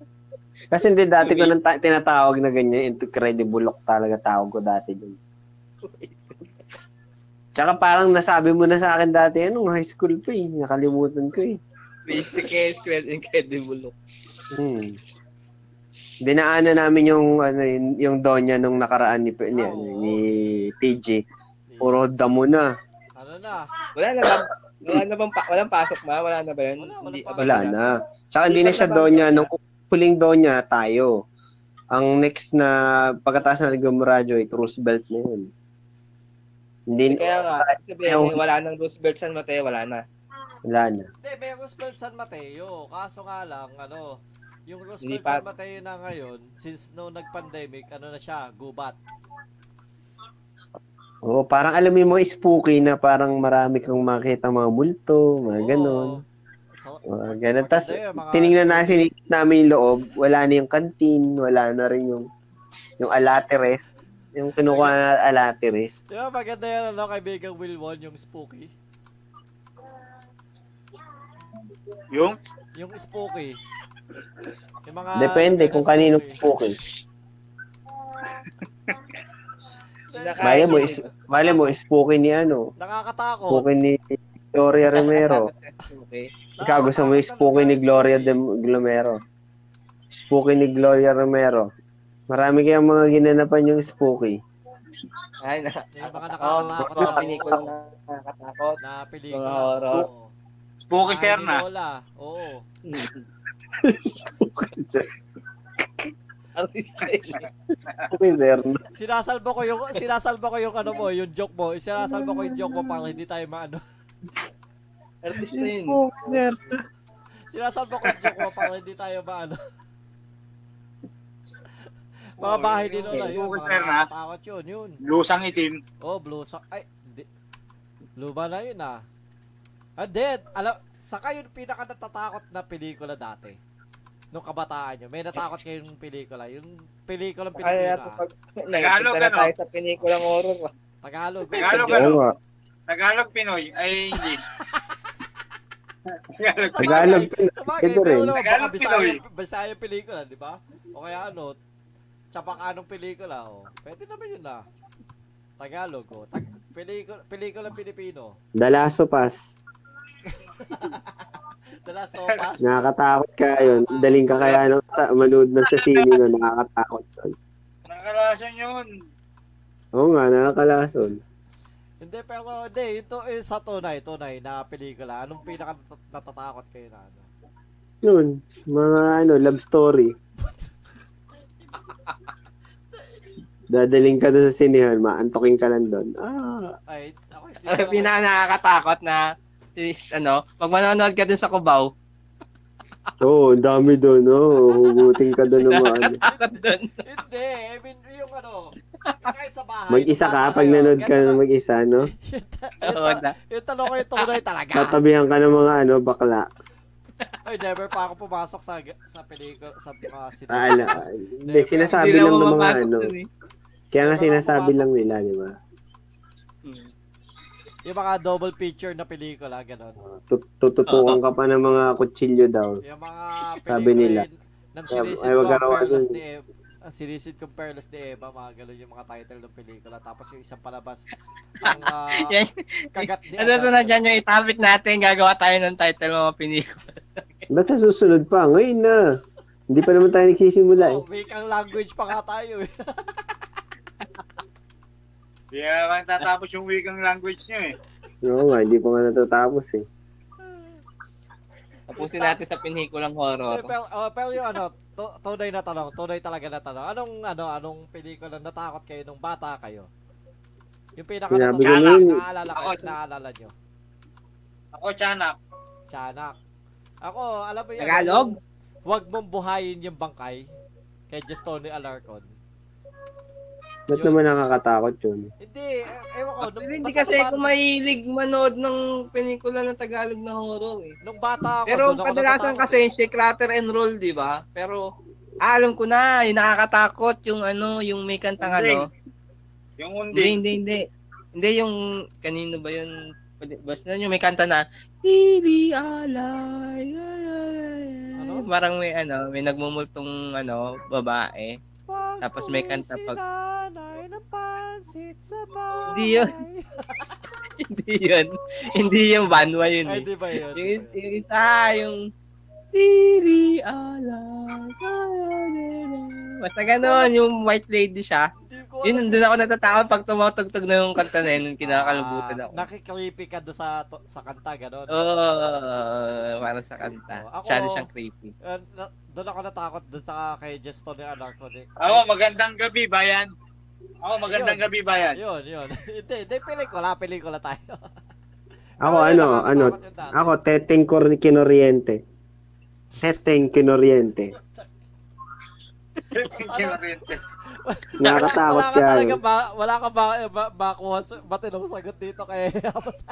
E: Kasi hindi dati ko nang ta- tinatawag na ganyan, Incredible Hulk talaga tawag ko dati dun. Tsaka parang nasabi mo na sa akin dati, anong high school pa eh, nakalimutan ko eh.
B: Basic eh, square Incredible Hulk.
E: Hmm. Dinaanan namin yung ano yun, yung donya nung nakaraan ni ni, ano, ni TJ. Puro damo na.
A: Ano na?
B: Wala na ba? Wala na bang pa- walang pasok ma? Wala na ba yun?
A: Wala, wala
B: Hindi,
A: pa.
B: abala
E: Wala na. Tsaka hindi na siya donya nung huling donya tayo. Ang next na pagkataas na Ligomoradyo ay Roosevelt na yun. Hindi
B: Kaya nga, sabihin, wala nang Roosevelt San Mateo, wala na.
E: wala na.
A: Hindi, may Roosevelt San Mateo. Kaso nga lang, ano, yung
B: Hindi
A: Roosevelt
B: pa-
A: San Mateo na ngayon, since no nag-pandemic, ano na siya, gubat.
E: Oo, parang alam mo yung mga spooky na parang marami kang makita mga multo, mga ganon.
A: So,
E: Mga ganun. Tapos,
A: Maganda yun, mga-
E: tinignan na, sinikit namin yung loob, wala na yung canteen, wala na rin yung, yung alateres. Yung kinukuha na
A: Di
E: alateres.
A: ba maganda yan, ano, kaibigang Wilwon, yung spooky?
G: Yung?
A: Yung spooky. Yung mga...
E: Depende kung kanino spooky. Mali mo, is, mali mo, spooky ni ano,
A: Nakakatakot.
E: spooky ni Gloria Romero.
B: Okay.
E: Ikaw gusto mo yung spooky ni Gloria de Glomero. Spooky ni Gloria Romero. Marami kayang mga ginanapan yung spooky.
B: Ay, na.
A: Yung mga
B: Oo,
A: nakakatakot
B: mga
A: na-
B: pelikula na nakakatakot.
A: Na pelikula.
B: Mga horror.
A: Oo.
G: Spooky
A: Ay,
G: Sir
A: ni
G: na.
A: Lola. Oo.
B: Artista yun.
E: Spooky there.
A: Sinasalba ko yung sinasalba ko yung ano mo, yung joke mo. Sinasalba ko yung joke mo para hindi tayo maano.
B: Artista yun.
A: Sinasalba ko yung joke mo para hindi tayo maano. Mga bahay ni Lola yun.
G: Spooky
A: Mga
G: Sir na.
A: nakakatakot yun, yun.
G: Lusang itim.
A: Oh, blue sock. Ay, di. Luma na yun ah. Ah, dead. Alam, Saka yung pinaka natatakot na pelikula dati. Nung kabataan nyo. May natakot kayong pelikula. Yung pelikulang
J: Kaya ito
A: Pilipina.
J: pag nagpunta na
C: ano?
J: tayo sa pelikulang horror. ah.
A: Tagalog.
C: Tagalog,
E: Oo nga.
C: Tagalog, Pinoy. Ay, hindi. Tagalog,
E: Tagalog,
C: Pinoy.
E: Pinoy.
A: Sabagay,
E: Ganda
A: pero
E: rin.
A: naman, baka
C: Tagalog,
A: Bisaya, Bisaya pelikula, di ba? O kaya ano, Chapakanong pelikula, o. Pwede naman yun na. Tagalog, o. Tag pelikula, pelikula Pilipino.
E: Dalaso pass.
A: Dala Sopas.
E: Nakakatakot ka yun. Daling ka kaya nung sa, manood na sa sine na nakakatakot yun.
C: Nakalason yun.
E: Oo nga, nakakalason.
A: Hindi, pero hindi. Ito is sa tunay, tunay na pelikula. Anong pinaka nat- natatakot kayo na ano?
E: Yun, mga ano, love story. Dadaling ka doon sa sinihan, maantokin ka lang doon. Ah,
A: Ay, ako hindi. ko
B: Ang
A: alam.
B: pinaka nakakatakot na is ano, pag manonood ka dun sa Cubao,
E: oo, ang dami doon, oo. Hugutin ka doon ng mga ano.
B: takot dun.
A: Hindi, I mean, yung ano, yung kahit sa bahay.
E: Mag-isa ka pag nanood ka na mag-isa, no?
B: Oo na.
A: Yung tanong ko yung tunay talaga.
E: Tatabihan ka ng mga ano, bakla.
A: Ay, never pa ako pumasok sa sa pelikula, sa mga
E: Ah, ala. Hindi, sinasabi lang ng mga ano.
B: eh.
E: Kaya nga sinasabi lang nila, di ba?
A: Yung mga double feature na pelikula, ganun.
E: Tut-
A: Ah,
E: Tututukan ka pa ng mga kutsilyo daw.
A: Yung mga pelikula
E: Sabi nila.
A: yun, ng
E: Sabi-
A: sinisid
E: ay,
A: ko
E: wag
A: ang
E: araw-
A: Perlas
E: ano.
A: ni Eva. Ang sinisid ko Perlas ni Eva, mga ganun yung mga title ng pelikula. Tapos yung isang palabas, ang ah,
B: Yan.
A: kagat ni
B: Ano sunod
A: Agatha.
B: dyan yung topic natin, gagawa tayo ng title ng mga pelikula.
E: Ba't sa susunod pa? Ngayon na. Hindi pa naman tayo nagsisimula eh.
A: Oh, weak ang language pa nga tayo eh.
C: Di naman tatapos yung wikang language nyo eh.
E: Oo nga, hindi pa nga natatapos eh.
B: Tapusin natin sa pelikulang
A: Eh,
B: horror.
A: pero, oh, pero yung ano, to, tunay na tanong, tunay talaga na tanong. Anong, ano, anong pelikula natakot kayo nung bata kayo? Yung pinaka natatakot,
E: Sinabi ko na yun.
A: naalala kayo,
C: Ako-
A: naalala nyo.
C: Ako, Chanak.
A: Tiyanak. Ako, alam mo yun.
B: Tagalog?
A: yung Huwag mong buhayin yung bangkay. Kay Justone Alarcon.
E: Ba't
A: Yun.
E: naman nakakatakot yun?
A: Hindi, eh, ewan ko. Nung,
B: Hindi
A: basta nung,
B: kasi ako
A: bata,
B: mahilig manood ng pelikula ng Tagalog na horror eh.
A: nung bata ako,
B: Pero
A: doon ako
B: kadalasan
A: natatakot eh.
B: kasi shake, rattle, and roll, di ba? Pero ah, alam ko na, yung nakakatakot yung ano, yung may kantang ano.
C: Yung
B: Hindi,
C: undi.
B: hindi, hindi. Hindi yung, kanino ba yun? Pwede- Basta yun, yung may kanta na, Hindi alay. ay, ay, ay."
A: Ano?
B: Parang may ano, may nagmumultong ano, babae.
A: eh. Huwag
B: Tapos may
A: huwi
B: kanta pag-
A: Si nanay ng pansit sa bahay.
B: Hindi yun. hindi yun. hindi yung banwa yun
A: Ay,
B: eh.
A: di ba yun? Di
B: Yung,
A: ba yun?
B: yung isa, yung Tiri ala Basta ganun, yung white lady siya.
A: Hindi ko alam.
B: Yun, doon ako natatakot pag tumatugtog na yung kanta na yun, kinakalabutan
A: Ah,
B: ako.
A: nakikreepy ka doon sa, to- sa kanta, gano'n.
B: Oo, para sa kanta.
A: Ako-
B: Siya siyang creepy.
A: Eh, na- doon ako natakot doon sa kay Justone Alarcon. Eh.
C: Ako, magandang gabi, bayan. Ako, magandang
A: Ayun.
C: gabi, bayan.
A: Yun, yun. hindi, hindi, pelikula, pelikula tayo.
E: Ako
A: Pero yun,
E: ano,
A: Ah, nakakatakot
E: ano,
A: yun dati.
E: ako teteng kor- kinoriente. Teteng kinoriente.
B: Ano?
C: Kinorente.
A: wala,
E: Nakakatakot
A: wala ka
E: yan.
A: talaga ba, wala ka ba, eh, ba, ba, kuha, matinong sagot dito kay Hapas.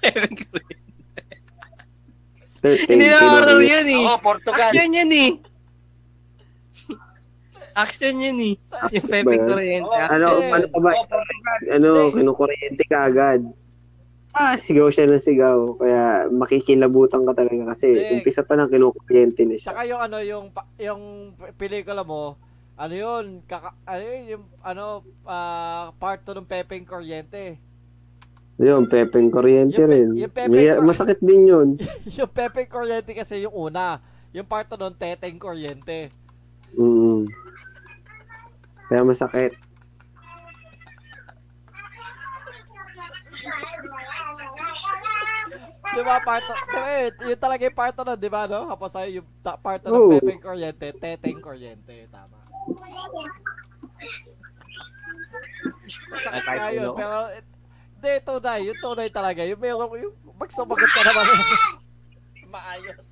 E: Teteng
B: Hindi na horror
E: kinoriente.
B: yun eh.
C: Ako, Portugal.
B: Action yun eh. Action yun eh. Yung
E: ba
B: Pepe
E: yun?
B: Corriente.
E: Ano,
A: Hindi.
E: ano pa ba?
C: Ako, Portugal.
E: Ano, kinukuryente ka agad. Ah, sigaw siya ng sigaw. Kaya makikilabutan ka talaga kasi
A: Hindi.
E: umpisa pa lang kinukuryente na siya.
A: Tsaka yung ano, yung, pa- yung pelikula mo, ano yun, kaka, ano yun, yung, ano, ah, part 2 ng Pepeng Corriente.
E: Yun, pepeng kuryente
A: Yung pe-
E: rin.
A: yung pepeng
E: May-
A: kor-
E: masakit din yun.
A: yung Pepeng Corriente kasi yung una. Yung part 2 nun, Teteng Corriente.
E: Mm. Kaya masakit.
A: Di ba, part 2, di ba, yun, yun talaga yung part 2 nun, di ba, no? Hapas sa'yo, yung ta- part 2 ng
E: Oo.
A: Pepeng Corriente, Teteng Corriente, tama. Masakit
B: Ay,
A: nga
B: kahit
A: yun,
B: sino.
A: pero, eh, hindi, tunay, yung tunay talaga, yung meron, yung magsumagot ka naman. Maayos.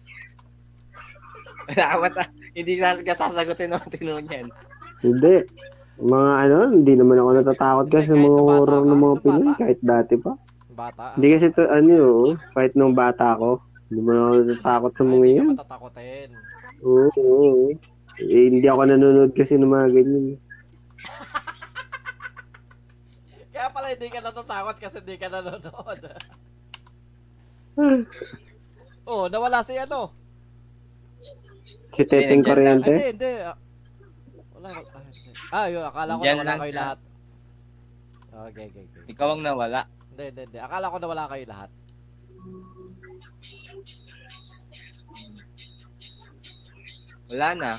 B: Dapat ah, hindi na sasagutin ng tinunyan. yan.
E: Hindi. Mga ano, hindi naman ako natatakot kasi
A: Hindi,
E: mga
A: kahit nung bata
E: horror
A: ka,
E: ng mga
A: nung
E: Pinoy
A: bata. Ah.
E: kahit dati pa.
A: Bata.
E: Hindi kasi to, ano oh, kahit nung bata ko, hindi mo na ako natatakot sa
A: Ay,
E: mga
A: hindi
E: yan.
A: ka matatakotin.
E: Oo, oo, oo. Eh, hindi ako nanonood kasi ng mga ganyan.
A: Kaya pala hindi ka natatakot kasi hindi ka nanonood. oh, nawala si ano.
E: Si
A: Ay,
E: Teteng
A: hindi,
E: Corriente.
A: hindi. Ah, Wala, wala. Ah, hindi. Ah, yun, akala ko
B: Yan
A: nawala
B: lang
A: kayo
B: siya.
A: lahat. Ah, Okay, okay, okay.
B: Ikaw ang nawala.
A: Hindi, hindi, hindi. Akala ko nawala kayo lahat.
B: Wala na.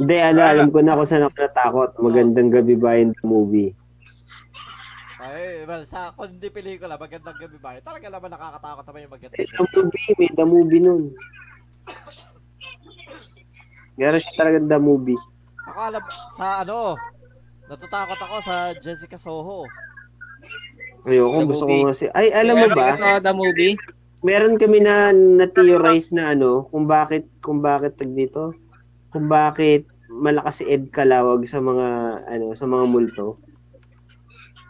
E: Hindi, ano, alam ko na kung saan ako natakot. Magandang gabi ba in the movie?
A: Ay, well, sa kundi pelikula, magandang gabi ba? Talaga naman nakakatakot naman yung magandang
E: Eh,
A: gabi.
E: the movie, may the movie nun. Meron siya talaga the movie.
A: Ako alam, sa ano, natatakot ako sa Jessica Soho.
E: Ayoko,
B: The
E: gusto ko
B: movie.
E: nga si... Ay, alam mo
B: Meron
E: ba?
B: ka sa the movie?
E: meron kami na na-theorize na ano, kung bakit, kung bakit tag dito, kung bakit malakas si Ed Kalawag sa mga, ano, sa mga multo.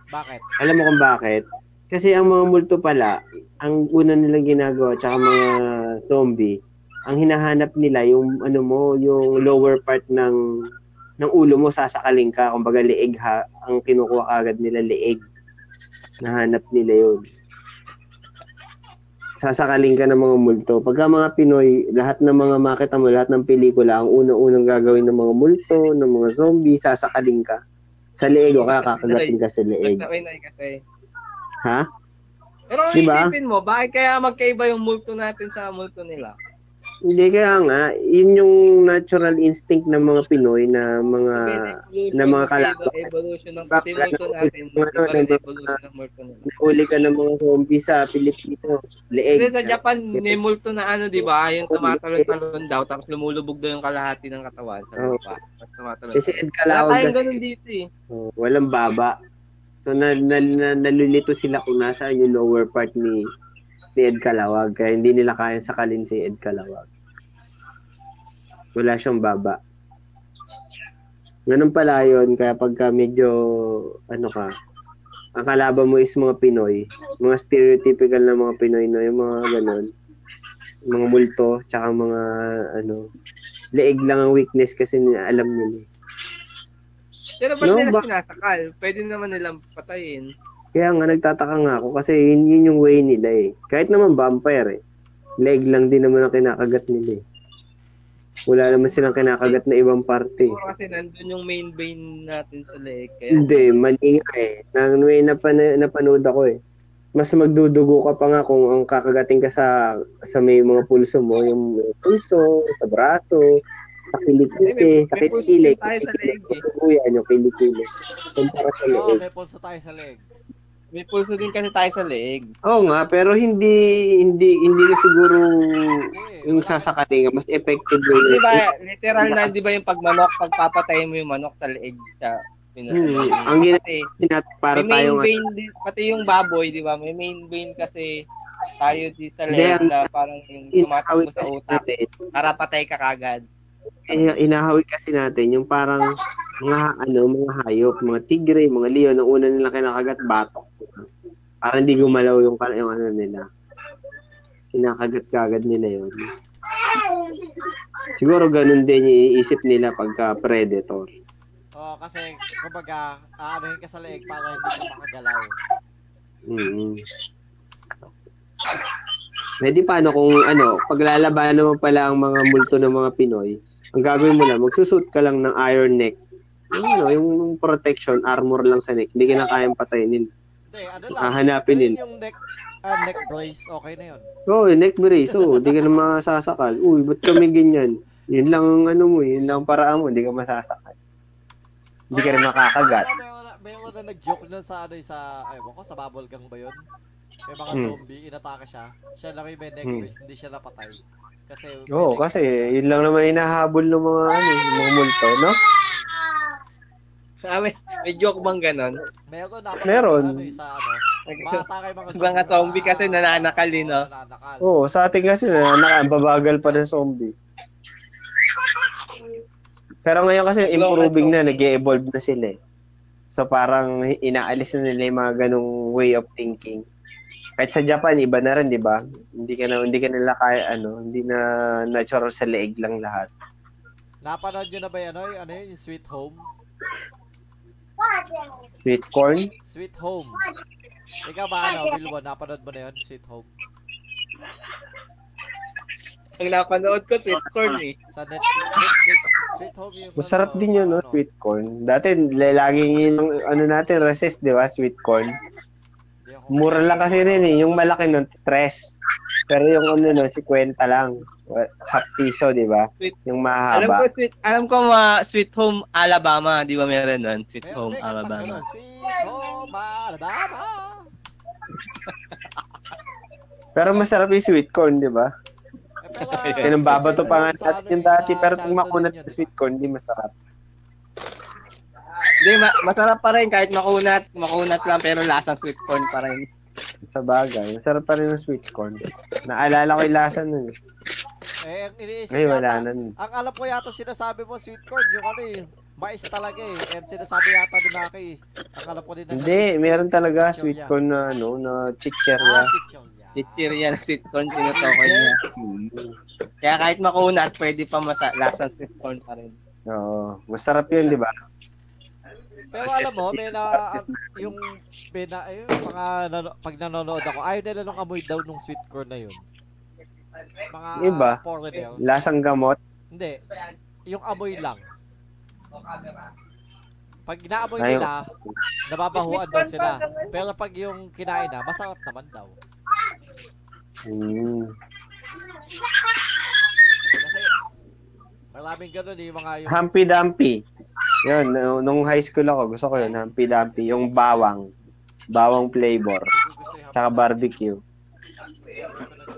A: Bakit?
E: Alam mo kung bakit? Kasi ang mga multo pala, ang una nilang ginagawa, tsaka mga zombie, ang hinahanap nila yung, ano mo, yung lower part ng, ng ulo mo, sasakaling ka, kumbaga leeg ha, ang kinukuha agad nila, leeg. Nahanap nila yun sasakaling ka ng mga multo. Pagka mga Pinoy, lahat ng mga makita mo, lahat ng pelikula, ang unang-unang gagawin ng mga multo, ng mga zombie, sasakaling ka. Sa leeg o kakakagatin ka sa leeg.
B: Nagkakainay kasi.
E: Ha?
B: Pero kung
E: Diba?
B: isipin mo, bakit kaya magkaiba yung multo natin sa multo nila?
E: Hindi kaya nga, yun yung natural instinct ng mga Pinoy na mga...
B: eh, Evolution
E: ng Ah, mga
B: kasi
E: kalakbak.
B: iba- Evolution ng pati
E: Bakla-
B: multo natin.
E: ng
B: Iba
E: ano,
B: rin
E: ng-
B: evolution ng multo nila.
E: Nahuli ka ng mga zombie sa Pilipino. Leeg.
B: Kasi sa Japan, may multo na ano, di ba? Yung tumatalon-talon daw, tapos lumulubog daw yung kalahati ng katawan sa
E: Oo.
B: lupa. Tapos tumatalon.
E: Kasi Ed
B: Wala
E: Kalawag
B: tayong
E: Oh. kasi
B: ganun dito eh.
E: Oh, walang baba. So na, na, na- nalulito sila kung nasaan yung lower part ni ni Ed Kalawag kaya hindi nila kaya sakalin si Ed Kalawag. Wala siyang baba. Ganun pala yun, kaya pagka medyo, ano ka, ang kalaban mo is mga Pinoy, mga stereotypical na mga Pinoy, no? yung mga ganun, mga multo, tsaka mga, ano, leeg lang ang weakness kasi ni- alam nila.
B: Pero ba't
E: No,
B: nila
E: bak-
B: sinasakal? Pwede naman nilang patayin.
E: Kaya nga nagtataka nga ako kasi yun, yun yung way nila eh. Kahit naman vampire eh. Leg lang din naman ang kinakagat nila eh. Wala naman silang kinakagat na ibang parte. eh.
B: Siguro kasi nandun yung main vein natin sa leg. Kaya
E: Hindi, mali nga eh. Nang may napana- napanood ako eh. Mas magdudugo ka pa nga kung ang kakagating ka sa sa may mga pulso mo, yung pulso, sa braso, sa
B: Hindi, may-
E: kilikili, sa
B: may pulso
E: kilikili.
B: din tayo sa leg eh.
E: Oo, yan, yung kilikili. Kumpara sa
A: Oo, Oh,
E: leeg.
A: may pulso tayo sa leg.
B: may pulso din kasi tayo sa leg.
E: Oo nga, pero hindi hindi hindi na siguro
A: Hindi, wala-
E: yung sasakali nga mas effective way.
B: Di ba, literal na, di ba yung pagmanok, pagpapatay mo yung manok sa leeg siya. Pina-
E: Hmm, ang gina-
B: Kasi
E: Sinat-
B: may
E: para
B: main
E: tayo nga.
B: vein din, pati yung baboy, di ba? May main vein kasi tayo dito sa
E: Hindi,
B: leeg
E: ang-
B: na parang yung
E: Inahawi
B: tumatakbo sa
E: kasi
B: utak
E: natin.
B: para patay ka kagad.
E: eh, Inahawi kasi natin yung parang mga ano, mga hayop, mga tigre, mga leon, ang una nila kinakagat batok. Para hindi gumalaw yung kal- yung ano nila. Kinakagat kagad nila yun. Siguro ganun din yung iisip nila pagka predator.
A: Oo, Oh, kasi, kumbaga, aanohin ka sa leeg para hindi ka makagalaw.
E: Mm. Pwede paano kung ano, paglalaban naman pala ang mga multo ng mga Pinoy, ang gagawin mo lang, magsusuot ka lang ng iron neck. Yung, ano, yung protection, armor lang sa neck. Hindi ka na kayang patayin.
A: Hindi, ano lang.
E: Hahanapin
A: yun
E: yun.
A: Yung neck, ah, neck brace, okay na yun.
E: Oo, oh, neck brace. Oo, hindi ka na masasakal. Uy, ba't kami ganyan? Yun lang ang ano mo, yun lang ang paraan mo, hindi ka masasakal. Hindi ka rin makakagat.
A: Wala, may wala, may wala nag-joke nun sa ano, sa, ewan ko, sa bubble gang ba yun? May mga
E: Hmm.
A: zombie, inatake siya. Siya lang yung may neck
E: Hmm.
A: brace, hindi siya napatay. Kasi, may
E: Oo,
A: neck
E: kasi
A: brace siya.
E: yun lang naman hinahabol ng mga, ano, ng mga multo, no?
B: Ah, may, may joke bang ganon?
A: Meron dapat
E: Meron.
A: sa ano, eh, sa ano. Maatake yung mga
B: Mga zombie kasi nananakal, eh, no?
A: Oo, Nananakal.
E: Oo, sa atin kasi na nakababagal pa ng zombie. Pero ngayon kasi improving na, nag evolve na sila eh. So parang inaalis na nila yung mga ganong way of thinking. Kahit sa Japan, iba na rin, di ba? Hindi ka na, hindi ka nila kaya, ano, hindi na natural sa leeg lang lahat.
A: Napanood nyo na ba yan? Ano, yung- ano yun? Yung Sweet Home?
E: Sweet corn?
A: Sweet Home. Ikaw ba, ano, Wilwon? Napanood mo na yun? Sweet Home.
B: Ang napanood ko, sitcorn eh.
A: Sa Net- Netflix. Sweet Home yung...
E: Masarap
A: ano,
E: din yun, no?
A: ano.
E: Sweet corn. Dati, laging yung, ano natin, resist, di ba? Sweet corn.
A: Hindi ako-
E: Mura lang kasi rin eh. Yung malaki nun, tres. Pero yung ano nun, si Kwenta lang. Wa- Half piso, di ba?
B: Sweet.
E: Yung
K: Alam ko
E: mahaba.
K: sweet, alam ko ma Sweet Home Alabama, 'di ba meron nun? Sweet
A: Meron
K: Home
A: may kanta
K: Alabama.
A: ganun, Sweet Home Alabama.
E: Pero masarap yung sweet corn, di ba?
A: Eh, pero-
E: Pinambabato pa nga
A: sa ano
E: natin
A: yun,
E: yung
A: sa
E: dati. Pero pag
A: childhood
E: makunat
A: yun,
E: yung
A: di ba?
E: sweet corn, di masarap.
B: Hindi, ma- masarap pa rin kahit makunat. Makunat lang pero lasang sweet corn pa rin.
E: Sa bagay. Masarap pa rin yung sweet corn. Naalala ko yung lasa nun. eh.
A: Eh, ang iniisip
E: Ngayon, wala
A: yata-
E: na nun.
A: Ang alam ko yata sinasabi mo, sweet corn, yung ano eh, mais talaga eh. And sinasabi yata ni Maki, ang alam ko din na...
E: Hindi, meron talaga sweet
A: Chichorya.
E: corn na ano, na
A: Ah,
E: chicherya.
A: chichorya.
K: Chichirya na sweet corn tinutukoy niya. Kaya kahit makunat, pwede pa masa lasang sweet corn pa rin.
E: Oo. Masarap yun, di ba?
A: Pero alam mo, may na, ang- yung, may na, eh, mga, nano- pag nanonood ako, ayaw nila nung amoy daw nung sweet corn na yun. Mga
E: Iba.
A: foreigner.
E: Lasang gamot.
A: Hindi. Yung amoy lang. Pag inaamoy
E: Ayaw.
A: nila, nababahuan daw sila. Pero pag yung kinain na, masarap naman daw.
E: Mm.
A: Kasi, maraming ganun eh, yung mga yung...
E: Humpy Dumpy. Yun, nu- nung high school ako, gusto ko yun, Humpy Dumpy. Yung bawang. Bawang flavor.
A: Hindi ko gusto yung
E: Tsaka barbecue.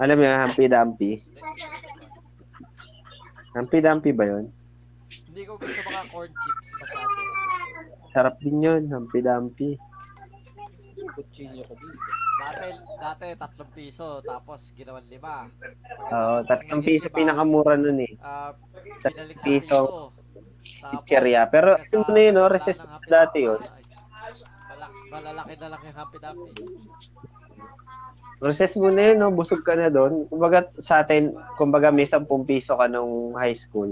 E: Alam mo yun, Humpy Dumpy? Humpy Dumpy ba yun?
A: Hindi ko gusto mga corn chips masyado.
E: Sarap din yun, Humpy Dumpy.
A: Dati, dati tatlong piso, tapos ginawan lima. Pagkatapos
E: Oo, tatlong
A: naging
E: piso
A: lima,
E: pinakamura nun eh.
A: ah, pinalik sa
E: piso.
A: piso.
E: Chicheria. Pero
A: hanggang
E: yung
A: sa
E: ano yun, no,
A: wala
E: recess
A: nang hapit
E: dati
A: ang-
E: yun.
A: ay, malak- Malalaki na lang yung happy-happy.
E: Process mo na yun, no? busog ka na doon. Kumbaga sa atin, kumbaga may 10 piso ka nung high school.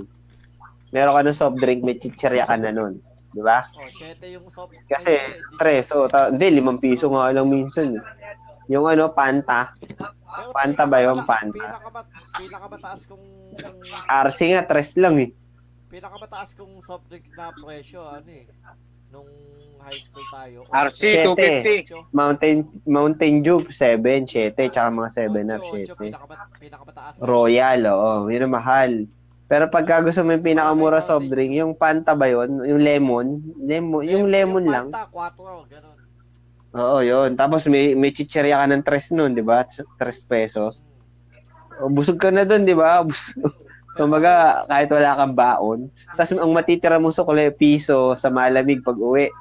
E: Meron ka ng soft drink, may chichirya ka na nun. Di ba?
A: Oh, 7 yung eh, sob.
E: Kasi,
A: Ay, hindi,
E: tres,
A: syete.
E: oh, ta- hindi, limang piso nga lang minsan. eh. Yung ano, panta,
A: Pero
E: Panta ba yun?
A: pinakamata-
E: Panta.
A: pinakamat- pinakamataas kong
E: RC nga, tres lang eh.
A: pinakamataas kong soft drinks na presyo ano eh nung high school tayo.
C: RC, 250.
E: Mountain, Mountain Dew, seven, siyete, tsaka mga seven up,
A: Ocho,
E: siyete.
A: pinakamat- pinakamataas.
E: Royal, oo, yun ang mahal. Pero pagka gusto mo yung pinakamura soft
A: eh.
E: drink, yung panta ba yun? Yung lemon? lemon yung lemon lang.
A: Panta, 4, ganun.
E: Oo, yun. Tapos may, may chichirya ka ng tres nun, di ba? Tres pesos.
A: Hmm.
E: O, Busog ka na dun, di ba? Bus- Kumbaga, kahit wala kang baon. Tapos ang matitira mo sa kulay, piso sa malamig pag uwi.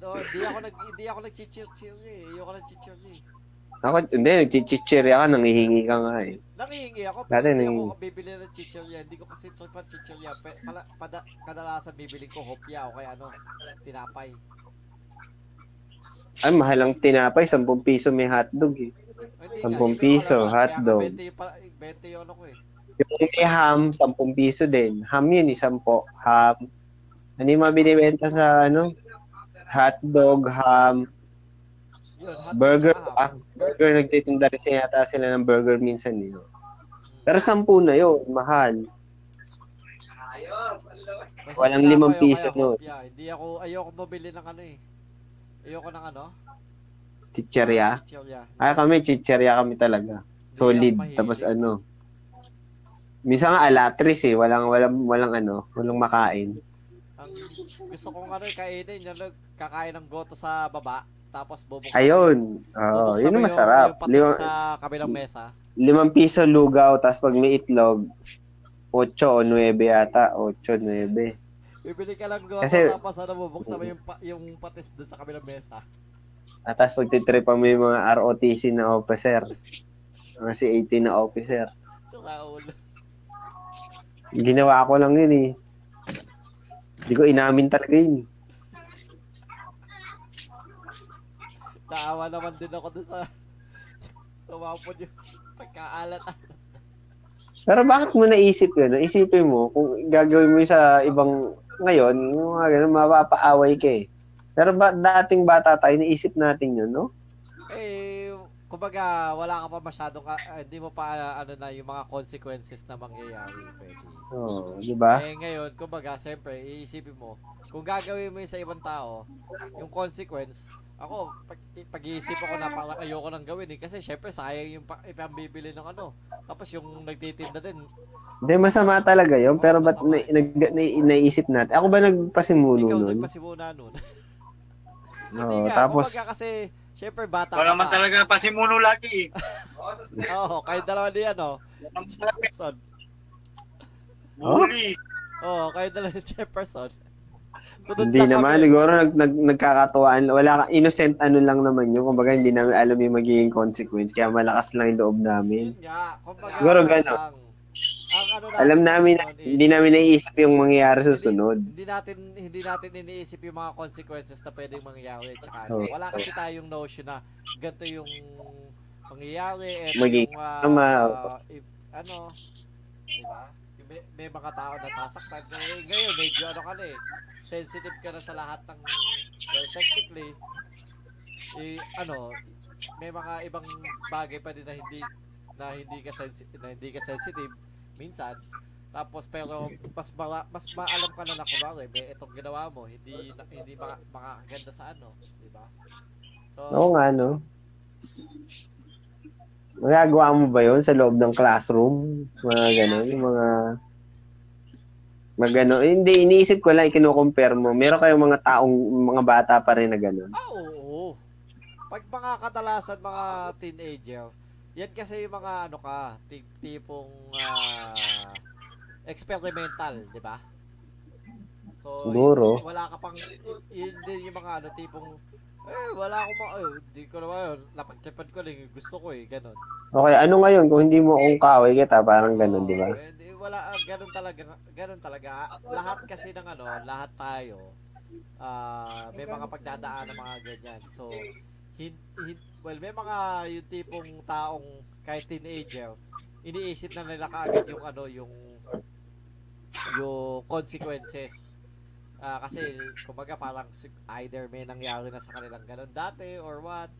A: No, hindi ako nag hindi ako nagchichir-chir eh. Ayoko nagchichir eh.
E: Ako, hindi, nagchichirya ka, nangihingi ka nga eh.
A: Nangihingi ako, pero
E: Dati
A: hindi
E: nangihingi.
A: ako bibili ng chichirya. Hindi ko kasi trip ang chichirya. Pe, pala, pada, kadalasan bibili ko hopya o kaya ano, tinapay.
E: Ay, mahal ang tinapay, 10 piso may hotdog eh.
A: Hindi,
E: Sampung
A: kasi
E: piso,
A: wala-
E: hotdog.
A: ano, Kaya 20 pala, 20 yun ako eh.
E: Yung may ham, 10 piso din. Ham yun, isang po. Ham. Ano yung mga binibenta sa ano? Hotdog, ham,
A: Yun, hotdog
E: Burger
A: tsaka
E: pa.
A: ham.
E: Burger, nagtitinda rin siya yata sila ng burger minsan eh. no? Pero sampu na yun, mahal.
A: Basta
E: walang
A: tinapay
E: limang
A: o
E: piso
A: kaya
E: nun.
A: hopya. Hindi ako, ayoko bumili ng ano eh. Ayoko ng ano?
E: Chicherya.
A: Chichirya.
E: Ay Ah, kami, chicherya kami talaga.
A: Hindi
E: Solid.
A: ako mahilig.
E: Tapos ano. Minsan nga alatris eh. Walang, walang, walang ano. Walang makain.
A: Ang gusto kong ano, kainin, yung nag- kakain ng goto sa baba, tapos bubuksan.
E: Ayun. Oo,
A: Bubuksan
E: yun
A: mo
E: ang
A: yung-
E: masarap.
A: Yung patis
E: Lima,
A: sa kabilang mesa.
E: limang piso lugaw. Tapos pag may itlog, 8 o 9 yata. 8, 9.
A: Bibili ka lang goto,
E: Kasi-
A: tapos ano, bubuksan mo yung, pa- yung patis doon sa kabilang mesa.
E: At Ah, tapos pagtitripan mo yung mga ROTC na officer. Mga C-18 na officer.
A: So, Raul.
E: Ginawa ko lang yun eh. Hindi ko inamin talaga yun.
A: Naawa naman din ako dun sa tumapon yung pagkaalat.
E: Pero bakit mo naisip yun? Isipin mo, kung gagawin mo yun sa ibang ngayon, yung mga ganun, mapapaaway ka eh. Pero ba, dating bata tayo, naisip natin yun, no?
A: Eh, kumbaga, wala ka pa masyadong, ka- ah, hindi mo pa ah, ano na, yung mga consequences na mangyayari. Pwede.
E: Oo, Oh, di ba?
A: Eh, ngayon, kumbaga, siyempre, iisipin mo, kung gagawin mo yun sa ibang tao, yung consequence, ako, pag, pag-iisip ako na parang ayoko nang gawin eh, kasi syempre, sayang yung pa- ipambibili ng ano. Tapos yung nagtitinda din,
E: Hindi, masama talaga yun, pero ba't
A: Masama.
E: na, nag, na- naisip natin? Ako ba nagpasimulo
A: ikaw
E: nun?
A: nagpasimuna nun. Hindi
E: Oo,
A: nga,
E: tapos,
A: kumbaga kasi, syempre, bata
G: Wala man
A: ka.
G: talaga pasimuno lagi eh.
A: Oo, kayo dalawa ni ano,
G: Ang talaga
A: Jefferson.
G: bully.
A: Oo, kayo dalawa ni Jefferson. Sunod
E: hindi
A: lang
E: naman,
A: kami.
E: siguro nag, nag, nagkakatuwaan. Wala, ka- innocent ano lang naman yun. Kumbaga, hindi namin alam yung magiging consequence, kaya malakas lang yung loob namin.
A: Yun nga, kumbaga,
E: Siguro
A: ano
E: gano'n.
A: lang, ang ano
E: Alam
A: kasi
E: namin, na-
A: noon is-
E: hindi namin naiisip yung mangyayari susunod.
A: Hindi, hindi natin hindi natin iniisip yung mga consequences na pwedeng mangyari tsaka ano.
E: Oo.
A: Wala kasi tayong notion na ganito yung mangyayari, eto
E: Magiging
A: yung ah,
E: tama.
A: ah, if- ano, di ba? Yung May, may mga tao na sasaktan ka eh, ngayon, medyo ano ka na eh, sensitive ka na sa lahat ng, well, technically, eh, ano, may mga ibang bagay pa din na hindi na hindi ka sensi- na hindi ka sensitive minsan tapos pero mas mara, mas maalam ka na na kunwari, may itong ginawa mo, hindi na- hindi maka, makakaganda sa ano, di ba? So,
E: Oo nga, no? Magagawa mo ba yun sa loob ng classroom? Mga gano'n, yung mga... Mga gano'n. Eh, Hindi, iniisip ko lang, ikinocompare mo. Meron kayong mga taong, mga bata pa rin na gano'n.
A: ah, oo. Pag mga kadalasan mga teenager, yan kasi yung mga ano ka, ti- tipong ah, experimental, di ba? So,
E: Siguro.
A: yun- wala ka pang, yun- yun din yung mga ano, tipong, eh, wala akong, ma- eh, di ko naman yun, napagtipan ko lang, yung gusto ko eh, ganun.
E: Okay, ano ngayon? Kung hindi mo kung kaway kita, parang gano'n, di ba?
A: Oo, hindi, wala, ah, ganun talaga, ganun talaga. Lahat kasi ng ano, lahat tayo, ah, may mga pagdadaan ng mga ganyan. So, hin, hin- well, may mga yung tipong taong kahit teenager, iniisip na nila kaagad yung ano, yung yung consequences. Ah, kasi, kumbaga parang sig- either may nangyari na sa kanilang ganun dati or what.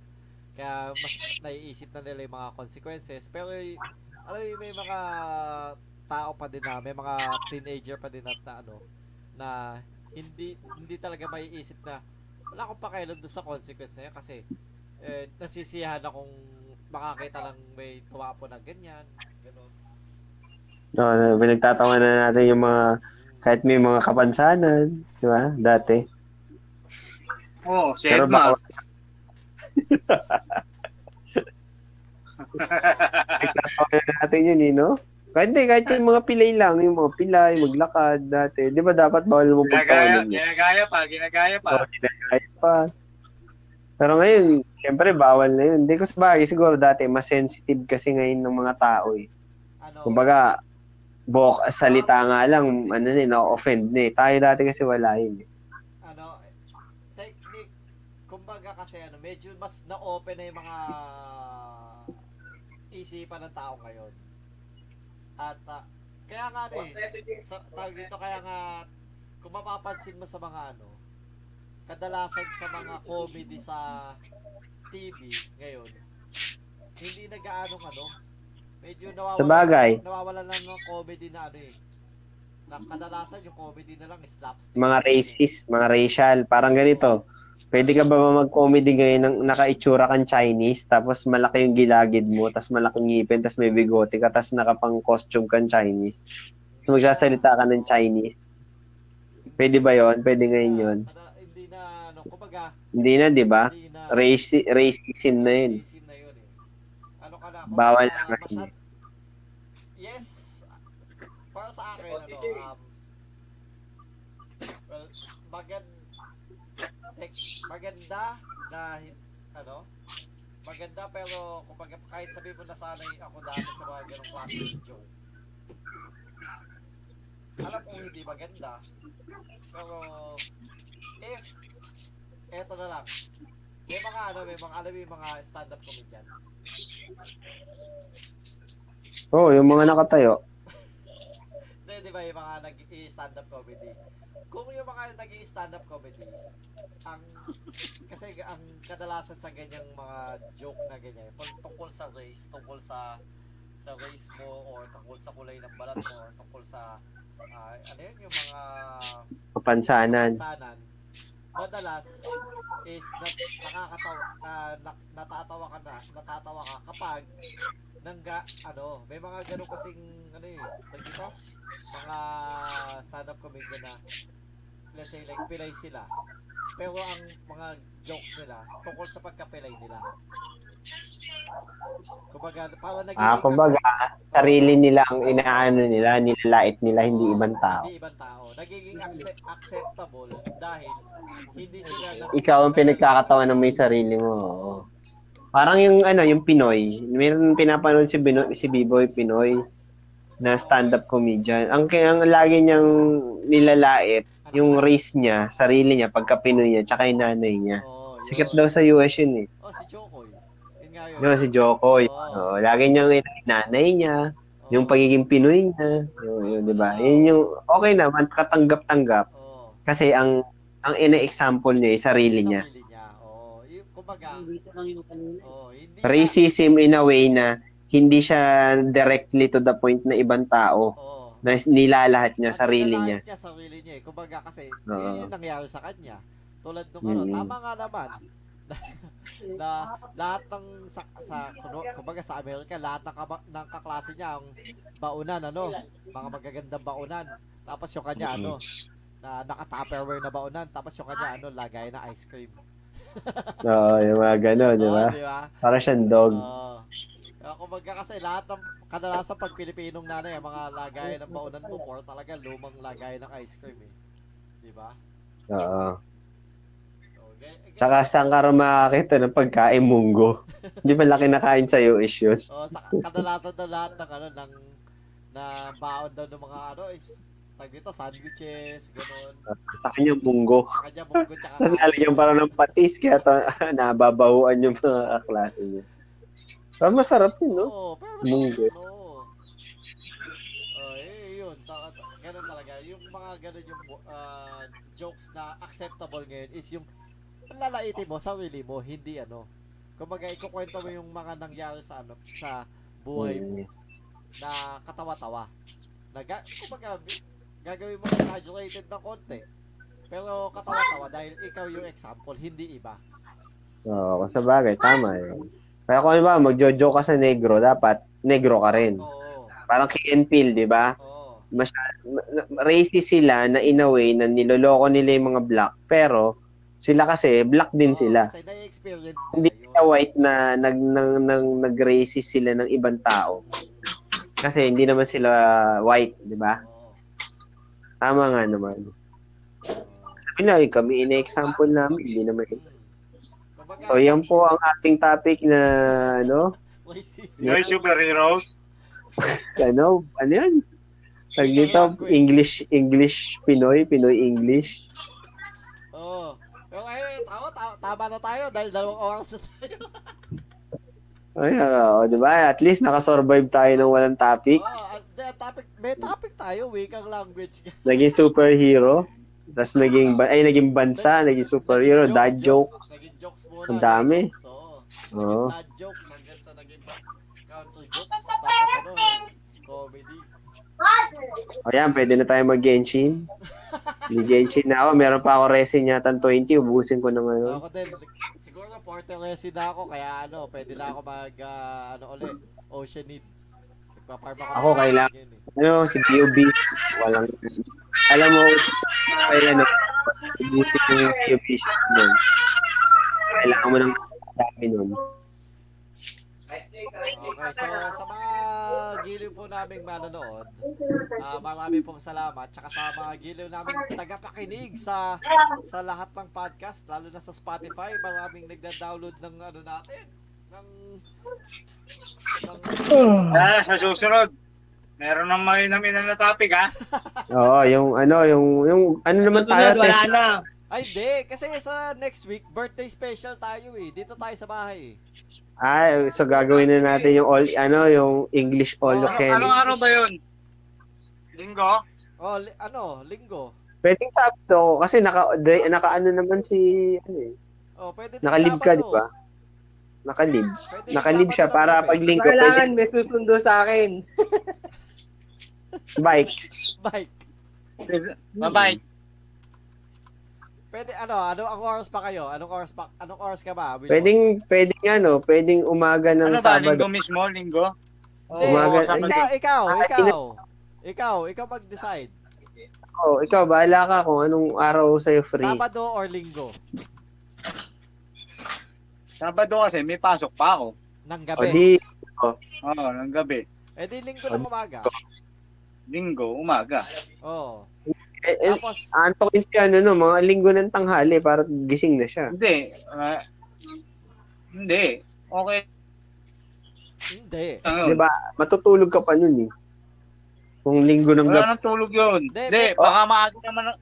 A: Kaya mas naiisip na nila yung mga consequences. Pero y- alam mo yung may mga tao pa din na, may mga teenager pa din na, na ano, na hindi hindi talaga maiisip na wala akong pakialam doon sa consequence na yun kasi eh, nasisiyahan akong makakita lang may tuwa po ng ganyan. Ganun.
E: No, no, pinagtatawa na natin yung mga, kahit may mga kapansanan, di ba? Dati.
C: Oh,
G: Oo, si
E: Pero
G: Edmar.
E: baka- Nagtatawa na natin yun, eh, no? Kahit di, kahit yung mga pilay lang, yung mga pilay, maglakad dati. Di ba dapat bawal mo
G: Ginagaya,
E: pagtawanan yun?
G: ginagaya pa, ginagaya pa.
E: Oo, ginagaya pa. Pero ngayon, siyempre bawal na yun. Hindi ko sabagay, siguro dati, mas sensitive kasi ngayon ng mga tao eh.
A: Ano,
E: Kumbaga, bok, salita nga lang, ano na eh, na-offend na eh. Tayo dati kasi wala yun eh.
A: ano, technique, kumbaga kasi ano, medyo mas na-open na yung mga isipan ng tao ngayon. At ah, kaya nga ano eh, sa, tawag dito kaya nga, kung mapapansin mo sa mga ano, kadalasan sa mga comedy sa TV ngayon, hindi nag-aanong ano, medyo nawawala,
E: Sabagay.
A: nawawala na ng comedy na ano eh. Na kadalasan yung comedy na lang is slapstick.
E: Mga racist, mga racial, parang ganito. Pwede ka ba mag-comedy ngayon ng nakaitsura kang Chinese, tapos malaki yung gilagid mo, tapos malaking ngipin, tapos may bigote ka, tapos nakapang-costume kang Chinese. So, magsasalita ka ng Chinese. Pwede ba yon? Pwede ngayon
A: na-
E: yon.
A: kada- hindi na, ano, kumbaga,
E: Hindi na, di ba?
A: hindi na,
E: Raci- racism na yun.
A: Racism na yun eh. Ano ka na,
E: Bawal
A: kumbaga,
E: na ngayon.
A: masyad- yes, para sa akin, ano, um, well, magand, tek, maganda na, hin- ano, maganda pero kumbaga kahit sabi mo nasanay ako dati sa mga ganong klase ng joke. Alam kong hindi maganda, pero if eto na lang, May mga ano, may mga alam mo yung mga stand-up comedian.
E: Oo, oh, yung mga nakatayo.
A: Di, di ba yung mga nag-stand-up comedy? Kung yung mga nag-stand-up comedy, ang kasi ang kadalasan sa ganyang mga joke na ganyan, pag tungkol sa race, tungkol sa sa race mo or tungkol sa kulay ng balat mo or tungkol sa ah, ano yun yung mga
E: Kapansanan.
A: kapansanan, madalas is na, nakakatawa na, na, natatawa ka na natatawa ka kapag nangga ano may mga ganun kasing ano eh tag dito mga stand up comedian na let's say like pilay sila pero ang mga jokes nila tungkol sa pagkapilay nila kumbaga para naging
E: Ah, kumbaga, sarili nila ang inaano nila, nilalait nila, hindi ibang tao.
A: hindi ibang tao nagiging accept, acceptable dahil hindi sila na,
E: Ikaw ang pinagkakatawa ng may sarili mo. oo. Parang yung ano, yung Pinoy. Meron pinapanood si, Bino, si B-Boy Pinoy na stand-up comedian. Ang, ki- ang lagi niyang nilalait,
A: Ano
E: yung race niya, sarili niya, pagka Pinoy niya, tsaka yung nanay niya.
A: oh, yun.
E: Sikat daw sa US yun eh.
A: oh si Jokoy yun nga yun
E: Yung si Joko, yun,
A: Oo.
E: oh, lagi niyang nilalait nanay niya,
A: Oo.
E: yung pagiging Pinoy niya, yun, yun di ba? Yun yung, okay naman, katanggap-tanggap.
A: Oo.
E: Kasi ang ang ina-example niya ay sarili niya.
A: Sarili niya. Oo. Yung, kumbaga,
I: Dito lang yung kanina.
A: oo, hindi siya,
E: Racism in a way na hindi siya directly to the point na ibang tao
A: oo.
E: na nilalahat niya
A: Ang
E: sarili
A: kinalain
E: niya.
A: niya. sarili niya. eh. Kumbaga kasi,
E: Oo.
A: yun yung nangyari sa kanya. Tulad nung ano,
E: Mm.
A: tama nga naman, na lahat ng sa, sa kuno- kumbaga sa Amerika lahat ng, kaba, ng kaklase niya ang baunan ano mga magagandang baunan tapos yung kanya
E: Mm-hmm.
A: ano na naka-tupperware na baunan tapos yung kanya ano lagay na ice cream
E: Oo, yung mga gano'n, Ah, di ba?
A: Oo, di ba
E: Para siyang dog.
A: Oo. Kaya kumbaga kasi lahat ng kadalasan pag Pilipinong nanay, ang mga lagay ng baunan mo, por talaga lumang lagay ng ice cream eh. Di ba?
E: Oo.
A: So, ga- ga-
E: Tsaka saan ka rin makakita ng pagkain munggo? Hindi pa laki nakain sa US yun.
A: oh, sa kadalasan daw lahat ng ano ng na baon daw ng mga ano is tag dito sandwiches, ganun.
E: Sa kanya munggo.
A: Sa kanya munggo tsaka
E: Tapos lalagyan parang ng patis, kaya ta- nababahuan yung mga kaklase niya. Pero masarap yun, no?
A: Oo, pero mas
E: Munggo.
A: Oo. Oh, eh, yun. Ta- ta- ganun talaga. Yung mga ganun yung ah, jokes na acceptable ngayon is yung lalaitin mo, sarili mo, hindi ano. Kumbaga, ikukwento mo yung mga nangyari sa ano, sa buhay mo
E: Mm.
A: na katawa-tawa. Na, ga- kumbaga, bi- gagawin mo exaggerated na konti. Pero katawa-tawa dahil ikaw yung example, hindi iba.
E: Oo, kung sa bagay, tama yun. Kaya kung ano ba, magjo-joke ka sa negro, dapat negro ka rin.
A: Oo.
E: Parang Key and Peele, di ba?
A: Oo.
E: Ma- na- Racist sila na in a way na niloloko nila yung mga black, pero sila kasi black din
A: Oo,
E: sila.
A: Kasi na-experience
E: Hindi
A: nila yun.
E: sila white na nag, nag, nag, nag-racist sila ng ibang tao. Kasi hindi naman sila white, di ba?
A: Oo.
E: Tama nga naman. Sabi na, eh, kami ina-example namin, hindi naman.
A: hmm. Kumbaga,
E: So, yan po ang ating topic na, ano,
A: Racist.
G: Yung superheroes.
E: ano, ano yan? Tag dito, English, English, Pinoy, Pinoy English.
A: Oo. Pero eh, tama, tama, tama na tayo dahil dalawang oras na tayo.
E: Ay, oo, di ba? At least nakasurvive tayo ng walang topic.
A: Oo, at the topic, may topic tayo, wikang language.
E: Naging superhero. Tapos naging, ba- ay, naging bansa, naging superhero,
A: Naging
E: dad jokes.
A: Naging jokes muna.
E: Ang dami.
A: naging jokes, Oo.
E: Oo.
A: Dad jokes hanggang sa naging ba- counter jokes. Tapos ano, comedy.
E: O yan, pwede na tayo mag-Genshin. Hindi Genshin na ako. Meron pa ako resin yata 20. Ubusin ko na ngayon.
A: Ako din, siguro fortalesi na ako, kaya ano, pwede na ako mag, ah, ano ulit, Oceanid. Nagpaparma ko.
E: Ako, kailangan-
A: Yun eh.
E: Ano, si B.O.B. Walang... Alam mo, kaya ano, ubusin ko yung B.O.B. shop nun. Kailangan mo ng dami nun.
A: Okay, so sa mga giliw po naming manonood, ah, marami pong salamat. Tsaka sa mga giliw naming tagapakinig sa sa lahat ng podcast, lalo na sa Spotify, maraming nagda-download ng ano natin, ng ng
G: Ah, sa susunod. Meron nang may namin na topic, ha?
E: Oo, yung ano, yung, yung ano naman tayo,
K: Susunod, wala
E: test,
K: na.
A: Ay, hindi. Kasi sa next week, birthday special tayo eh. Dito tayo sa bahay eh.
E: Ah, so gagawin na natin yung all, ano, yung English all
A: Oh,
E: you
A: ano-
E: can.
C: Anong araw ba yun? Linggo?
A: Oh, li- ano, linggo.
E: Pwedeng Sabado kasi naka, de, naka ano naman si, ano eh,
A: Oh, pwede din
E: nakalib ka,
A: Sabado.
E: di ba? Nakalib.
A: Pwede din
E: Nakalib siya
A: Sabado
E: para
A: ng
E: pag
A: gabi.
E: linggo pwede
B: Kailangan may susundo sa akin.
E: bike.
A: Bike.
C: Mabike.
A: Pwede, ano, ano, ang oras pa kayo? Anong oras pa, anong oras ka ba? Wilbon?
E: Pwedeng, pwedeng ano, pwedeng umaga ng
C: Ano ba? Linggo
E: Sabado.
C: mismo? Linggo?
A: Hindi,
E: umaga-
A: ikaw, ikaw, ikaw,
E: Ah,
A: ikaw, ikaw, ikaw mag-decide.
E: Oh, ikaw, bahala ka kung anong araw sa'yo free.
A: Sabado or linggo?
C: Sabado kasi may pasok pa ako.
A: Ng
E: O
A: gabi.
E: Oh, di,
C: Oo, oh, ng gabi.
A: Eh di linggo ng umaga.
C: Linggo, umaga.
A: Oo.
E: eh, eh,
A: Tapos,
E: antokin siya, ano, no, mga linggo ng tanghali para gising na siya.
C: Hindi. ah, hindi. Okay.
A: hindi.
C: lang yun.
E: Di ba? Matutulog ka pa nun eh. Kung linggo ng
C: Wala
E: gabi.
C: nang tulog yun.
A: Hindi,
C: Hindi, baka maaga naman. ang-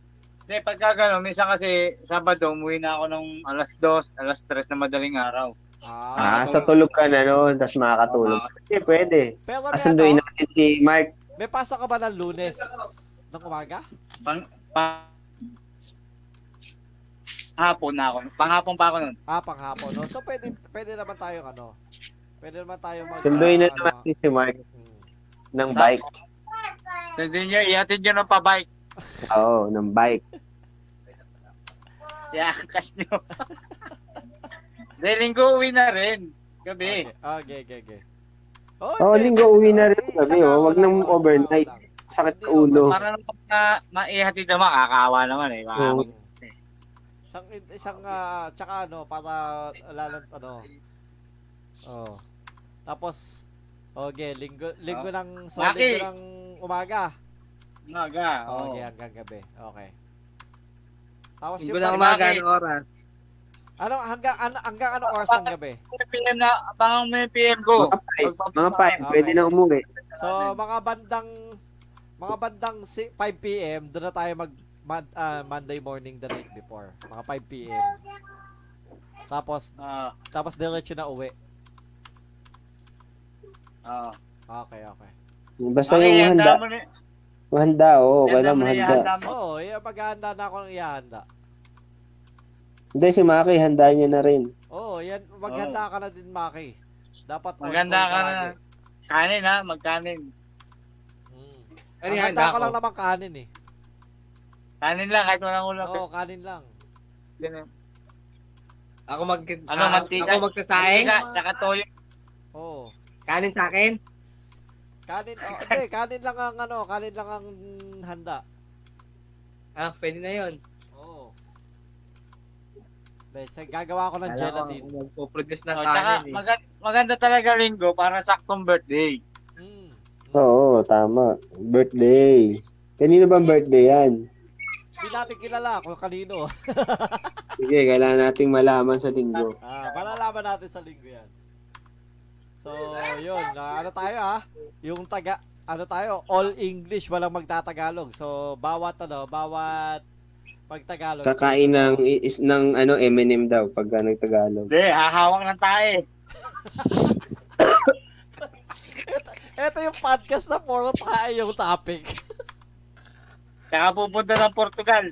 C: Hindi, pagka gano'n, minsan kasi Sabado, umuwi na ako ng alas 2, alas 3 na madaling araw.
A: Ah,
E: Ah, sa tulog ka na noon, tapos makakatulog. Kasi pwede.
A: pero may,
E: Kasunduin
A: ano,
E: natin si Mark.
A: may pasok ka ba ng lunes? Ng umaga?
C: Pang, pang, hapon na ako. Panghapon pa ako nun.
A: Ah, panghapon. No? So, pwede, pwede naman tayo, ano? Pwede naman tayo mag...
E: Sunduin na
A: ah,
E: naman
A: ano,
E: si Mark
A: mm.
E: ng bike.
C: Tindi nyo, ihatid nyo ng pabike.
E: Oo, ng bike.
C: Iakas nyo. Hindi, linggo uwi na rin. Gabi.
A: Okay, okay, okay. okay.
E: Oo,
A: Oh, hindi,
E: linggo,
A: pwede
E: uwi na
A: naman.
E: rin
A: Eh,
E: kami,
A: isang
E: oh.
A: araw
E: Wag
A: lang,
E: nang
A: oh, isang araw
E: overnight.
A: lang.
E: Sakit
A: Hindi,
E: sa ulo.
C: Para naman pagka maihatid naman, kakaawa naman eh. Baka
E: Oo.
A: Isang, isang, ah, tsaka ano, para lalant, ano. Oh. Tapos, okay, linggo, linggo ng, so,
C: Lucky.
A: linggo ng umaga.
C: umaga. Ah, Oh. oo.
A: Okay, hanggang gabi. Okay. Tapos
B: Hindi
A: yung,
B: ko na
C: pag-
B: umaga, anong oras?
A: ano, hanggang, ano, hanggang anong oras ng gabi?
C: 11 PM na, baka may PM go.
E: Mga five, mga five, pwede na umuwi.
A: So, mga bandang mga bandang si- 5 PM, doon na tayo mag mon- ah, Monday morning the night before. Mga 5 PM. Tapos
C: Ah,
A: tapos diretso na uwi.
C: ah.
A: Okay, okay.
E: Basta yung handa,
C: mo na-
E: mahanda, oo, oh,
C: ihanda
E: wala
C: mo na, ihanda
E: mahanda.
C: mo.
A: Oo, oh, yeah, maghahanda na ako ng ihanda.
E: Hindi, si Maki, handa niya na rin.
A: Oo, oh, yan, maghanda ka na din, Maki. Dapat on-call
C: Maghanda ka na.
A: lagi.
C: Kanin ha, magkanin.
A: Mm.
B: Ano
A: Ang
B: yan?
A: handa ko
B: Ako?
A: lang naman kanin eh.
C: Kanin lang, kahit walang ulam.
A: Oo, kanin lang.
C: Ganun.
B: Ako mag...
C: Ano,
B: ah,
C: mantika?
B: Ako magsasaing?
C: Mantika, tsaka toyo.
A: Oo.
B: Kanin sa akin?
A: Kanin, oh, hindi, kanin lang ang ano, kanin lang ang handa.
B: Ah, pwede na yun.
A: Oo. Dahil sa- gagawa ko ng
B: Kala
A: gelatin.
B: ko magpo-produce ng
C: Oh, tsaka,
B: kanin eh.
C: maga- maganda talaga linggo para saktong birthday.
A: Mm.
E: Oo, tama. Birthday. Kanino bang birthday yan?
A: Hindi natin kilala kung kanino.
E: Sige, kailangan nating malaman sa linggo.
A: Ah, malalaman natin sa linggo yan. So, yun. ah, ano tayo ha? Yung taga, ano tayo? All English, walang magtatagalog. So, bawat ano, bawat magtagalog.
E: Kakain ng, is, ng ano, M&M daw pagka nagtagalog.
C: Hindi, hahawak ng tae.
A: Ito yung podcast na puro tayo yung topic.
C: Tsaka pupunta ng Portugal.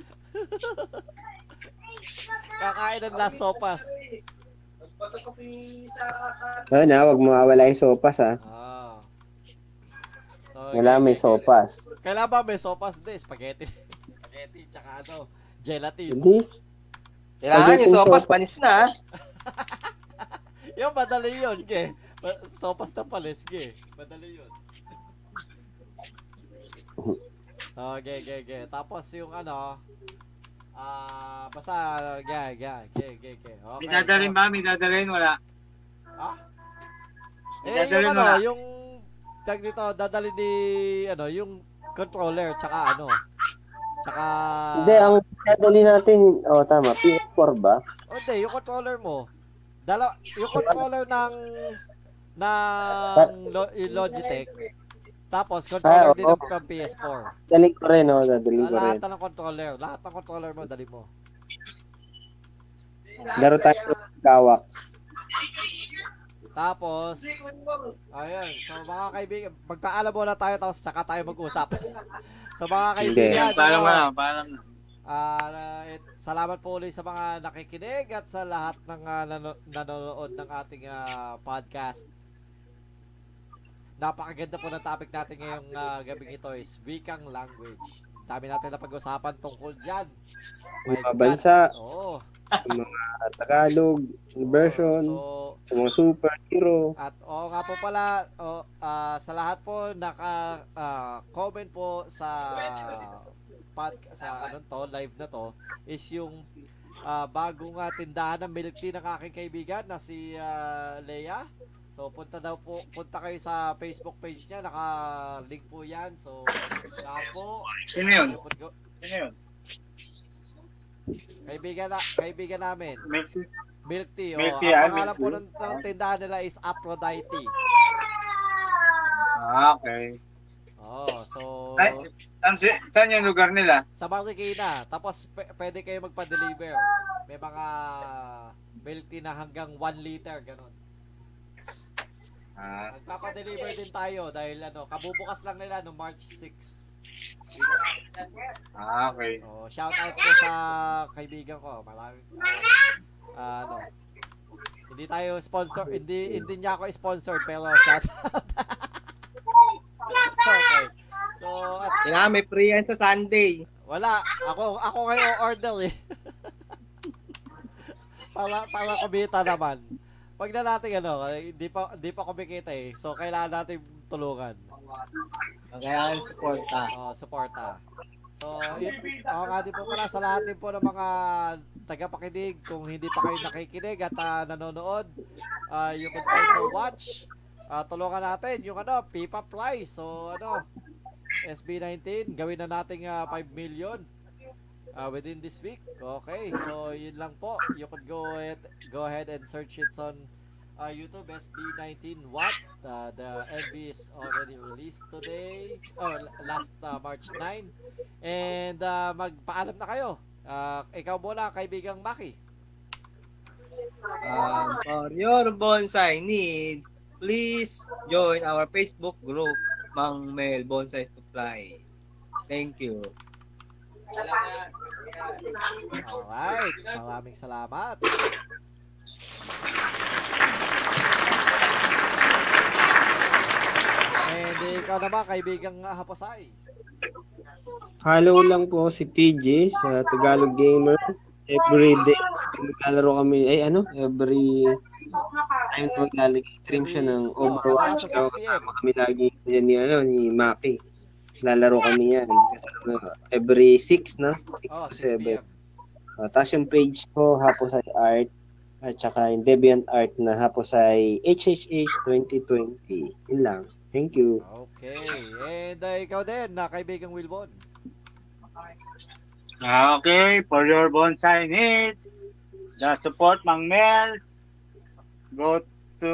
A: Kakain ng Las Sopas.
E: Ano na, wag mawawala yung sopas ha.
A: Ah. So,
E: Wala may sopas.
A: Kailan ba may sopas? Hindi, spaghetti. spaghetti, tsaka ano, gelatin.
E: Hindi.
B: Kailangan yung sopas, panis na. ah.
A: Yung madali yun, ge. Ma- Sopas na palis, ge. Madali yun. Okay, Oh, ge, ge. Tapos yung ano, ah, basta, ge, ge, ge, ge, ge. Okay.
C: May dadalhin
A: so-
C: ba? May dadalhin? Wala. May
A: Eh, yung
C: dadalhin
A: ano,
C: wala?
A: yung, tag dito, dadali ni, ano, yung controller, tsaka ano, tsaka,
E: Hindi, ang dadali natin, oh tama, PS4 ba?
A: Oh, hindi, yung controller mo. Dala, yung controller ng ng Lo- yung Logitech. Tapos controller
E: Ah,
A: din
E: oo.
A: ng ng PS4.
E: Dali ko rin, oh,
A: Ah,
E: dadali ko rin.
A: lahat na ng controller, lahat ng controller mo dali mo.
E: Laro tayo ng kawax.
A: Tapos, ayun, so mga kaibigan, magpaalam muna tayo tapos saka tayo mag-usap. so mga kaibigan, ano,
G: Paalam na, paalam na.
A: Ah, eh, salamat po ulit sa mga nakikinig at sa lahat ng ah, nano- nanonood ng ating ah, podcast. Napakaganda po ng topic natin ngayong ah, gabing ito is wikang language. Dami natin na pag-usapan tungkol dyan. My
E: Mga
A: God.
E: bansa,
A: Oo.
E: mga Tagalog, version,
A: So,
E: sa mga superhero.
A: At oo nga po pala, o, ah, sa lahat po naka ah, comment po sa pod, sa ano to, live na to is yung ah, bagong ah, tindahan ng milk tea ng aking kaibigan na si ah, Leia. So punta daw po, punta kayo sa Facebook page niya, naka-link po 'yan. So nga po,
G: Sino yun? Sino yun?
A: kaibigan na, kaibigan namin.
G: Milk tea?
A: Milk tea. Oh, ang
G: Milk tea, ah,
A: pangalan
G: milk
A: po
G: tea.
A: ng, ng tindahan nila is Aphrodite.
G: Ah, okay.
A: Oh, so
G: Ay, saan, si- saan yung lugar nila?
A: sa Marikina. Tapos p- pwede kayo magpa-deliver. May mga milk tea na hanggang 1 liter, ganun.
G: Ah,
A: Magpapa-deliver din tayo dahil ano, kabubukas lang nila no March 6.
G: ah okay.
A: So, shout out ko sa kaibigan ko. Marami ah, ano. Hindi tayo sponsor, hindi hindi niya ako sponsored pero shout out. okay. So, at
K: Kailangan may free yan sa Sunday.
A: Wala. Ako, ako ngayon order eh. para, para kumita naman. Pag na natin ano, hindi pa, hindi pa kumikita eh. So, kailangan natin tulungan.
G: Kailangan support
B: ah.
G: ka.
A: O, suporta. So, yun, ako nga din po pala sa lahat din po ng mga tagapakinig. Kung hindi pa kayo nakikinig at ah, nanonood, ah, you can also watch. Ah, tulungan natin yung ano, Pipa Fly. So, ano, SB19, gawin na nating ah, 5 million ah, within this week. Okay, so yun lang po. You can go ahead, go ahead and search it on ah, YouTube SB19 What. Ah, the MV is already released today, or last ah, March 9. And ah, magpaalam na kayo. Ah, ikaw muna, kaibigang Maki.
K: Um, for your bonsai need, please join our Facebook group, Mang Mel Bonsai Supply. Thank you.
A: Alright, maraming salamat. And ikaw naman, kaibigang ah, Haposay.
E: Hello lang po si TJ sa Tagalog Gamer. Every day, naglalaro kami, ay ano, every time na maglalag-stream siya ng
A: Please, oh,
E: Overwatch.
A: madalas sa 6
E: So,
A: p.m.
E: kasama kami lagi yan ni, ano, ni Maki. Lalaro kami yan. Kasi, ano, every 6, no? 6
A: Oh,
E: to
A: 6
E: 7.
A: p.m.
E: Uh, Tapos yung page ko, Haposay Art, at saka yung Deviant Art na Haposay HHH 2020. Yun lang. Thank you.
A: Okay. And uh, ikaw din, na kaibigang Wilbon.
G: Ah, Okay, for your bonsai needs, the support Mang Mels, go to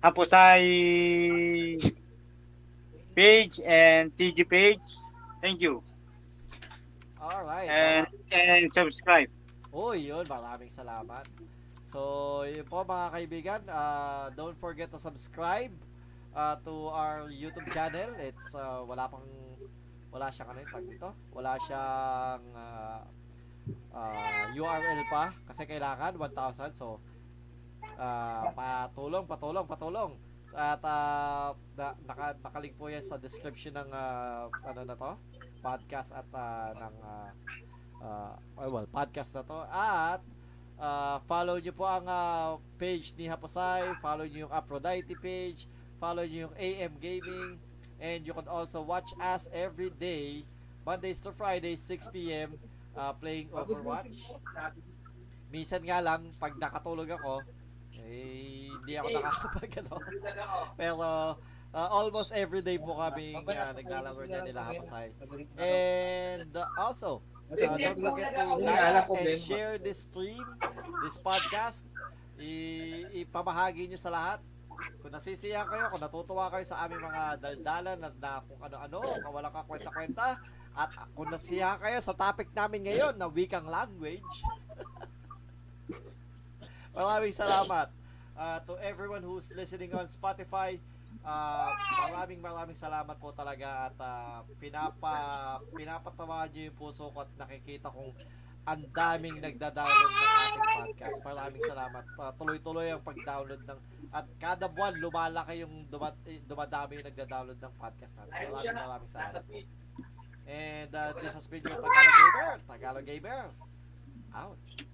G: Hapusay page and TG page. Thank you.
A: Alright.
C: Eh.
G: And, and subscribe.
A: Uy, yun, maraming salamat. So, yun po mga kaibigan, ah, don't forget to subscribe ah, to our YouTube channel. It's ah, wala pang wala siya kanina tag dito. Wala siyang ah, ah, URL pa kasi kailangan 1,000. So, ah, patulong, patulong, patulong. So, At ah, na, naka, nakalink po yan sa description ng ah, ano na to, podcast at ah, ng ah, uh, oh, well, podcast na to. At uh, follow nyo po ang uh, page ni Haposay, follow nyo yung Aphrodite page, follow nyo yung AM Gaming, and you can also watch us every day, Mondays to Fridays, 6 p.m., uh, playing Overwatch. Minsan nga lang, pag nakatulog ako, eh, hindi ako nakakapag ano. Pero, uh, almost every day po kami uh, naglalaro niya nila Haposay.
K: Eh,
A: And uh, also, Uh, don't forget to like and share this stream, this podcast. I ipamahagi nyo sa lahat. Kung nasisiyahan kayo, kung natutuwa kayo sa aming mga daldalan at na kung ano-ano, kung wala ka kwenta-kwenta, at kung nasiyahan kayo sa topic namin ngayon na wikang language, Maraming salamat uh, to everyone who's listening on Spotify. Uh, maraming maraming salamat po talaga at uh, pinapa pinapatawa niyo yung puso ko at nakikita kong ang daming nagda-download ng ating podcast. Maraming salamat. Uh, tuloy-tuloy ang pag-download ng at kada buwan lumalaki yung dumat, eh, dumadami yung nagda-download ng podcast natin. Maraming maraming salamat. po. ah, And uh, this has been your Tagalog Gamer. Tagalog Gamer. Out.